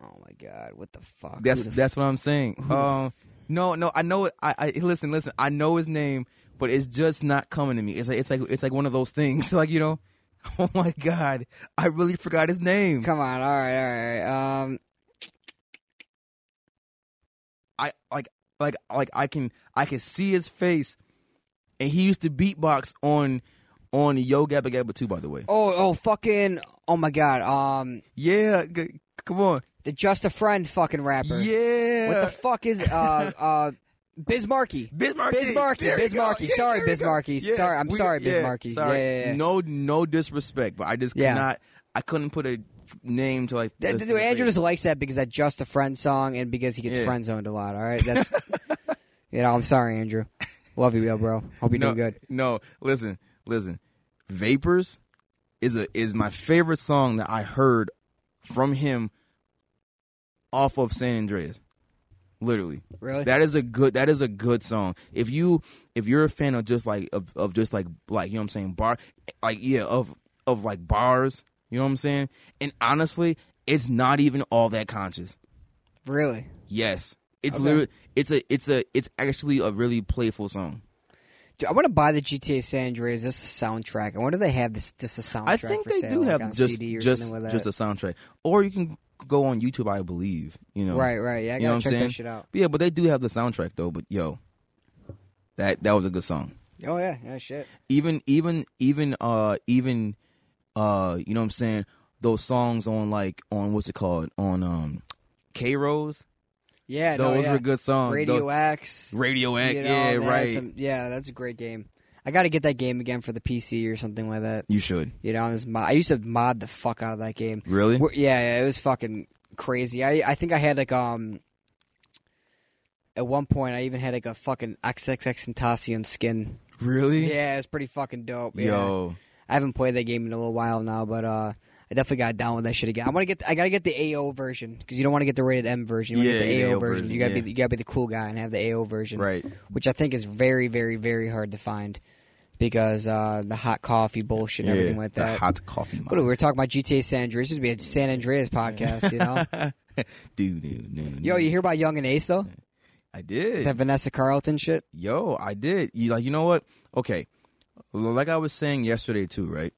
B: Oh my god, what the fuck?
A: That's
B: Who the
A: that's what I'm saying.
B: who the
A: Um, no, no, I know. it- I, I listen, listen. I know his name, but it's just not coming to me. It's like it's like it's like one of those things. Like you know, oh my god, I really forgot his
B: F-
A: name.
B: Come on, all right, all right. Um,
A: I like like like I can I can see his face, and he used to beatbox on on Yo Gabba Gabba too. By the way,
B: oh, oh, fucking, oh my god. Um,
A: yeah, g- come on,
B: the just a friend fucking rapper.
A: yeah.
B: What the fuck is uh uh Bismarcky?
A: Bismarcky.
B: Bismarcky,
A: There you go.
B: Bismarcky. Sorry,
A: there you go.
B: Bismarcky. Sorry, I'm sorry,
A: yeah,
B: Bismarcky.
A: sorry.
B: Yeah, yeah, yeah.
A: No, no disrespect, but I just
B: Yeah.
A: cannot. I couldn't put a name to like.
B: Th-
A: this
B: th-
A: thing.
B: Andrew just likes that because that just a friend song and because he gets
A: Yeah.
B: friend zoned a lot. All right, that's you know I'm sorry, Andrew. Love you, yo, bro. Hope
A: no,
B: you're doing good.
A: No, listen, listen. Vapors is a is my favorite song that I heard from him off of San Andreas. Literally.
B: Really?
A: That is a good that is a good song. If you if you're a fan of just like of, of just like like you know what I'm saying bar like yeah of of like bars, you know what I'm saying? And honestly, it's not even all that conscious.
B: really?
A: Yes. It's
B: Okay.
A: literally it's a it's a it's actually a really playful song.
B: Dude, I want to buy the GTA San Andreas just the soundtrack. I wonder if they have this just the soundtrack.
A: I think
B: for
A: they
B: sale,
A: do
B: like
A: have
B: on
A: just
B: CD or
A: just
B: something like
A: just a
B: that.
A: soundtrack, or you can go on YouTube, I believe. You know,
B: right, right. Yeah, I gotta
A: You know what I'm
B: check
A: saying?
B: that shit out.
A: But yeah, but they do have the soundtrack though. But yo, that that was a good song.
B: Oh yeah, yeah, shit.
A: Even even even uh even uh you know what I'm saying those songs on like on what's it called on um K Rose
B: Yeah, no,
A: those
B: yeah.
A: were good songs.
B: Radio
A: Those-
B: X.
A: Radio Act,
B: you know,
A: yeah,
B: they had
A: right.
B: some- yeah, that's a great game. I got to get that game again for the PC or something like that.
A: you should
B: You know, this mod, I used to mod the fuck out of that game.
A: really.
B: We're- yeah, yeah, it was fucking crazy. I I think I had like um. At one point, I even had like a fucking XXX Tentacion skin.
A: Really?
B: Yeah, it's pretty fucking dope. Yeah.
A: Yo,
B: I haven't played that game in a little while now, but uh, I definitely got down with that shit again. I want to get, I gotta get the AO version because you don't want to get the rated M version. You want
A: Yeah,
B: to get the AO, version. You gotta
A: yeah.
B: be, you gotta be the cool guy and have the AO version,
A: right.
B: Which I think is very, very, very hard to find because uh, the hot coffee bullshit and everything like
A: the
B: that.
A: hot coffee.
B: What are we we were talking about GTA San Andreas? This would be a San Andreas podcast, you know?
A: Dude, dude, dude.
B: Yo, you hear about Young and Ace though?
A: I did.
B: That Vanessa Carlton shit.
A: Yo, I did. You like you know what? Okay. Like I was saying yesterday too, right?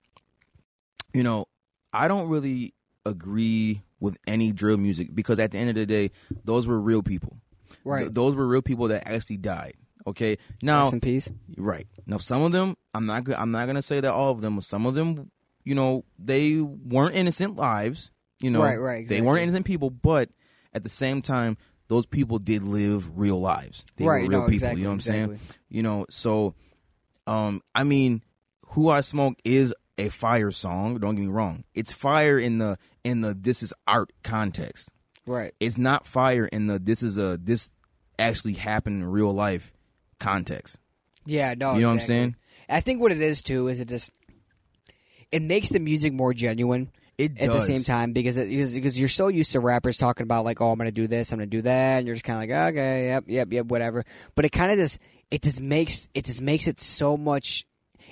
A: You know, I don't really agree with any drill music because at the end of the day, those were real people.
B: Right.
A: Th- those were real people that actually died. Okay. Now,
B: Rest in peace.
A: right. Now some of them, I'm not go- I'm not going to say that all of them, but some of them, you know, they weren't innocent lives, you know.
B: Right, right,
A: They weren't
B: exactly.
A: innocent people, but at the same time, those people did live real lives. They
B: right,
A: were real
B: no,
A: people,
B: exactly,
A: you know what I'm saying?
B: exactly.
A: you know so um i mean who i smoke is a fire song don't get me wrong it's fire in the in the this is art context
B: Right.
A: it's not fire in the this is a this actually happened in real life context
B: Yeah, no.
A: you know what i'm
B: Oh, exactly.
A: saying
B: I think what it is too is it just it makes the music more genuine
A: it does.
B: at the same time because it, because, because you're so used to rappers talking about like oh I'm gonna do this I'm gonna do that and you're just kind of like okay yep yep yep whatever but it kind of just it just makes it just makes it so much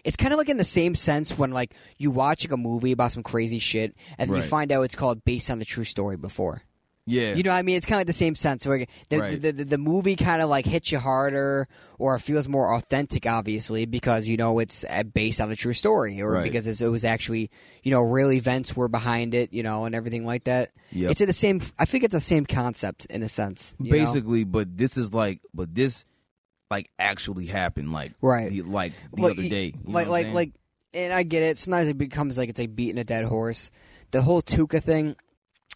B: It's kind of like in the same sense when like you watch like a movie about some crazy shit and then
A: Right.
B: you find out it's called based on the true story before.
A: Yeah.
B: You know what I mean? It's kind of like the same sense. Where the,
A: Right.
B: the, the, the movie kind of like hits you harder or feels more authentic, obviously, because, you know, it's uh, based on a true story or
A: Right.
B: because it's, it was actually, you know, real events were behind it, you know, and everything like that.
A: Yep.
B: It's the same, I think it's the same concept in a sense. you know?
A: basically, but this is like, but this like actually happened, like
B: Right.
A: the, like the
B: Like,
A: other day, You know
B: like,
A: what I'm
B: like,
A: saying?
B: like, and I get it. Sometimes it becomes like it's like beating a dead horse. The whole Tuca thing,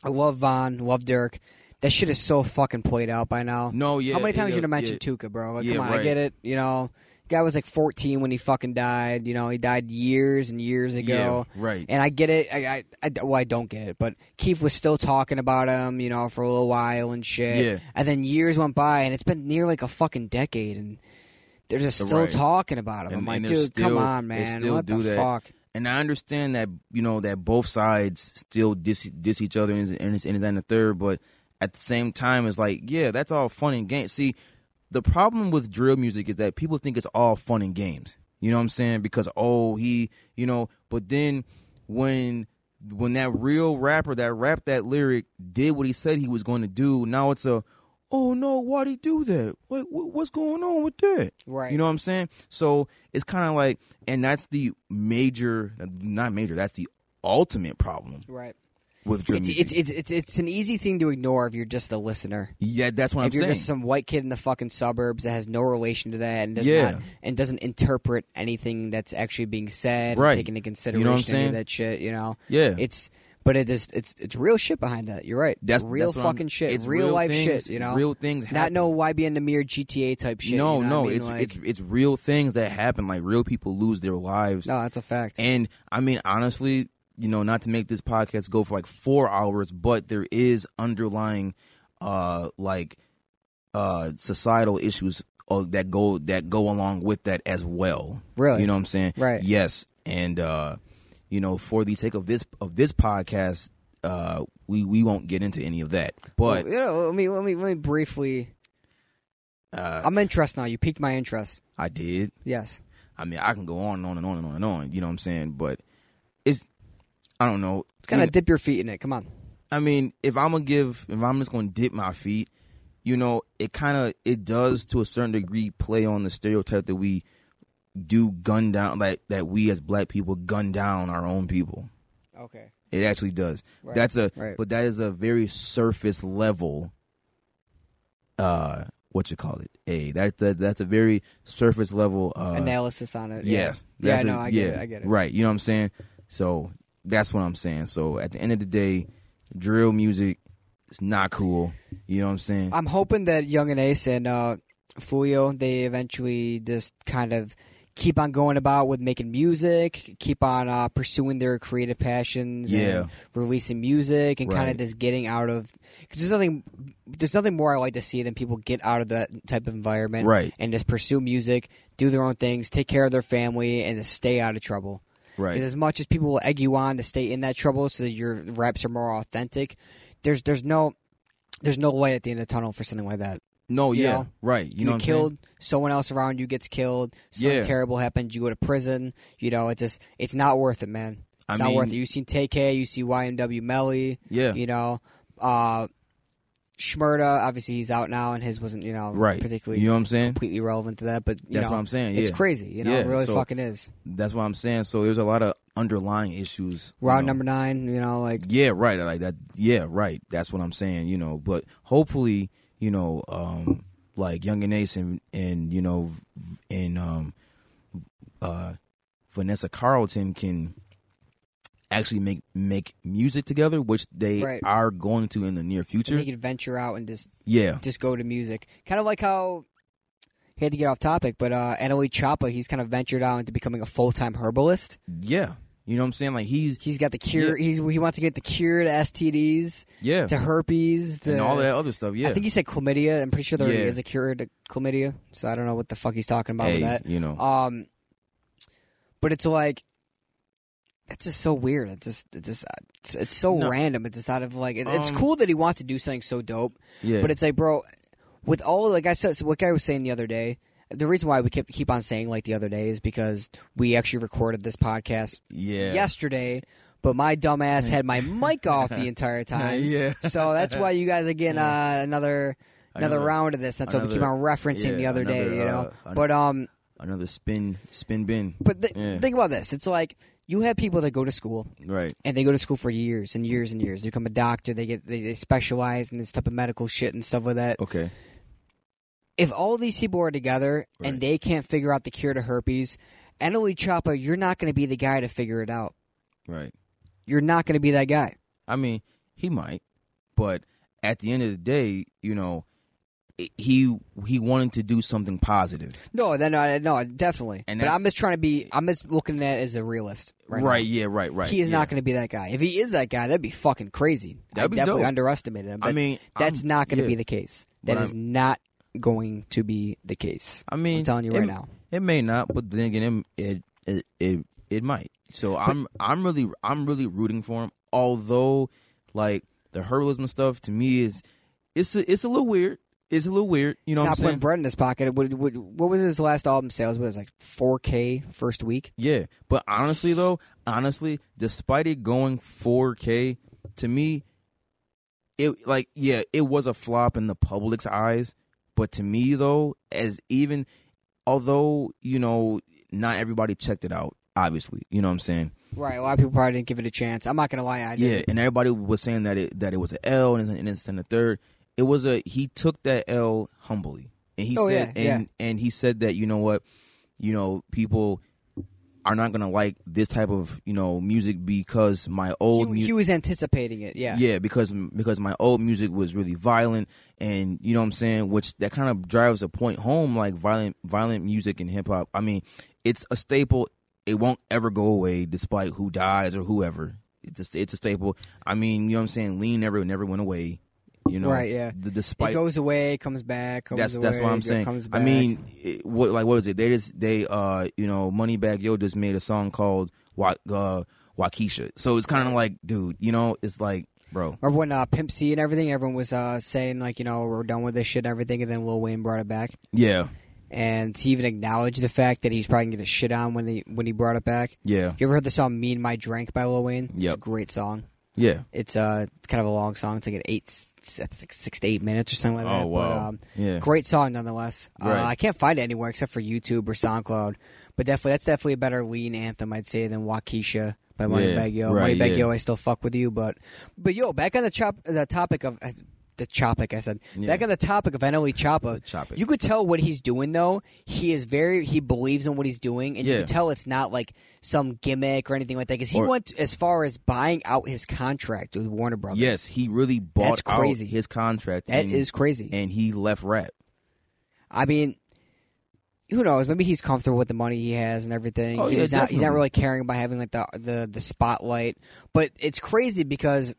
B: I love Von, love Dirk. That shit is so fucking played out by now.
A: no, yeah.
B: How many times
A: yeah,
B: you gonna mention
A: yeah.
B: Tuca, bro? Like,
A: Yeah,
B: come on, I
A: right.
B: get it. You know, guy was like 14 when he fucking died. You know, he died years and years ago.
A: Yeah, right.
B: And I get it. I, I, I, well, I don't get it, but Keith was still talking about him, you know, for a little while and shit.
A: Yeah.
B: And then years went by, and it's been near like a fucking decade, and they're just still
A: Right.
B: talking about him.
A: And-
B: I'm like,
A: and they're
B: dude, come
A: still-
B: on,
A: they
B: man,
A: still
B: what
A: do
B: the
A: that.
B: fuck?
A: and I understand that you know that both sides still diss, diss each other and and this and that and the third, but at the same time, it's like yeah, that's all fun and games. See, the problem with drill music is that people think it's all fun and games. You know what I'm saying? Because oh, he, you know, but then when when that real rapper that rapped that lyric did what he said he was going to do, now it's a oh no, why'd he do that? What, what what's going on with that?
B: Right.
A: You know what I'm saying? So it's kind of like, and that's the major, not major, that's the ultimate problem
B: Right.
A: with drill
B: It's,
A: music.
B: it's it's it's it's an easy thing to ignore if you're just a listener.
A: yeah, that's what I'm
B: if you're
A: saying.
B: just some white kid in the fucking suburbs that has no relation to that and does
A: Yeah.
B: not and doesn't interpret anything that's actually being said,
A: Right.
B: and taking into consideration
A: You know what I'm
B: any
A: saying?
B: of that shit, you know,
A: yeah.
B: it's but it is it's it's real shit behind that. You're right.
A: that's
B: real
A: that's what I'm-
B: fucking shit.
A: It's
B: real, life
A: things-
B: shit. You know,
A: real things.
B: not
A: happen.
B: no YB and mere GTA type shit.
A: no,
B: you know
A: no.
B: what I mean?
A: It's
B: Like,
A: it's it's real things that happen. Like real people lose their lives.
B: no, that's a fact.
A: And I mean, honestly, you know, not to make this podcast go for like four hours, but there is underlying, uh, like, uh, societal issues uh, that go that go along with that as well.
B: Really?
A: you know what I'm saying?
B: Right.
A: Yes, and uh, you know, for the sake of this of this podcast, uh, we we won't get into any of that. But
B: you know, let me let me let me briefly.
A: uh,
B: I'm interested now. You piqued my interest.
A: I did.
B: Yes.
A: I mean, I can go on and on and on and on and on. You know what I'm saying? But it's, I don't know.
B: Kind of dip your feet in it. Come on.
A: I mean, if I'm gonna give, if I'm just gonna dip my feet, you know, it kind of it does to a certain degree play on the stereotype that we do gun down, like that we as black people gun down our own people.
B: Okay.
A: It actually does.
B: Right,
A: That's a
B: right.
A: but that is a very surface level. Uh, what you call it? A that, that that's a very surface level. Uh,
B: Analysis on it.
A: Yes.
B: Yeah. Yeah.
A: That's
B: No,
A: a-
B: I get
A: yeah,
B: it. I get it.
A: Right. You know what I'm saying? So that's what I'm saying. So at the end of the day, drill music is not cool. You know what I'm saying?
B: I'm hoping that Young and Ace and uh, Fuyo they eventually just kind of keep on going about with making music, keep on uh, pursuing their creative passions,
A: Yeah.
B: and releasing music, and kind
A: Right.
B: of just getting out of. Cause there's nothing, there's nothing more I like to see than people get out of that type of environment,
A: Right.
B: and just pursue music, do their own things, take care of their family, and just stay out of trouble. Because
A: Right.
B: as much as people will egg you on to stay in that trouble so that your raps are more authentic, there's there's no there's no light at the end of the tunnel for something like that.
A: No,
B: you
A: yeah.
B: know,
A: right. You,
B: You,
A: know what I'm saying?
B: killed someone else around you gets killed. Something
A: Yeah.
B: terrible happens. You go to prison. You know, it's just it's not worth it, man. It's
A: I
B: not
A: mean-
B: worth it. You seen TK, you see YMW Melly.
A: Yeah.
B: You know, uh, Shmurda. Obviously, he's out now, and his wasn't you know
A: right.
B: particularly
A: You know what I'm saying?
B: completely relevant to that. But you
A: That's
B: know,
A: what I'm saying. Yeah.
B: It's crazy. You know,
A: Yeah,
B: it really
A: so-
B: fucking is.
A: That's what I'm saying. So there's a lot of underlying issues. you
B: Round
A: know.
B: number nine. You know, like
A: Yeah, right. Like that. Yeah, right. That's what I'm saying. You know, but hopefully, you know, um, like Young and Ace and and you know, v- and um, uh, Vanessa Carlton can actually make make music together, which they
B: Right.
A: are going to in the near
B: and
A: future.
B: he could venture out and just
A: Yeah,
B: just go to music. Kind of like how he had to get off topic, but uh Annalie Choppa, he's kind of ventured out into becoming a full time herbalist.
A: yeah. You know what I'm saying? Like he's
B: He's got the cure. He's he wants to get the cure to STDs,
A: yeah,
B: to herpes, the,
A: and all that other stuff. Yeah,
B: I think he said chlamydia. I'm pretty sure there is
A: Yeah.
B: a cure to chlamydia, so I don't know what the fuck he's talking about
A: hey,
B: with that.
A: you know,
B: Um, but it's like that's just so weird. It's just it's just it's, it's so
A: No.
B: random. It's just out of like it, it's
A: Um,
B: cool that he wants to do something so dope.
A: yeah,
B: But it's like, bro, with all like I said, so what guy was saying the other day, the reason why we keep keep on saying like the other day is because we actually recorded this podcast
A: Yeah.
B: yesterday, but my dumbass had my mic off the entire time.
A: Yeah.
B: So that's why you guys are getting uh, another another
A: Another-
B: round of this. That's what we keep
A: another-
B: on
A: yeah,
B: referencing the other day,
A: another,
B: you know.
A: uh, an-
B: but um,
A: Another spin, spin bin.
B: but th-
A: Yeah.
B: think about this. It's like you have people that go to school
A: Right.
B: and they go to school for years and years and years. They become a doctor. They get they, they specialize in this type of medical shit and stuff like that.
A: Okay.
B: If all these people are together
A: Right.
B: and they can't figure out the cure to herpes, Emily Choppa, you're not going to be the guy to figure it out.
A: Right.
B: You're not going to be that guy.
A: I mean, he might, but at the end of the day, you know, it- he he wanted to do something positive.
B: No, then I, no, definitely.
A: And
B: but
A: that's-
B: I'm just trying to be. I'm just looking at it as a realist. Right. now.
A: Right. Yeah. Right. Right.
B: He is
A: yeah.
B: not going to be that guy. If he is that guy, that'd be fucking crazy.
A: That'd
B: I
A: be
B: definitely
A: dope.
B: underestimated him. But
A: I mean,
B: that's
A: I'm-
B: not going to
A: yeah.
B: be the case.
A: But
B: That is not going to be the case.
A: I mean,
B: I'm telling you
A: it,
B: right now.
A: it may not, but then again, it it it, it, it might. So I'm I'm really I'm really rooting for him. Although, like the herbalism stuff to me is it's a, it's a little weird. It's a little weird. You know what
B: He's
A: I'm
B: not
A: saying?
B: putting bread in his pocket. It would- would- what was his last album sales? What was it, like 4K first week?
A: Yeah, but honestly though, honestly, despite it going 4K, to me, it like yeah, it was a flop in the public's eyes. But to me though, as even although you know not everybody checked it out, obviously, you know what I'm saying.
B: Right. A lot of people probably didn't give it a chance. I'm not going to lie. I did.
A: Yeah, and everybody was saying that it that it was an L and it's an and it's in the third. It was a he took that L humbly, and he
B: Oh,
A: said
B: yeah,
A: and and he said that you know what, you know people are not gonna like this type of you know music because my old
B: he,
A: music.
B: he was anticipating it. Yeah.
A: Yeah, because because my old music was really violent, and you know what I'm saying, which that kind of drives a point home. Like violent, violent music and hip hop. I mean, it's a staple. It won't ever go away, despite who dies or whoever. It's just it's a staple. I mean, you know what I'm saying. Lean never never went away. You know,
B: Right, yeah.
A: D-
B: it
A: despite
B: goes away, comes back. Comes
A: that's that's
B: away,
A: what I'm
B: go-
A: saying.
B: Comes
A: I
B: back.
A: mean, it, what like what is it? They just they uh you know Moneybag Yo just made a song called Wa- uh, Waukesha. So it's kind of like, dude, you know, it's like, bro.
B: Remember when uh, Pimp C and everything, everyone was uh, saying like, you know, we're done with this shit and everything, and then Lil Wayne brought it back,
A: Yeah,
B: and he even acknowledged the fact that he's probably gonna get a shit on when he when he brought it back.
A: yeah,
B: You ever heard the song "Me and My Drink" by Lil Wayne? It's a
A: Yep.
B: great song.
A: yeah.
B: It's uh kind of a long song. It's like an eight, s- it's like six to eight minutes or something like that.
A: Oh, wow.
B: But, um,
A: Yeah.
B: great song nonetheless.
A: Right.
B: Uh, I can't find it anywhere except for YouTube or SoundCloud. But definitely, that's definitely a better lean anthem, I'd say, than Waukesha by Moneybag
A: Yeah,
B: Yo.
A: right,
B: Moneybag
A: yeah.
B: Yo, I still fuck with you, but but yo, back on the chop, the topic of. Uh, the topic I said.
A: Yeah.
B: Back on the topic of NLE Choppa,
A: The topic.
B: you could tell what he's doing though. He is very he believes in what he's doing, and you
A: Yeah.
B: could tell it's not like some gimmick or anything like that. Because he
A: Or-
B: went as far as buying out his contract with Warner Brothers.
A: Yes, he really bought
B: That's crazy.
A: out his contract.
B: That
A: and,
B: is crazy.
A: and he left rap.
B: I mean, who knows? Maybe he's comfortable with the money he has and everything.
A: Oh, yeah,
B: he's not. He's not
A: definitely.
B: really caring about having like the the the spotlight. But it's crazy because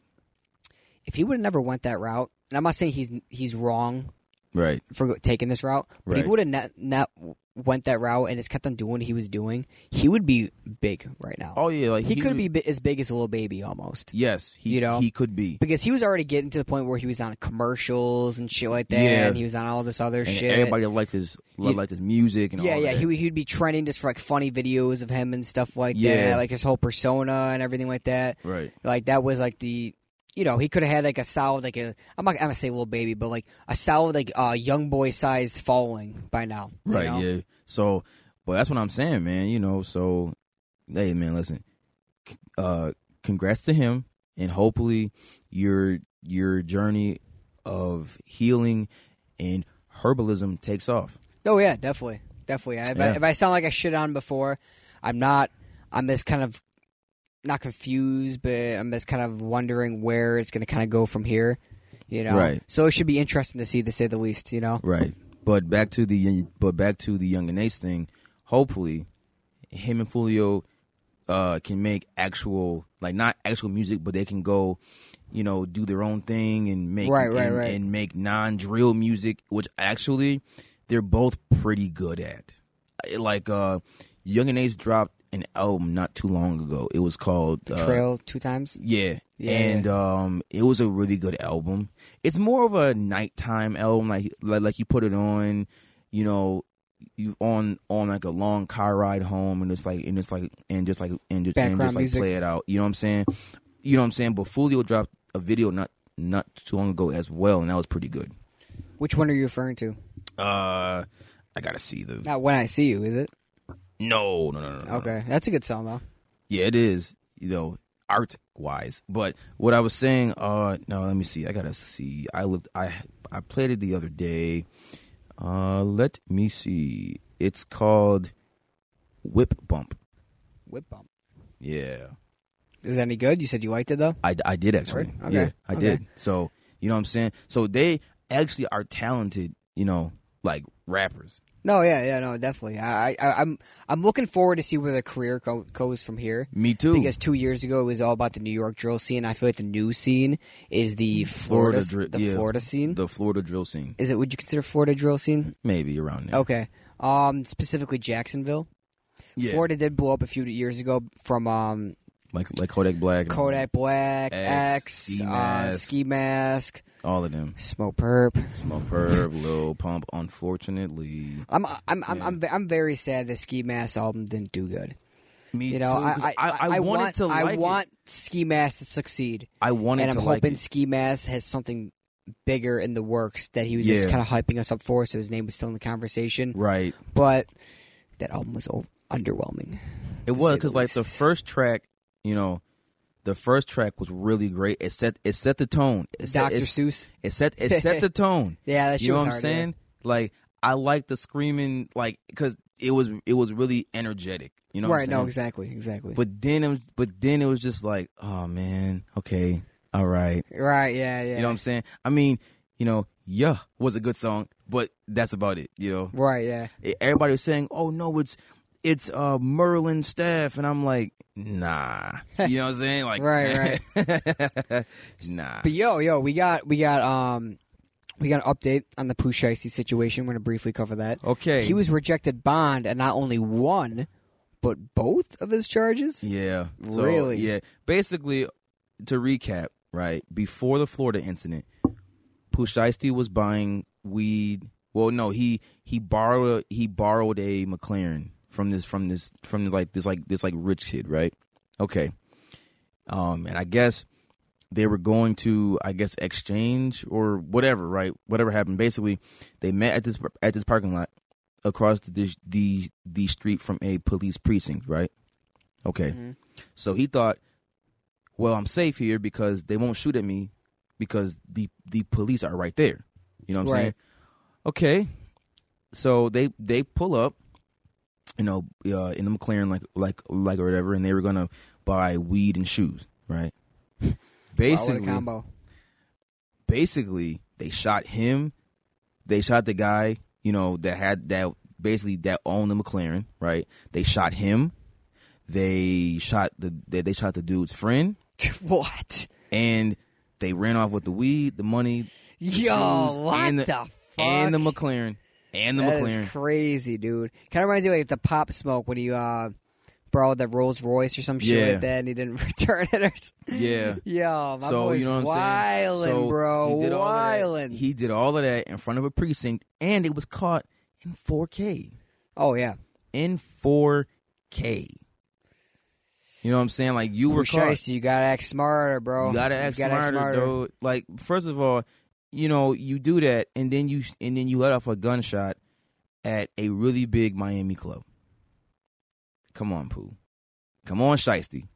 B: if he would have never went that route, and I'm not saying he's he's wrong
A: Right.
B: for go- taking this route, but if he
A: Right.
B: would have not not went that route and just kept on doing what he was doing, he would be big right now.
A: Oh yeah, like
B: he, could
A: would-
B: be bi- as big as a little baby almost.
A: Yes, he
B: you know?
A: he could be.
B: Because he was already getting to the point where he was on commercials and shit like that,
A: Yeah.
B: and he was on all this other
A: And
B: shit.
A: everybody liked his
B: You-
A: liked his music and
B: yeah,
A: all
B: yeah,
A: that.
B: he would- he'd be trending just for like funny videos of him and stuff like that,
A: Yeah.
B: like his whole persona and everything like that.
A: right.
B: Like that was like the, you know, he could have had like a solid like a I'm not I'm gonna say little baby, but like a solid like uh, young boy sized following by now. you
A: Right,
B: know?
A: yeah. So, but that's what I'm saying, man. You know, so hey, man, listen. C- Uh, congrats to him, and hopefully your your journey of healing and herbalism takes off.
B: Oh yeah, definitely, definitely. If, I,
A: Yeah.
B: if I sound like I shit on before, I'm not. I'm just kind of not confused, but I'm just kind of wondering where it's going to kind of go from here. You know,
A: Right.
B: So it should be interesting to see, to say the least. You know,
A: Right. But back to the but back to the Young and Ace thing. Hopefully, him and Fulio uh, can make actual like not actual music, but they can go, you know, do their own thing and make
B: Right, right,
A: and,
B: right.
A: and make non drill music, which actually they're both pretty good at. I- Like uh, Young and Ace dropped an album not too long ago. It was called uh,
B: trail two times.
A: yeah.
B: Yeah,
A: and um it was a really good album. It's more of a nighttime album like like, like you put it on, you know, you on on like a long car ride home, and it's like and it's like and just like and just, and
B: Background
A: just like
B: music.
A: play it out. You know what I'm saying? You know what I'm saying? But Fulio dropped a video not not too long ago as well, and that was pretty good.
B: Which one are you referring to?
A: Uh, I gotta see the
B: Not when I see you, is it?
A: no no no no. no.
B: Okay, that's a good song though.
A: Yeah, it is. You know, art wise. But what I was saying, uh, no, let me see. I gotta see. I looked. I I played it the other day. Uh, let me see. It's called Whip Bump.
B: Whip bump.
A: Yeah,
B: Is that any good? You said you liked it though.
A: I, I did actually.
B: Word? Okay.
A: Yeah, I
B: Okay.
A: did. So you know what I'm saying. So they actually are talented. You know, like rappers.
B: No, yeah, yeah, no, definitely. I, I, I'm, I'm looking forward to see where their career go, goes from here.
A: Me too.
B: Because two years ago it was all about the New York drill scene. I feel like the new scene is the Florida,
A: Florida dri-
B: the
A: yeah.
B: Florida scene.
A: the Florida drill scene,
B: is it? Would you consider Florida drill scene?
A: maybe around there.
B: Okay. Um, specifically Jacksonville.
A: Yeah.
B: Florida did blow up a few years ago from um,
A: Like like Kodak Black, and
B: Kodak Black,
A: X,
B: X,
A: Ski
B: uh,
A: Mask.
B: Ski Mask,
A: all of them.
B: Smoke Perp.
A: Smoke Perp, Lil Pump, unfortunately.
B: I'm I'm I'm, I'm I'm very sad the Ski Mask album didn't do good.
A: Me
B: You know,
A: too,
B: I
A: 'cause
B: I, I, I
A: wanted
B: want
A: to like
B: I
A: it.
B: want Ski Mask to succeed,
A: I wanted
B: and I'm
A: to like
B: hoping
A: it.
B: Ski Mask has something bigger in the works that he was just
A: Yeah.
B: kind of hyping us up for, so his name was still in the conversation.
A: Right.
B: But that album was o- underwhelming.
A: It
B: to
A: was
B: say the
A: because like the
B: least.
A: first track, you know, the first track was really great. It set it set the tone. It set,
B: Dr.
A: It,
B: Seuss.
A: it set it set the tone.
B: Yeah, that shit
A: you know
B: was
A: what I'm
B: hard,
A: saying? Like I like the screaming, like because it was it was really energetic. You know,
B: right?
A: What I'm
B: no,
A: saying?
B: exactly, exactly.
A: But then it was, but then it was just like, oh man, okay, all right.
B: right? Yeah, yeah.
A: You know what I'm saying? I mean, you know, yeah, was a good song, but that's about it. You know, E,
B: right? Yeah.
A: everybody was saying, "Oh no, it's it's uh Merlin Staff," and I'm like, "Nah," you know what I'm saying? Like,
B: Right,
A: right, nah.
B: But yo, yo, we got we got um we got an update on the Pusheisty situation. We're gonna briefly cover that.
A: Okay,
B: He was rejected bond and not only one, but both of his charges.
A: yeah, so,
B: Really?
A: yeah. Basically, to recap, right before the Florida incident, Pusheisty was buying weed. Well, no, he he borrowed he borrowed a McLaren from this from this from like this like this like rich kid, right? Okay, um, and I guess they were going to I guess exchange or whatever, right? Whatever happened. Basically, they met at this at this parking lot across the the the street from a police precinct, right? Okay,
B: Mhm.
A: so he thought, well, I'm safe here because they won't shoot at me because the the police are right there. You know what I'm saying?
B: Right.
A: Okay. So they they pull up, you know, uh, in the McLaren like like like or whatever, and they were gonna buy weed and shoes, right?
B: Wow, what a
A: Basically,
B: combo.
A: basically they shot him. They shot the guy, you know, that had that basically that owned the McLaren, right? They shot him. They shot the they, they shot the dude's friend,
B: what?
A: and they ran off with the weed, the money,
B: Yo,
A: shoes
B: what
A: and
B: the,
A: the-
B: fuck?
A: and the McLaren, and the
B: That is
A: McLaren.
B: crazy, dude. Kind of reminds me of like the pop smoke when you uh borrowed the Rolls Royce or some shit
A: Yeah.
B: like that, and he didn't return it. Or s-
A: yeah.
B: Yo, my
A: so
B: boy's
A: you know what I'm
B: wildin',
A: saying? So
B: bro,
A: he did all of that-
B: wildin'.
A: He did all of that in front of a precinct, and it was caught in 4K.
B: oh yeah,
A: In 4K. You know what I'm saying? Like you were caught.
B: Shiesty, you gotta act smarter, bro.
A: You gotta act smarter, though. Like, first of all, you know, you do that, and then you and then you let off a gunshot at a really big Miami club. Come on, Pooh. Come on, Shiesty.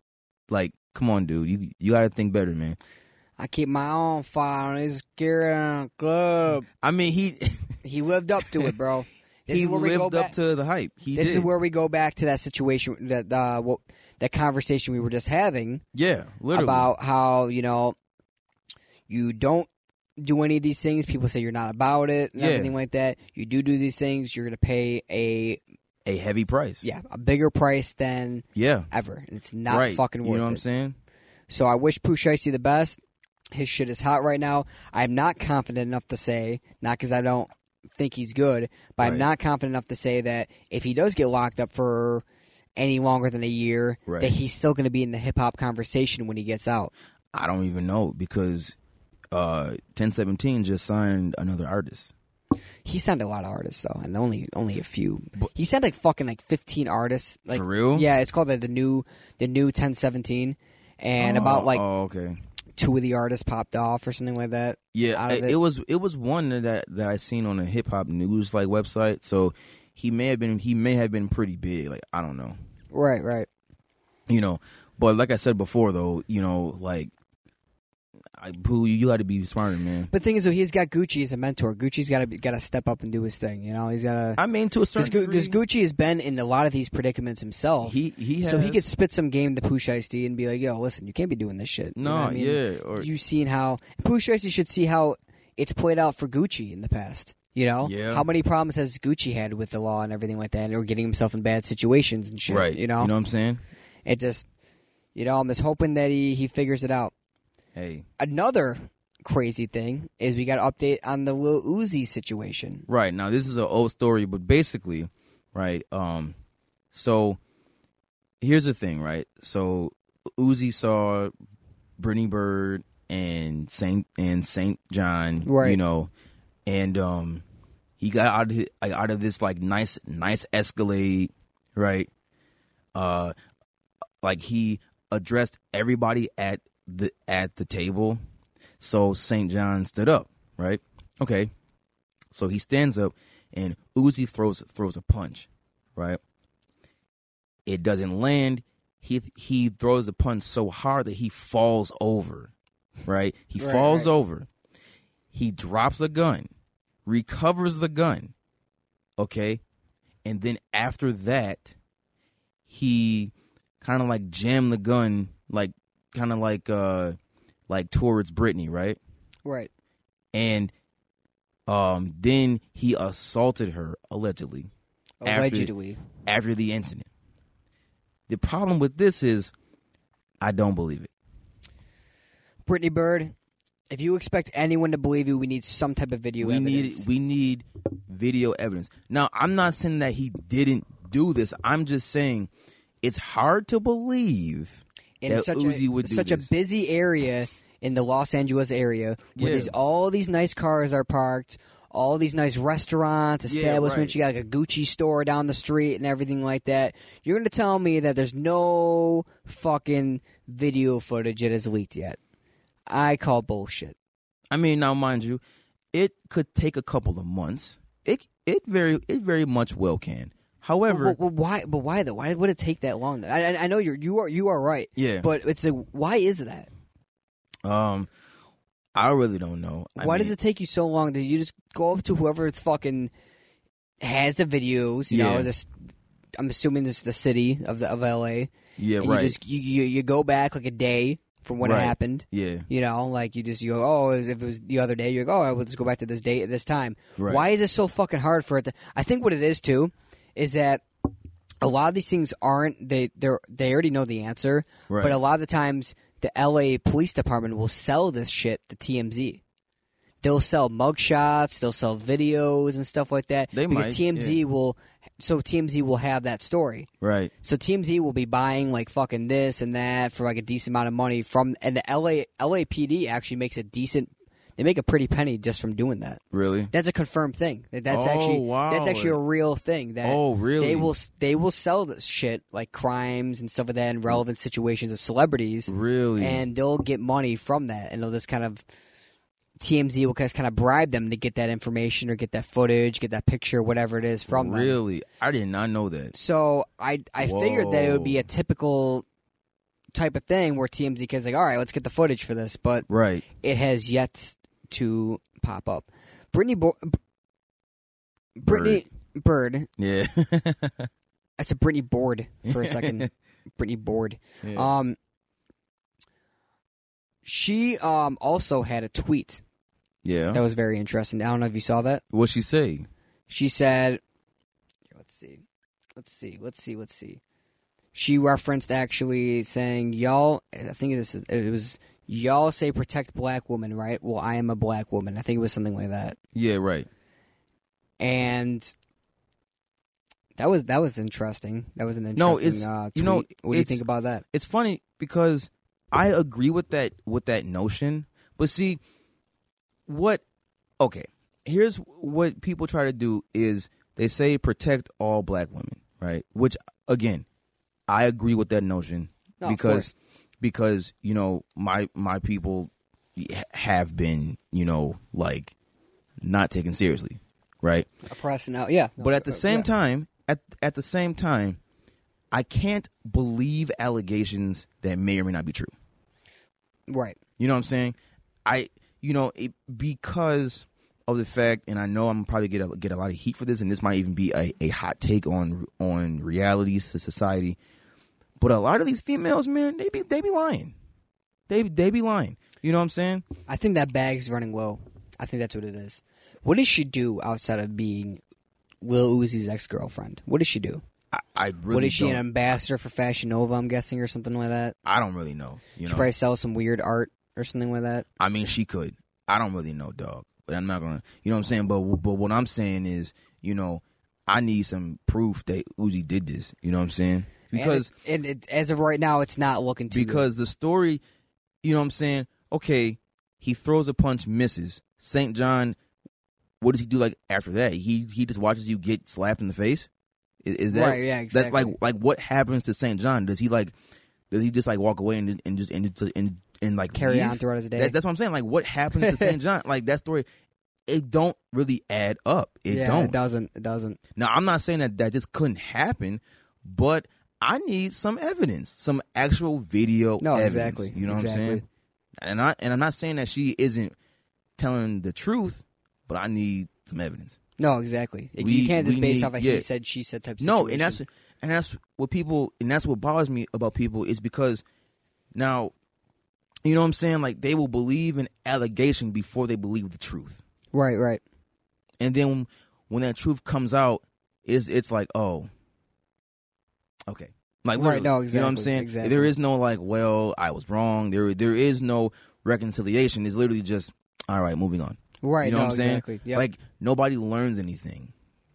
A: Like, come on, dude. You you gotta think better, man.
B: I keep my own fire on this gear and club.
A: I mean, he
B: He lived up to it, bro. This
A: he
B: is where we
A: lived
B: go
A: up
B: back.
A: to the hype. He
B: this
A: did.
B: is where we go back to that situation that uh, what, that conversation we were just having
A: yeah, literally.
B: about how you know you don't do any of these things. People say you're not about it and
A: Yeah.
B: everything like that. You do do these things. You're gonna pay a
A: a heavy price.
B: yeah a bigger price than
A: yeah,
B: ever. And it's not
A: right.
B: fucking worth
A: You know
B: it.
A: what I'm saying?
B: So I wish Pusheisty the best. His shit is hot right now. I'm not confident enough to say, not because I don't think he's good, but I'm
A: Right.
B: not confident enough to say that if he does get locked up for any longer than a year,
A: Right.
B: that he's still going to be in the hip hop conversation when he gets out.
A: I don't even know because uh 1017 just signed another artist.
B: He signed a lot of artists though, and only only a few. He signed like fucking like fifteen artists. Like
A: For real?
B: Yeah, it's called like, the new the new ten seventeen, and about like
A: oh okay
B: two of the artists popped off or something like that.
A: yeah
B: out of
A: it,
B: it.
A: it was it was one that that I seen on a hip hop news like website so he may have been he may have been pretty big like I don't know
B: Right, right.
A: you know but like I said before though you know like I boo you got to be smarter man
B: But the thing is, though, he's got Gucci as a mentor. Gucci's got to got to step up and do his thing. You know, he's got to
A: I mean to a certain
B: because
A: degree,
B: Gucci has been in a lot of these predicaments himself.
A: he he
B: so he
A: has-
B: could spit some game to Pooh Shiesty and be like, "Yo, listen, you can't be doing this shit." You know
A: no
B: what I mean?
A: yeah or
B: you seen how Pooh Shiesty should see how it's played out for Gucci in the past. You know,
A: Yeah.
B: how many problems has Gucci had with the law and everything like that, or getting himself in bad situations and shit.
A: right
B: You know,
A: you know what I'm saying
B: it just, you know, I'm just hoping that he he figures it out.
A: hey
B: Another crazy thing is we got an update on the Lil Uzi situation.
A: Right. Now this is an old story, but basically, right, um so here's the thing, right? So Uzi saw Brittany Bird and Saint and Saint John, you
B: Right.
A: know, and um he got out of hi- out of this like nice nice escalade, right? Uh like he addressed everybody at the at the table. So St. John stood up, right? Okay. So he stands up and Uzi throws throws a punch, right? It doesn't land. He he throws the punch so hard that he falls over, right? He
B: Right,
A: falls
B: right.
A: over. He drops a gun, recovers the gun, okay? And then after that, he kind of like jammed the gun, like kind of like uh like towards Brittany, right?
B: Right.
A: and um then he assaulted her allegedly After-
B: Allegedly.
A: after the incident. The problem with this is I don't believe it.
B: Brittany Bird, if you expect anyone to believe you, we need some type of video
A: we need
B: evidence.
A: we need video evidence. Now, I'm not saying that he didn't do this. I'm just saying it's hard to believe
B: in
A: that
B: such
A: Uzi
B: a
A: would do
B: such
A: this.
B: a busy area in the Los Angeles area
A: Yeah.
B: where there's all these nice cars are parked, all these nice restaurants, establishments. You got like a Gucci store down the street and everything like that. You're going to tell me that there's no fucking video footage that is leaked yet? I call bullshit.
A: I mean, now mind you, it could take a couple of months. It it very it very much well can. However,
B: Well, well, why? But why though? Why would it take that long? though? I, I- I know you're you are you are right.
A: Yeah.
B: But it's a why is that?
A: um I really don't know. I
B: Why
A: mean,
B: does it take you so long? Do you just go up to whoever fucking has the videos? You
A: Yeah.
B: know, this. I'm assuming this is the city of the of LA.
A: Yeah,
B: And
A: right.
B: You just you, you you go back like a day from when
A: Right.
B: it happened.
A: yeah.
B: You know, like you just you go, oh, if it was the other day, you're like, oh, I will just go back to this date at this time.
A: Right.
B: Why is it so fucking hard for it? To, I think what it is too is that a lot of these things aren't they they are they already know the answer,
A: Right.
B: but a lot of the times the L.A. Police Department will sell this shit to TMZ. They'll sell mugshots, they'll sell videos and stuff like that.
A: They
B: because
A: might,
B: TMZ will, so TMZ will have that story.
A: Right.
B: So TMZ will be buying like fucking this and that for like a decent amount of money from, and the LA LAPD actually makes a decent, they make a pretty penny just from doing that.
A: Really?
B: That's a confirmed thing. That- That's
A: Oh,
B: actually
A: wow.
B: that's actually a real thing. That
A: Oh, really?
B: They will s- they will sell this shit like crimes and stuff like that and relevant situations of celebrities,
A: Really?
B: and they'll get money from that, and they'll just kind of. TMZ will just kind of bribe them to get that information or get that footage, get that picture, whatever it is from them.
A: really? I did not know that.
B: So I I figured that it would be
A: Whoa.
B: a typical type of thing where TMZ kids like, all right, let's get the footage for this, but
A: Right.
B: it has yet to pop up. Brittany Bo- Brittany Bird.
A: Yeah.
B: I said Brittany Board for a second. Brittany Board.
A: Yeah.
B: Um, she um also had a tweet that
A: yeah.
B: was very interesting. I don't know if you saw that.
A: What she say?
B: She said, let's see, let's see, let's see, let's see. She referenced actually saying, y'all, I think this is, it was, y'all say protect black women, right? Well, I am a black woman. I think it was something like that.
A: Yeah. Right.
B: And that was, that was interesting. That was an interesting,
A: No, it's-
B: uh, tweet.
A: you know,
B: what do you
A: it's-
B: think about that?
A: It's funny because I agree with that with that notion, but see what? Okay, here's what people try to do is they say protect all black women, right? Which again, I agree with that notion
B: No, of
A: because
B: course.
A: because you know my my people ha- have been you know like not taken seriously, right?
B: oppressing out. Yeah,
A: But at the
B: Uh,
A: same
B: yeah.
A: time, at at the same time, I can't believe allegations that may or may not be true.
B: right?
A: You know what I'm saying? I, you know, it, because of the fact, and I know I'm probably get a, get a lot of heat for this, and this might even be a, a hot take on on realities to society. But a lot of these females, man, they be they be lying. They they be lying. You know what I'm saying?
B: I think that bag's running low. I think that's what it is. What does she do outside of being Lil Uzi's ex girlfriend? What does she do?
A: I, I really
B: what is she
A: don't,
B: an ambassador for Fashion Nova? I'm guessing or something like that.
A: I don't really know. You
B: She
A: know,
B: probably sells some weird art or something like that.
A: I mean, she could. I don't really know, dog. But I'm not gonna. You know what I'm saying? But but what I'm saying is, you know, I need some proof that Uzi did this. You know what I'm saying?
B: And
A: Because
B: it- and it, as of right now, it's not looking too good.
A: because the story, you know what I'm saying? Okay, he throws a punch, misses. St. John, what does he do like after that? He he just watches you get slapped in the face. Is, is that
B: Right, yeah,
A: that like
B: exactly.
A: like what happens to St. John? Does he like does he just like walk away and just and just and just, and, and like
B: carry on
A: leave?
B: throughout his day.
A: That, that's what I'm saying. Like what happens to St. John? Like that story, it don't really add up. It
B: yeah,
A: don't.
B: It doesn't. It doesn't.
A: Now, I'm not saying that that this couldn't happen, but I need some evidence, some actual video.
B: No,
A: evidence,
B: exactly,
A: You know
B: exactly.
A: what I'm saying? And I and I'm not saying that she isn't telling the truth, but I need some evidence.
B: No, exactly. It-
A: We-
B: you can't just
A: we
B: base
A: need-
B: off a
A: yeah.
B: he said, she said type.
A: No, and that's
B: situation.
A: and that's what people and that's what bothers me about people is because now, you know what I'm saying? Like they will believe an allegation before they believe the truth.
B: right, right.
A: and then when that truth comes out, is it's like oh, okay, like
B: Right,
A: literally,
B: no,
A: you know what I'm
B: exactly,
A: saying?
B: exactly.
A: There is no like, well, I was wrong. There, there is no reconciliation. It's literally just all right, moving on.
B: Right.
A: you know
B: no,
A: what I'm saying?
B: exactly. Yep.
A: Like nobody learns anything,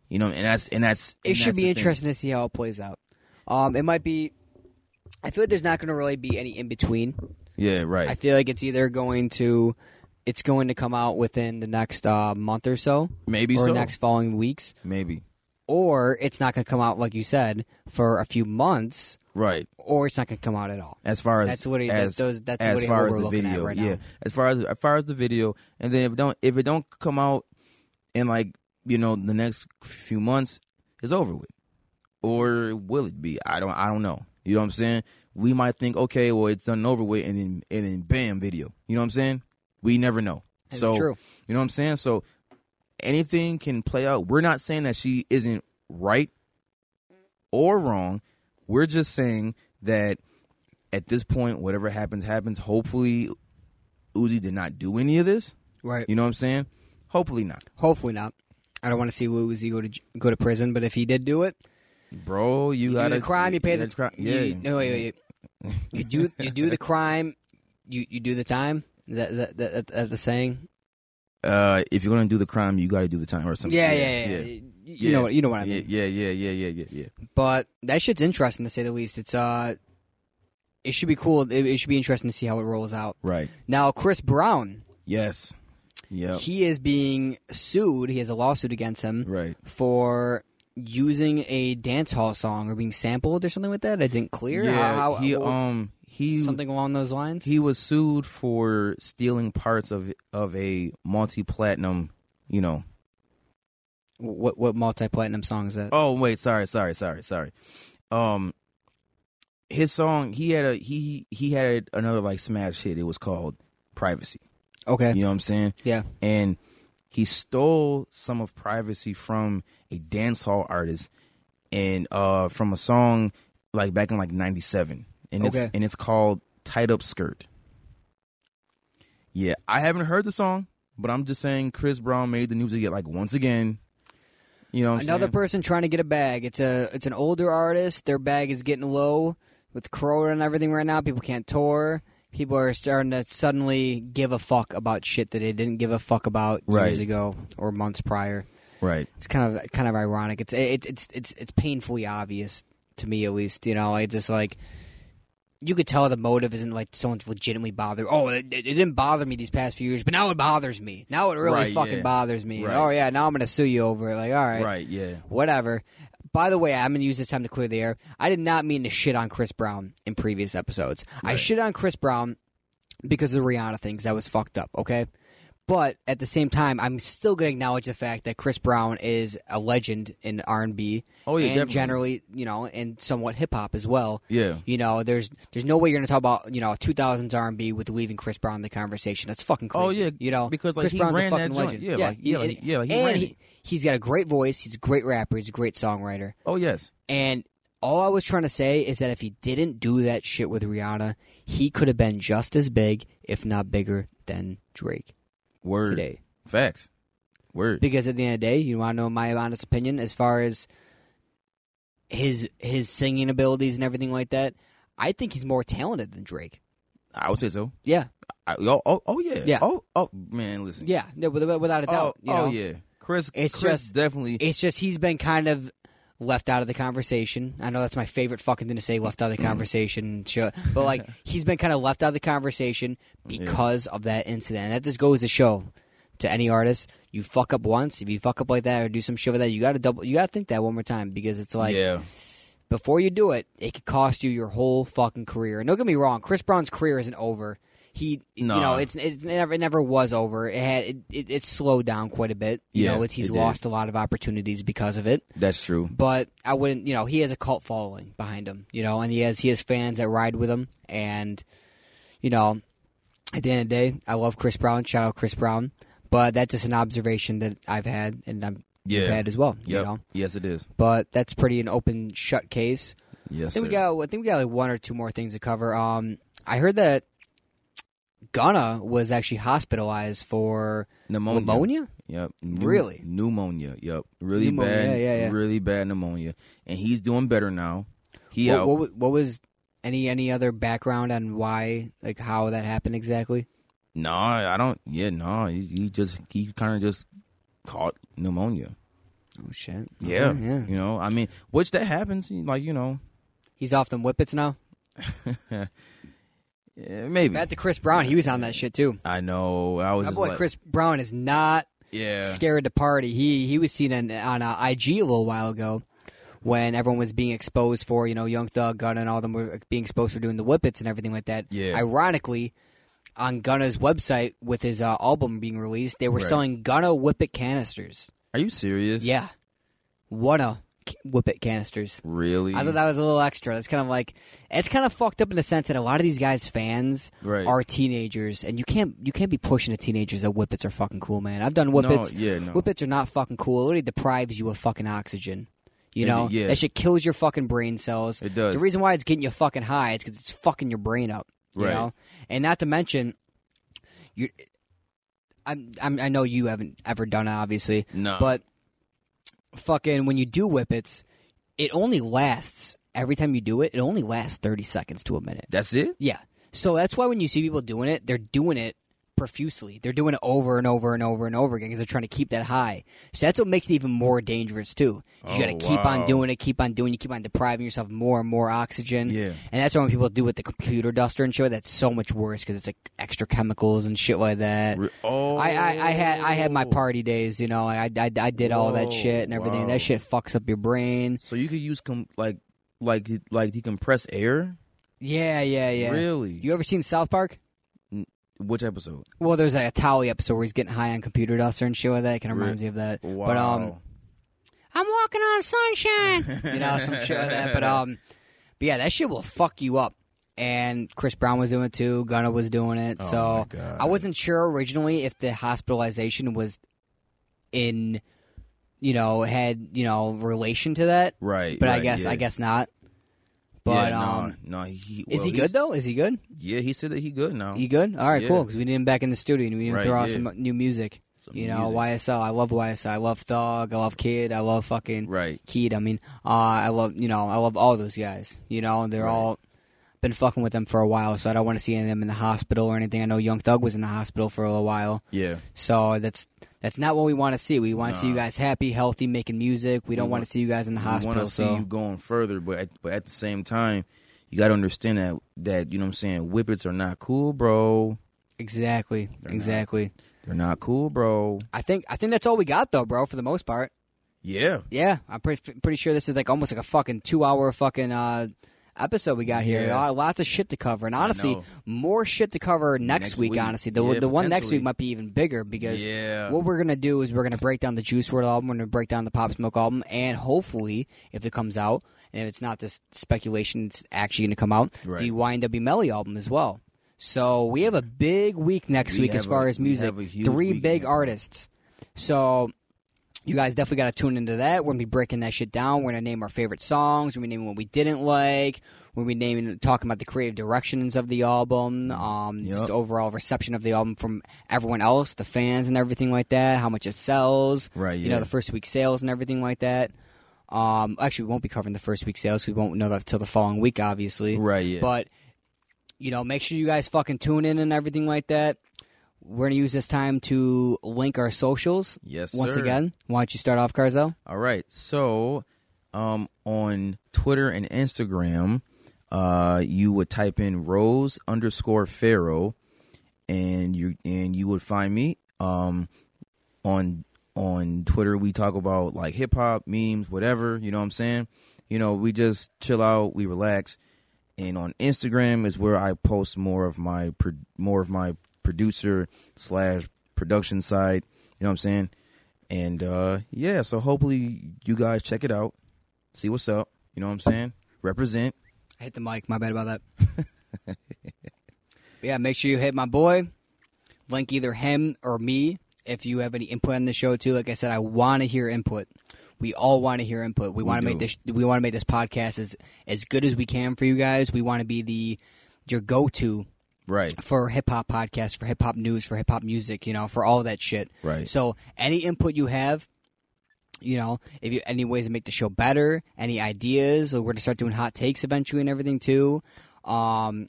A: you know, and that's and that's
B: it
A: and
B: should
A: that's
B: be
A: the thing.
B: interesting to see how it plays out. Um, it might be. I feel like there's not going to really be any in between.
A: Yeah, right.
B: I feel like it's either going to, it's going to come out within the next uh, month or so,
A: Maybe
B: or
A: so.
B: next following weeks,
A: Maybe
B: or it's not going to come out like you said for a few months,
A: right.
B: or it's not going to come out at all.
A: As far as
B: That's what he- that-
A: as,
B: those- that's
A: as
B: what he-
A: far
B: what
A: as
B: we're
A: the
B: looking at
A: video,
B: right now.
A: yeah. As far as as far as the video, and then if it don't if it don't come out in like you know the next few months, it's over with, or will it be? I don't I don't know. You know what I'm saying? We might think okay, well it's done and over with, and then and then bam, video. You know what I'm saying? We never know.
B: That's
A: so
B: true.
A: you know what I'm saying? So anything can play out. We're not saying that she isn't right or wrong. We're just saying that at this point, whatever happens, happens. Hopefully, Uzi did not do any of this.
B: Right.
A: You know what I'm saying? Hopefully not,
B: Hopefully not. I don't want to see Woozy go to j- go to prison, but if he did do it,
A: bro. You,
B: you
A: gotta
B: do the crime, you pay the,
A: crime.
B: You,
A: Yeah,
B: no, wait, wait, wait. you do you do the crime, you you do the time. Is that, that, that, that, that the saying?
A: Uh, if you're gonna do the crime, you gotta do the time or something.
B: Yeah, yeah, yeah. yeah. You, you know what you know what I mean.
A: Yeah, yeah, yeah, yeah, yeah, yeah. yeah.
B: But that shit's interesting to say the least. It's uh, it should be cool. It, it should be interesting to see how it rolls out.
A: Right.
B: Now, Chris Brown,
A: Yes. Yeah.
B: he is being sued. He has a lawsuit against him
A: Right.
B: for using a dance hall song or being sampled or something like that. I didn't clear.
A: Yeah.
B: how, how-
A: he
B: what-
A: um he
B: something along those lines.
A: he was sued for stealing parts of of a multi platinum. You know.
B: what what multi platinum song is that?
A: Oh wait, sorry, sorry, sorry, sorry. Um, his song he had a he he had another like smash hit. It was called Privacy.
B: Okay,
A: You know what I'm saying?
B: yeah,
A: And he stole some of Privacy from a dance hall artist and uh from a song like back in like '97, and it's
B: Okay.
A: and it's called Tight Up Skirt. Yeah, I haven't heard the song, but I'm just saying Chris Brown made the news again, like once again. You know what I'm
B: another
A: saying?
B: person trying to get a bag. It's a it's an older artist. Their bag is getting low with Corona and everything right now. People can't tour. People are starting to suddenly give a fuck about shit that they didn't give a fuck about
A: Right.
B: years ago or months prior.
A: right.
B: It's kind of kind of ironic. It's it, it's it's it's painfully obvious to me at least. You know, like just like you could tell the motive isn't like someone's legitimately bothered. Oh, it, it it didn't bother me these past few years, but now it bothers me. Now it really
A: Right,
B: fucking
A: yeah.
B: bothers me.
A: Right.
B: Oh yeah, now I'm gonna sue you over it. Like all right,
A: Right, yeah.
B: whatever. By the way, I'm gonna use this time to clear the air. I did not mean to shit on Chris Brown in previous episodes. I shit on Chris Brown because of the Rihanna thing. 'cause That was fucked up. Okay. But at the same time, I'm still going to acknowledge the fact that Chris Brown is a legend in R&B
A: Oh, yeah,
B: and
A: definitely.
B: generally, you know, and somewhat hip hop as well.
A: Yeah.
B: You know, there's there's no way you're going to talk about, you know, 2000s R&B with leaving Chris Brown in the conversation. That's fucking crazy.
A: Oh, yeah,
B: You know,
A: because, like,
B: Chris
A: he
B: Brown's
A: ran
B: a
A: that
B: fucking
A: joint.
B: legend.
A: Yeah, like, yeah, like,
B: and-
A: yeah, like, he
B: and
A: ran it.
B: he, he's got a great voice. He's a great rapper. He's a great songwriter.
A: Oh yes.
B: And all I was trying to say is that if he didn't do that shit with Rihanna, he could have been just as big, if not bigger, than Drake
A: Word.
B: today.
A: Facts. Word.
B: Because at the end of the day, you want to know my honest opinion as far as his his singing abilities and everything like that. I think he's more talented than Drake.
A: I would say so.
B: Yeah,
A: I, oh, oh, oh yeah.
B: Yeah.
A: Oh, oh man, listen.
B: yeah, no, with- without a
A: Oh,
B: doubt. you
A: oh
B: know?
A: yeah. Chris.
B: It's
A: Chris
B: just-
A: definitely.
B: It's just he's been kind of left out of the conversation. I know that's my favorite fucking thing to say, left out
A: Mm.
B: of the conversation. sure. But like he's been kind of left out of the conversation because of that incident. And that just goes to show to any artist, you fuck up once, if you fuck up like that or do some shit with that, you gotta double you gotta think that one more time because it's like
A: yeah.
B: before you do it, it could cost you your whole fucking career. And don't get me wrong, Chris Brown's career isn't over. He,
A: Nah.
B: you know, it's it never it never was over. It had it, it, it slowed down quite a bit. You
A: Yeah,
B: know, it's, he's
A: it did.
B: lost a lot of opportunities because of it.
A: That's true.
B: But I wouldn't, you know, he has a cult following behind him, you know, and he has he has fans that ride with him, and you know, at the end of the day, I love Chris Brown. Shout out Chris Brown. But that's just an observation that I've had and I'm
A: Yeah.
B: had as well. You
A: Yep.
B: know,
A: Yes, it is.
B: but that's pretty an open shut case.
A: Yes.
B: I think we
A: sir.
B: got. I think we got like one or two more things to cover. Um, I heard that Ghana was actually hospitalized for
A: pneumonia.
B: pneumonia.
A: Yep.
B: Really?
A: Pneumonia. Yep. Really
B: Pneumonia,
A: bad.
B: yeah, yeah, yeah.
A: Really bad pneumonia, and he's doing better now. He
B: What-
A: out.
B: What, wa- what was any any other background on why like how that happened exactly?
A: No, I don't. Yeah, no. He, he just he kind of just caught pneumonia.
B: Oh shit!
A: Yeah.
B: Okay, yeah.
A: You know, I mean, which that happens. Like you know,
B: He's off them whippets now.
A: yeah, maybe.
B: Back to Chris Brown. He was on that shit too.
A: I know. I was
B: My
A: just
B: boy
A: like,
B: Chris Brown is not
A: Yeah.
B: scared to party. He he was seen on, on uh, IG a little while ago when everyone was being exposed for you know Young Thug, Gunna, and all them were uh, being exposed for doing the whippets and everything like that.
A: Yeah.
B: Ironically, on Gunna's website with his uh, album being released, they were
A: Right.
B: selling Gunna whippet canisters.
A: Are you serious?
B: Yeah, what a ca- whippet canisters.
A: Really?
B: I thought that was a little extra. That's kind of like it's kind of fucked up in the sense that a lot of these guys' fans
A: Right.
B: are teenagers, and you can't you can't be pushing to teenagers that whippets are fucking cool, man. I've done
A: no,
B: whippets.
A: yeah, no.
B: Whippets are not fucking cool. It literally deprives you of fucking oxygen. You
A: It-
B: know
A: yeah.
B: that shit kills your fucking brain cells.
A: It does.
B: The reason why it's getting you fucking high is because it's fucking your brain up. You
A: Right.
B: know, and not to mention, you. I'm, I'm I know you haven't ever done it, obviously,
A: no.
B: but fucking when you do whippets, it only lasts every time you do it. It only lasts thirty seconds to a minute.
A: that's it.
B: Yeah. So that's why when you see people doing it, they're doing it profusely. They're doing it over and over and over and over again because they're trying to keep that high. So that's what makes it even more dangerous too. You got to
A: Oh,
B: keep
A: wow.
B: on doing it, keep on doing, it, you keep on depriving yourself more and more oxygen.
A: Yeah.
B: And that's why when people do with the computer duster and shit, that's so much worse because it's like extra chemicals and shit like that.
A: Re- oh,
B: I, I, I had I had my party days, you know. I I, I did all
A: Whoa,
B: that shit and everything.
A: wow.
B: That shit fucks up your brain.
A: So you could use com- like like like decompressed air.
B: Yeah, yeah, yeah.
A: Really?
B: You ever seen South Park?
A: Which episode?
B: Well, there's like a Tally episode where he's getting high on computer duster and shit like that. It kind of
A: Re-
B: reminds me of that.
A: Wow.
B: But um, I'm walking on sunshine, you know, some shit like that. But um, but yeah, that shit will fuck you up. And Chris Brown was doing it too. Gunna was doing it. so
A: Oh my God.
B: I wasn't sure originally if the hospitalization was in, you know, had you know relation to that.
A: right.
B: But I
A: right,
B: guess
A: yeah.
B: I guess not. But
A: yeah,
B: um,
A: no, no, he,
B: is
A: well,
B: he
A: he's-
B: good though? Is he good?
A: Yeah, he said that he good now.
B: He good? All right,
A: Yeah.
B: cool. Because we need him back in the studio. and We need him to
A: Right,
B: throw out
A: yeah.
B: some new music.
A: Some
B: you know,
A: music.
B: YSL. I love YSL. I love Thug. I love Kid. I love fucking
A: Right.
B: Kid. I mean, uh, I love you know, I love all those guys. You know, they're all been fucking with them for a while, so I don't want to see any of them in the hospital or anything. I know Young Thug was in the hospital for a little while,
A: Yeah.
B: so that's that's not what we want to see. We want to see you
A: Nah.
B: guys happy, healthy, making music. We don't
A: We
B: want
A: want-
B: to see you guys in the
A: We want
B: hospital.
A: to see
B: So
A: you going further, but at, but at the same time, you got to understand that that you know what I'm saying. Whippets are not cool, bro.
B: Exactly. exactly.
A: They're not cool, bro.
B: I think I think that's all we got though, bro. For the most part.
A: Yeah,
B: Yeah, I'm pretty pretty sure this is like almost like a fucking two hour fucking uh, episode we got here.
A: Yeah.
B: Uh, Lots of shit to cover, and honestly,
A: know.
B: more shit to cover next,
A: Next
B: week,
A: week.
B: Honestly, the
A: Yeah,
B: the one next week
A: potentially.
B: might be even bigger because
A: Yeah.
B: what we're gonna do is we're gonna break down the Juice World album, we're gonna break down the Pop Smoke album, and hopefully, if it comes out, and if it's not just speculation, it's actually gonna come out.
A: Right.
B: The YNW Melly album as well. So we have a big week next
A: We
B: week as
A: have
B: far
A: a-
B: as
A: we
B: music.
A: have a huge
B: Three
A: weekend,
B: big
A: bro.
B: artists. So you guys definitely got to tune into that. We're gonna be breaking that shit down. We're gonna name our favorite songs. We're gonna name what we didn't like. We're gonna be naming, talking about the creative directions of the album, um, just
A: Yep.
B: overall reception of the album from everyone else, the fans and everything like that. How much it sells,
A: Right,
B: You know,
A: yeah.
B: the first week sales and everything like that. Um, actually, we won't be covering the first week sales. 'cause We won't know that till the following week, obviously.
A: right. Yeah,
B: But you know, make sure you guys fucking tune in and everything like that. We're gonna use this time to link our socials
A: yes.
B: once
A: sir.
B: again. Why don't you start off, Carzel?
A: All right. So, um, on Twitter and Instagram, uh, you would type in Rose underscore Pharaoh, and you and you would find me. Um, on on Twitter, we talk about like hip hop memes, whatever. You know what I'm saying? You know, we just chill out, we relax. And on Instagram is where I post more of my pro- more of my producer slash production side. You know what I'm saying? And uh yeah, so hopefully you guys check it out. See what's up. You know what I'm saying? Represent.
B: I hit the mic. My bad about that. But yeah, make sure you hit my boy. Link either him or me if you have any input on the show too. Like I said, I want to hear input. We all want to hear input. We, want to
A: do.
B: make this. We want to make this podcast as as good as we can for you guys. We want to be the your go to
A: Right.
B: for hip hop podcasts, for hip hop news, for hip hop music, you know, for all that shit.
A: Right.
B: So any input you have, you know, if you any ways to make the show better, any ideas, or we're gonna start doing hot takes eventually and everything too. Um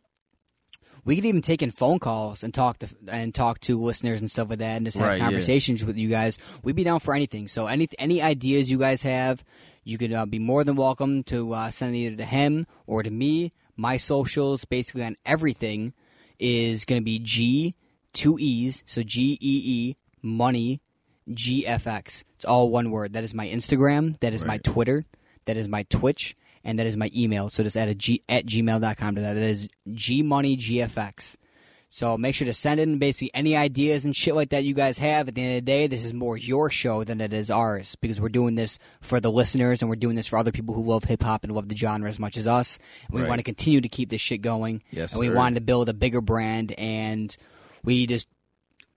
B: we could even take in phone calls and talk to and talk to listeners and stuff like that, and just have
A: Right, yeah.
B: conversations with you guys. We'd be down for anything. So any any ideas you guys have, you could uh, be more than welcome to uh, send it either to him or to me. My socials, basically on everything, is going to be G two E's. So G E E money GFX. It's all one word. That is my Instagram. That is my Twitter. That is my Twitch. And that is my email. So just add a G at gmail.com to that. That is GMoneyGFX. So make sure to send in basically any ideas and shit like that you guys have. At the end of the day, this is more your show than it is ours because we're doing this for the listeners and we're doing this for other people who love hip hop and love the genre as much as us. And we
A: Right.
B: want to continue to keep this shit going.
A: Yes,
B: and we
A: sir.
B: wanted to build a bigger brand and we just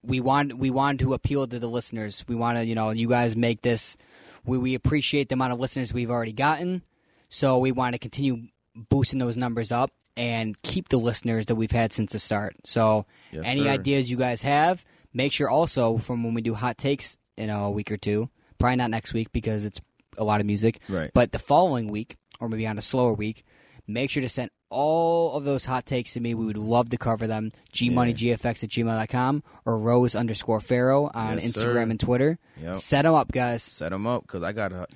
B: we want we want to appeal to the listeners. We want to you know you guys make this. We we appreciate the amount of listeners we've already gotten, so we want to continue boosting those numbers up and keep the listeners that we've had since the start. So
A: Yes,
B: any
A: sir.
B: ideas you guys have, make sure also from when we do hot takes in a week or two, probably not next week because it's a lot of music,
A: Right.
B: but the following week or maybe on a slower week. Make sure to send all of those hot takes to me. We would love to cover them. GMoneyGFX at gmail.com or Rose underscore Pharaoh on
A: Yes,
B: Instagram
A: sir.
B: and Twitter.
A: Yep.
B: Set them up, guys.
A: Set them up cuz I got a,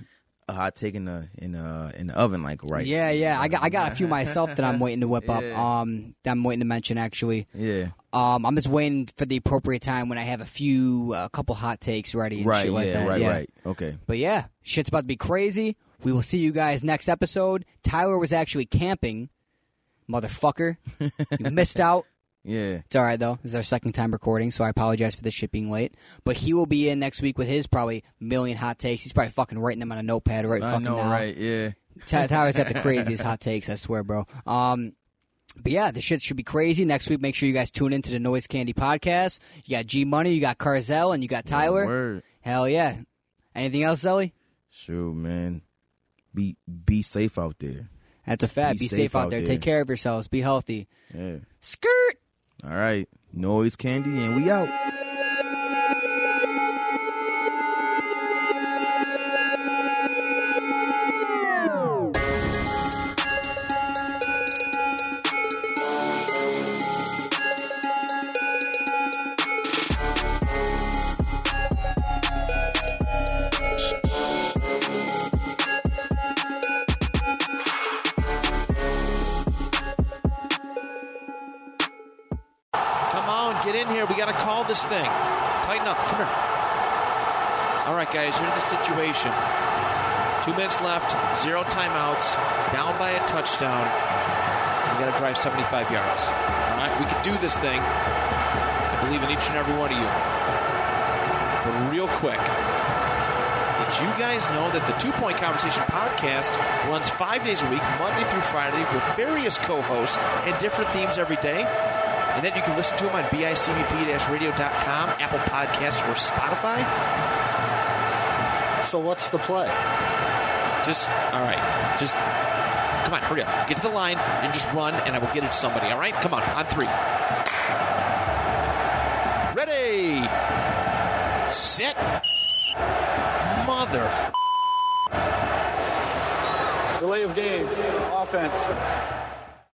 A: a hot take in the in uh in the oven like right.
B: Yeah, yeah. I got I got a few myself that I'm waiting to whip up.
A: Yeah.
B: Um, that I'm waiting to mention actually.
A: Yeah.
B: Um, I'm just waiting for the appropriate time when I have a few, a couple hot takes ready. And
A: Right.
B: shit
A: Yeah,
B: like that.
A: right,
B: yeah.
A: right. Okay.
B: But yeah, shit's about to be crazy. We will see you guys next episode. Tyler was actually camping, motherfucker. you missed out.
A: Yeah.
B: It's all right though. This is our second time recording, so I apologize for this shit being late. But he will be in next week with his probably million hot takes. He's probably fucking writing them on a notepad right
A: I
B: fucking
A: know,
B: now.
A: right? Yeah.
B: Ty- Tyler's got the craziest hot takes, I swear, bro. Um, but yeah, the shit should be crazy next week. Make sure you guys tune into the Noise Candy podcast. You got G Money, you got Carzel, and you got Tyler.
A: Word.
B: Hell yeah! Anything else, Zelly?
A: Shoot, man. Be be safe out there.
B: That's a fact. Be,
A: Be
B: safe,
A: safe
B: out
A: out
B: there.
A: there.
B: Take care of yourselves. Be healthy.
A: Yeah.
B: Skirt.
A: All right. Noise candy and we out.
C: in here. We got to call this thing. Tighten up. Come here. All right, guys, here's the situation. Two minutes left, zero timeouts, down by a touchdown. We got to drive 75 yards. All right, we can do this thing. I believe in each and every one of you. But real quick, did you guys know that the Two Point Conversation podcast runs five days a week, Monday through Friday, with various co hosts and different themes every day? And then you can listen to them on bicbp radio.com, Apple Podcasts, or Spotify?
D: So what's the play?
C: Just all right. Just come on, hurry up. Get to the line and just run, and I will get it to somebody. All right, come on. On three. Ready, set, mother.
D: Delay of game, offense.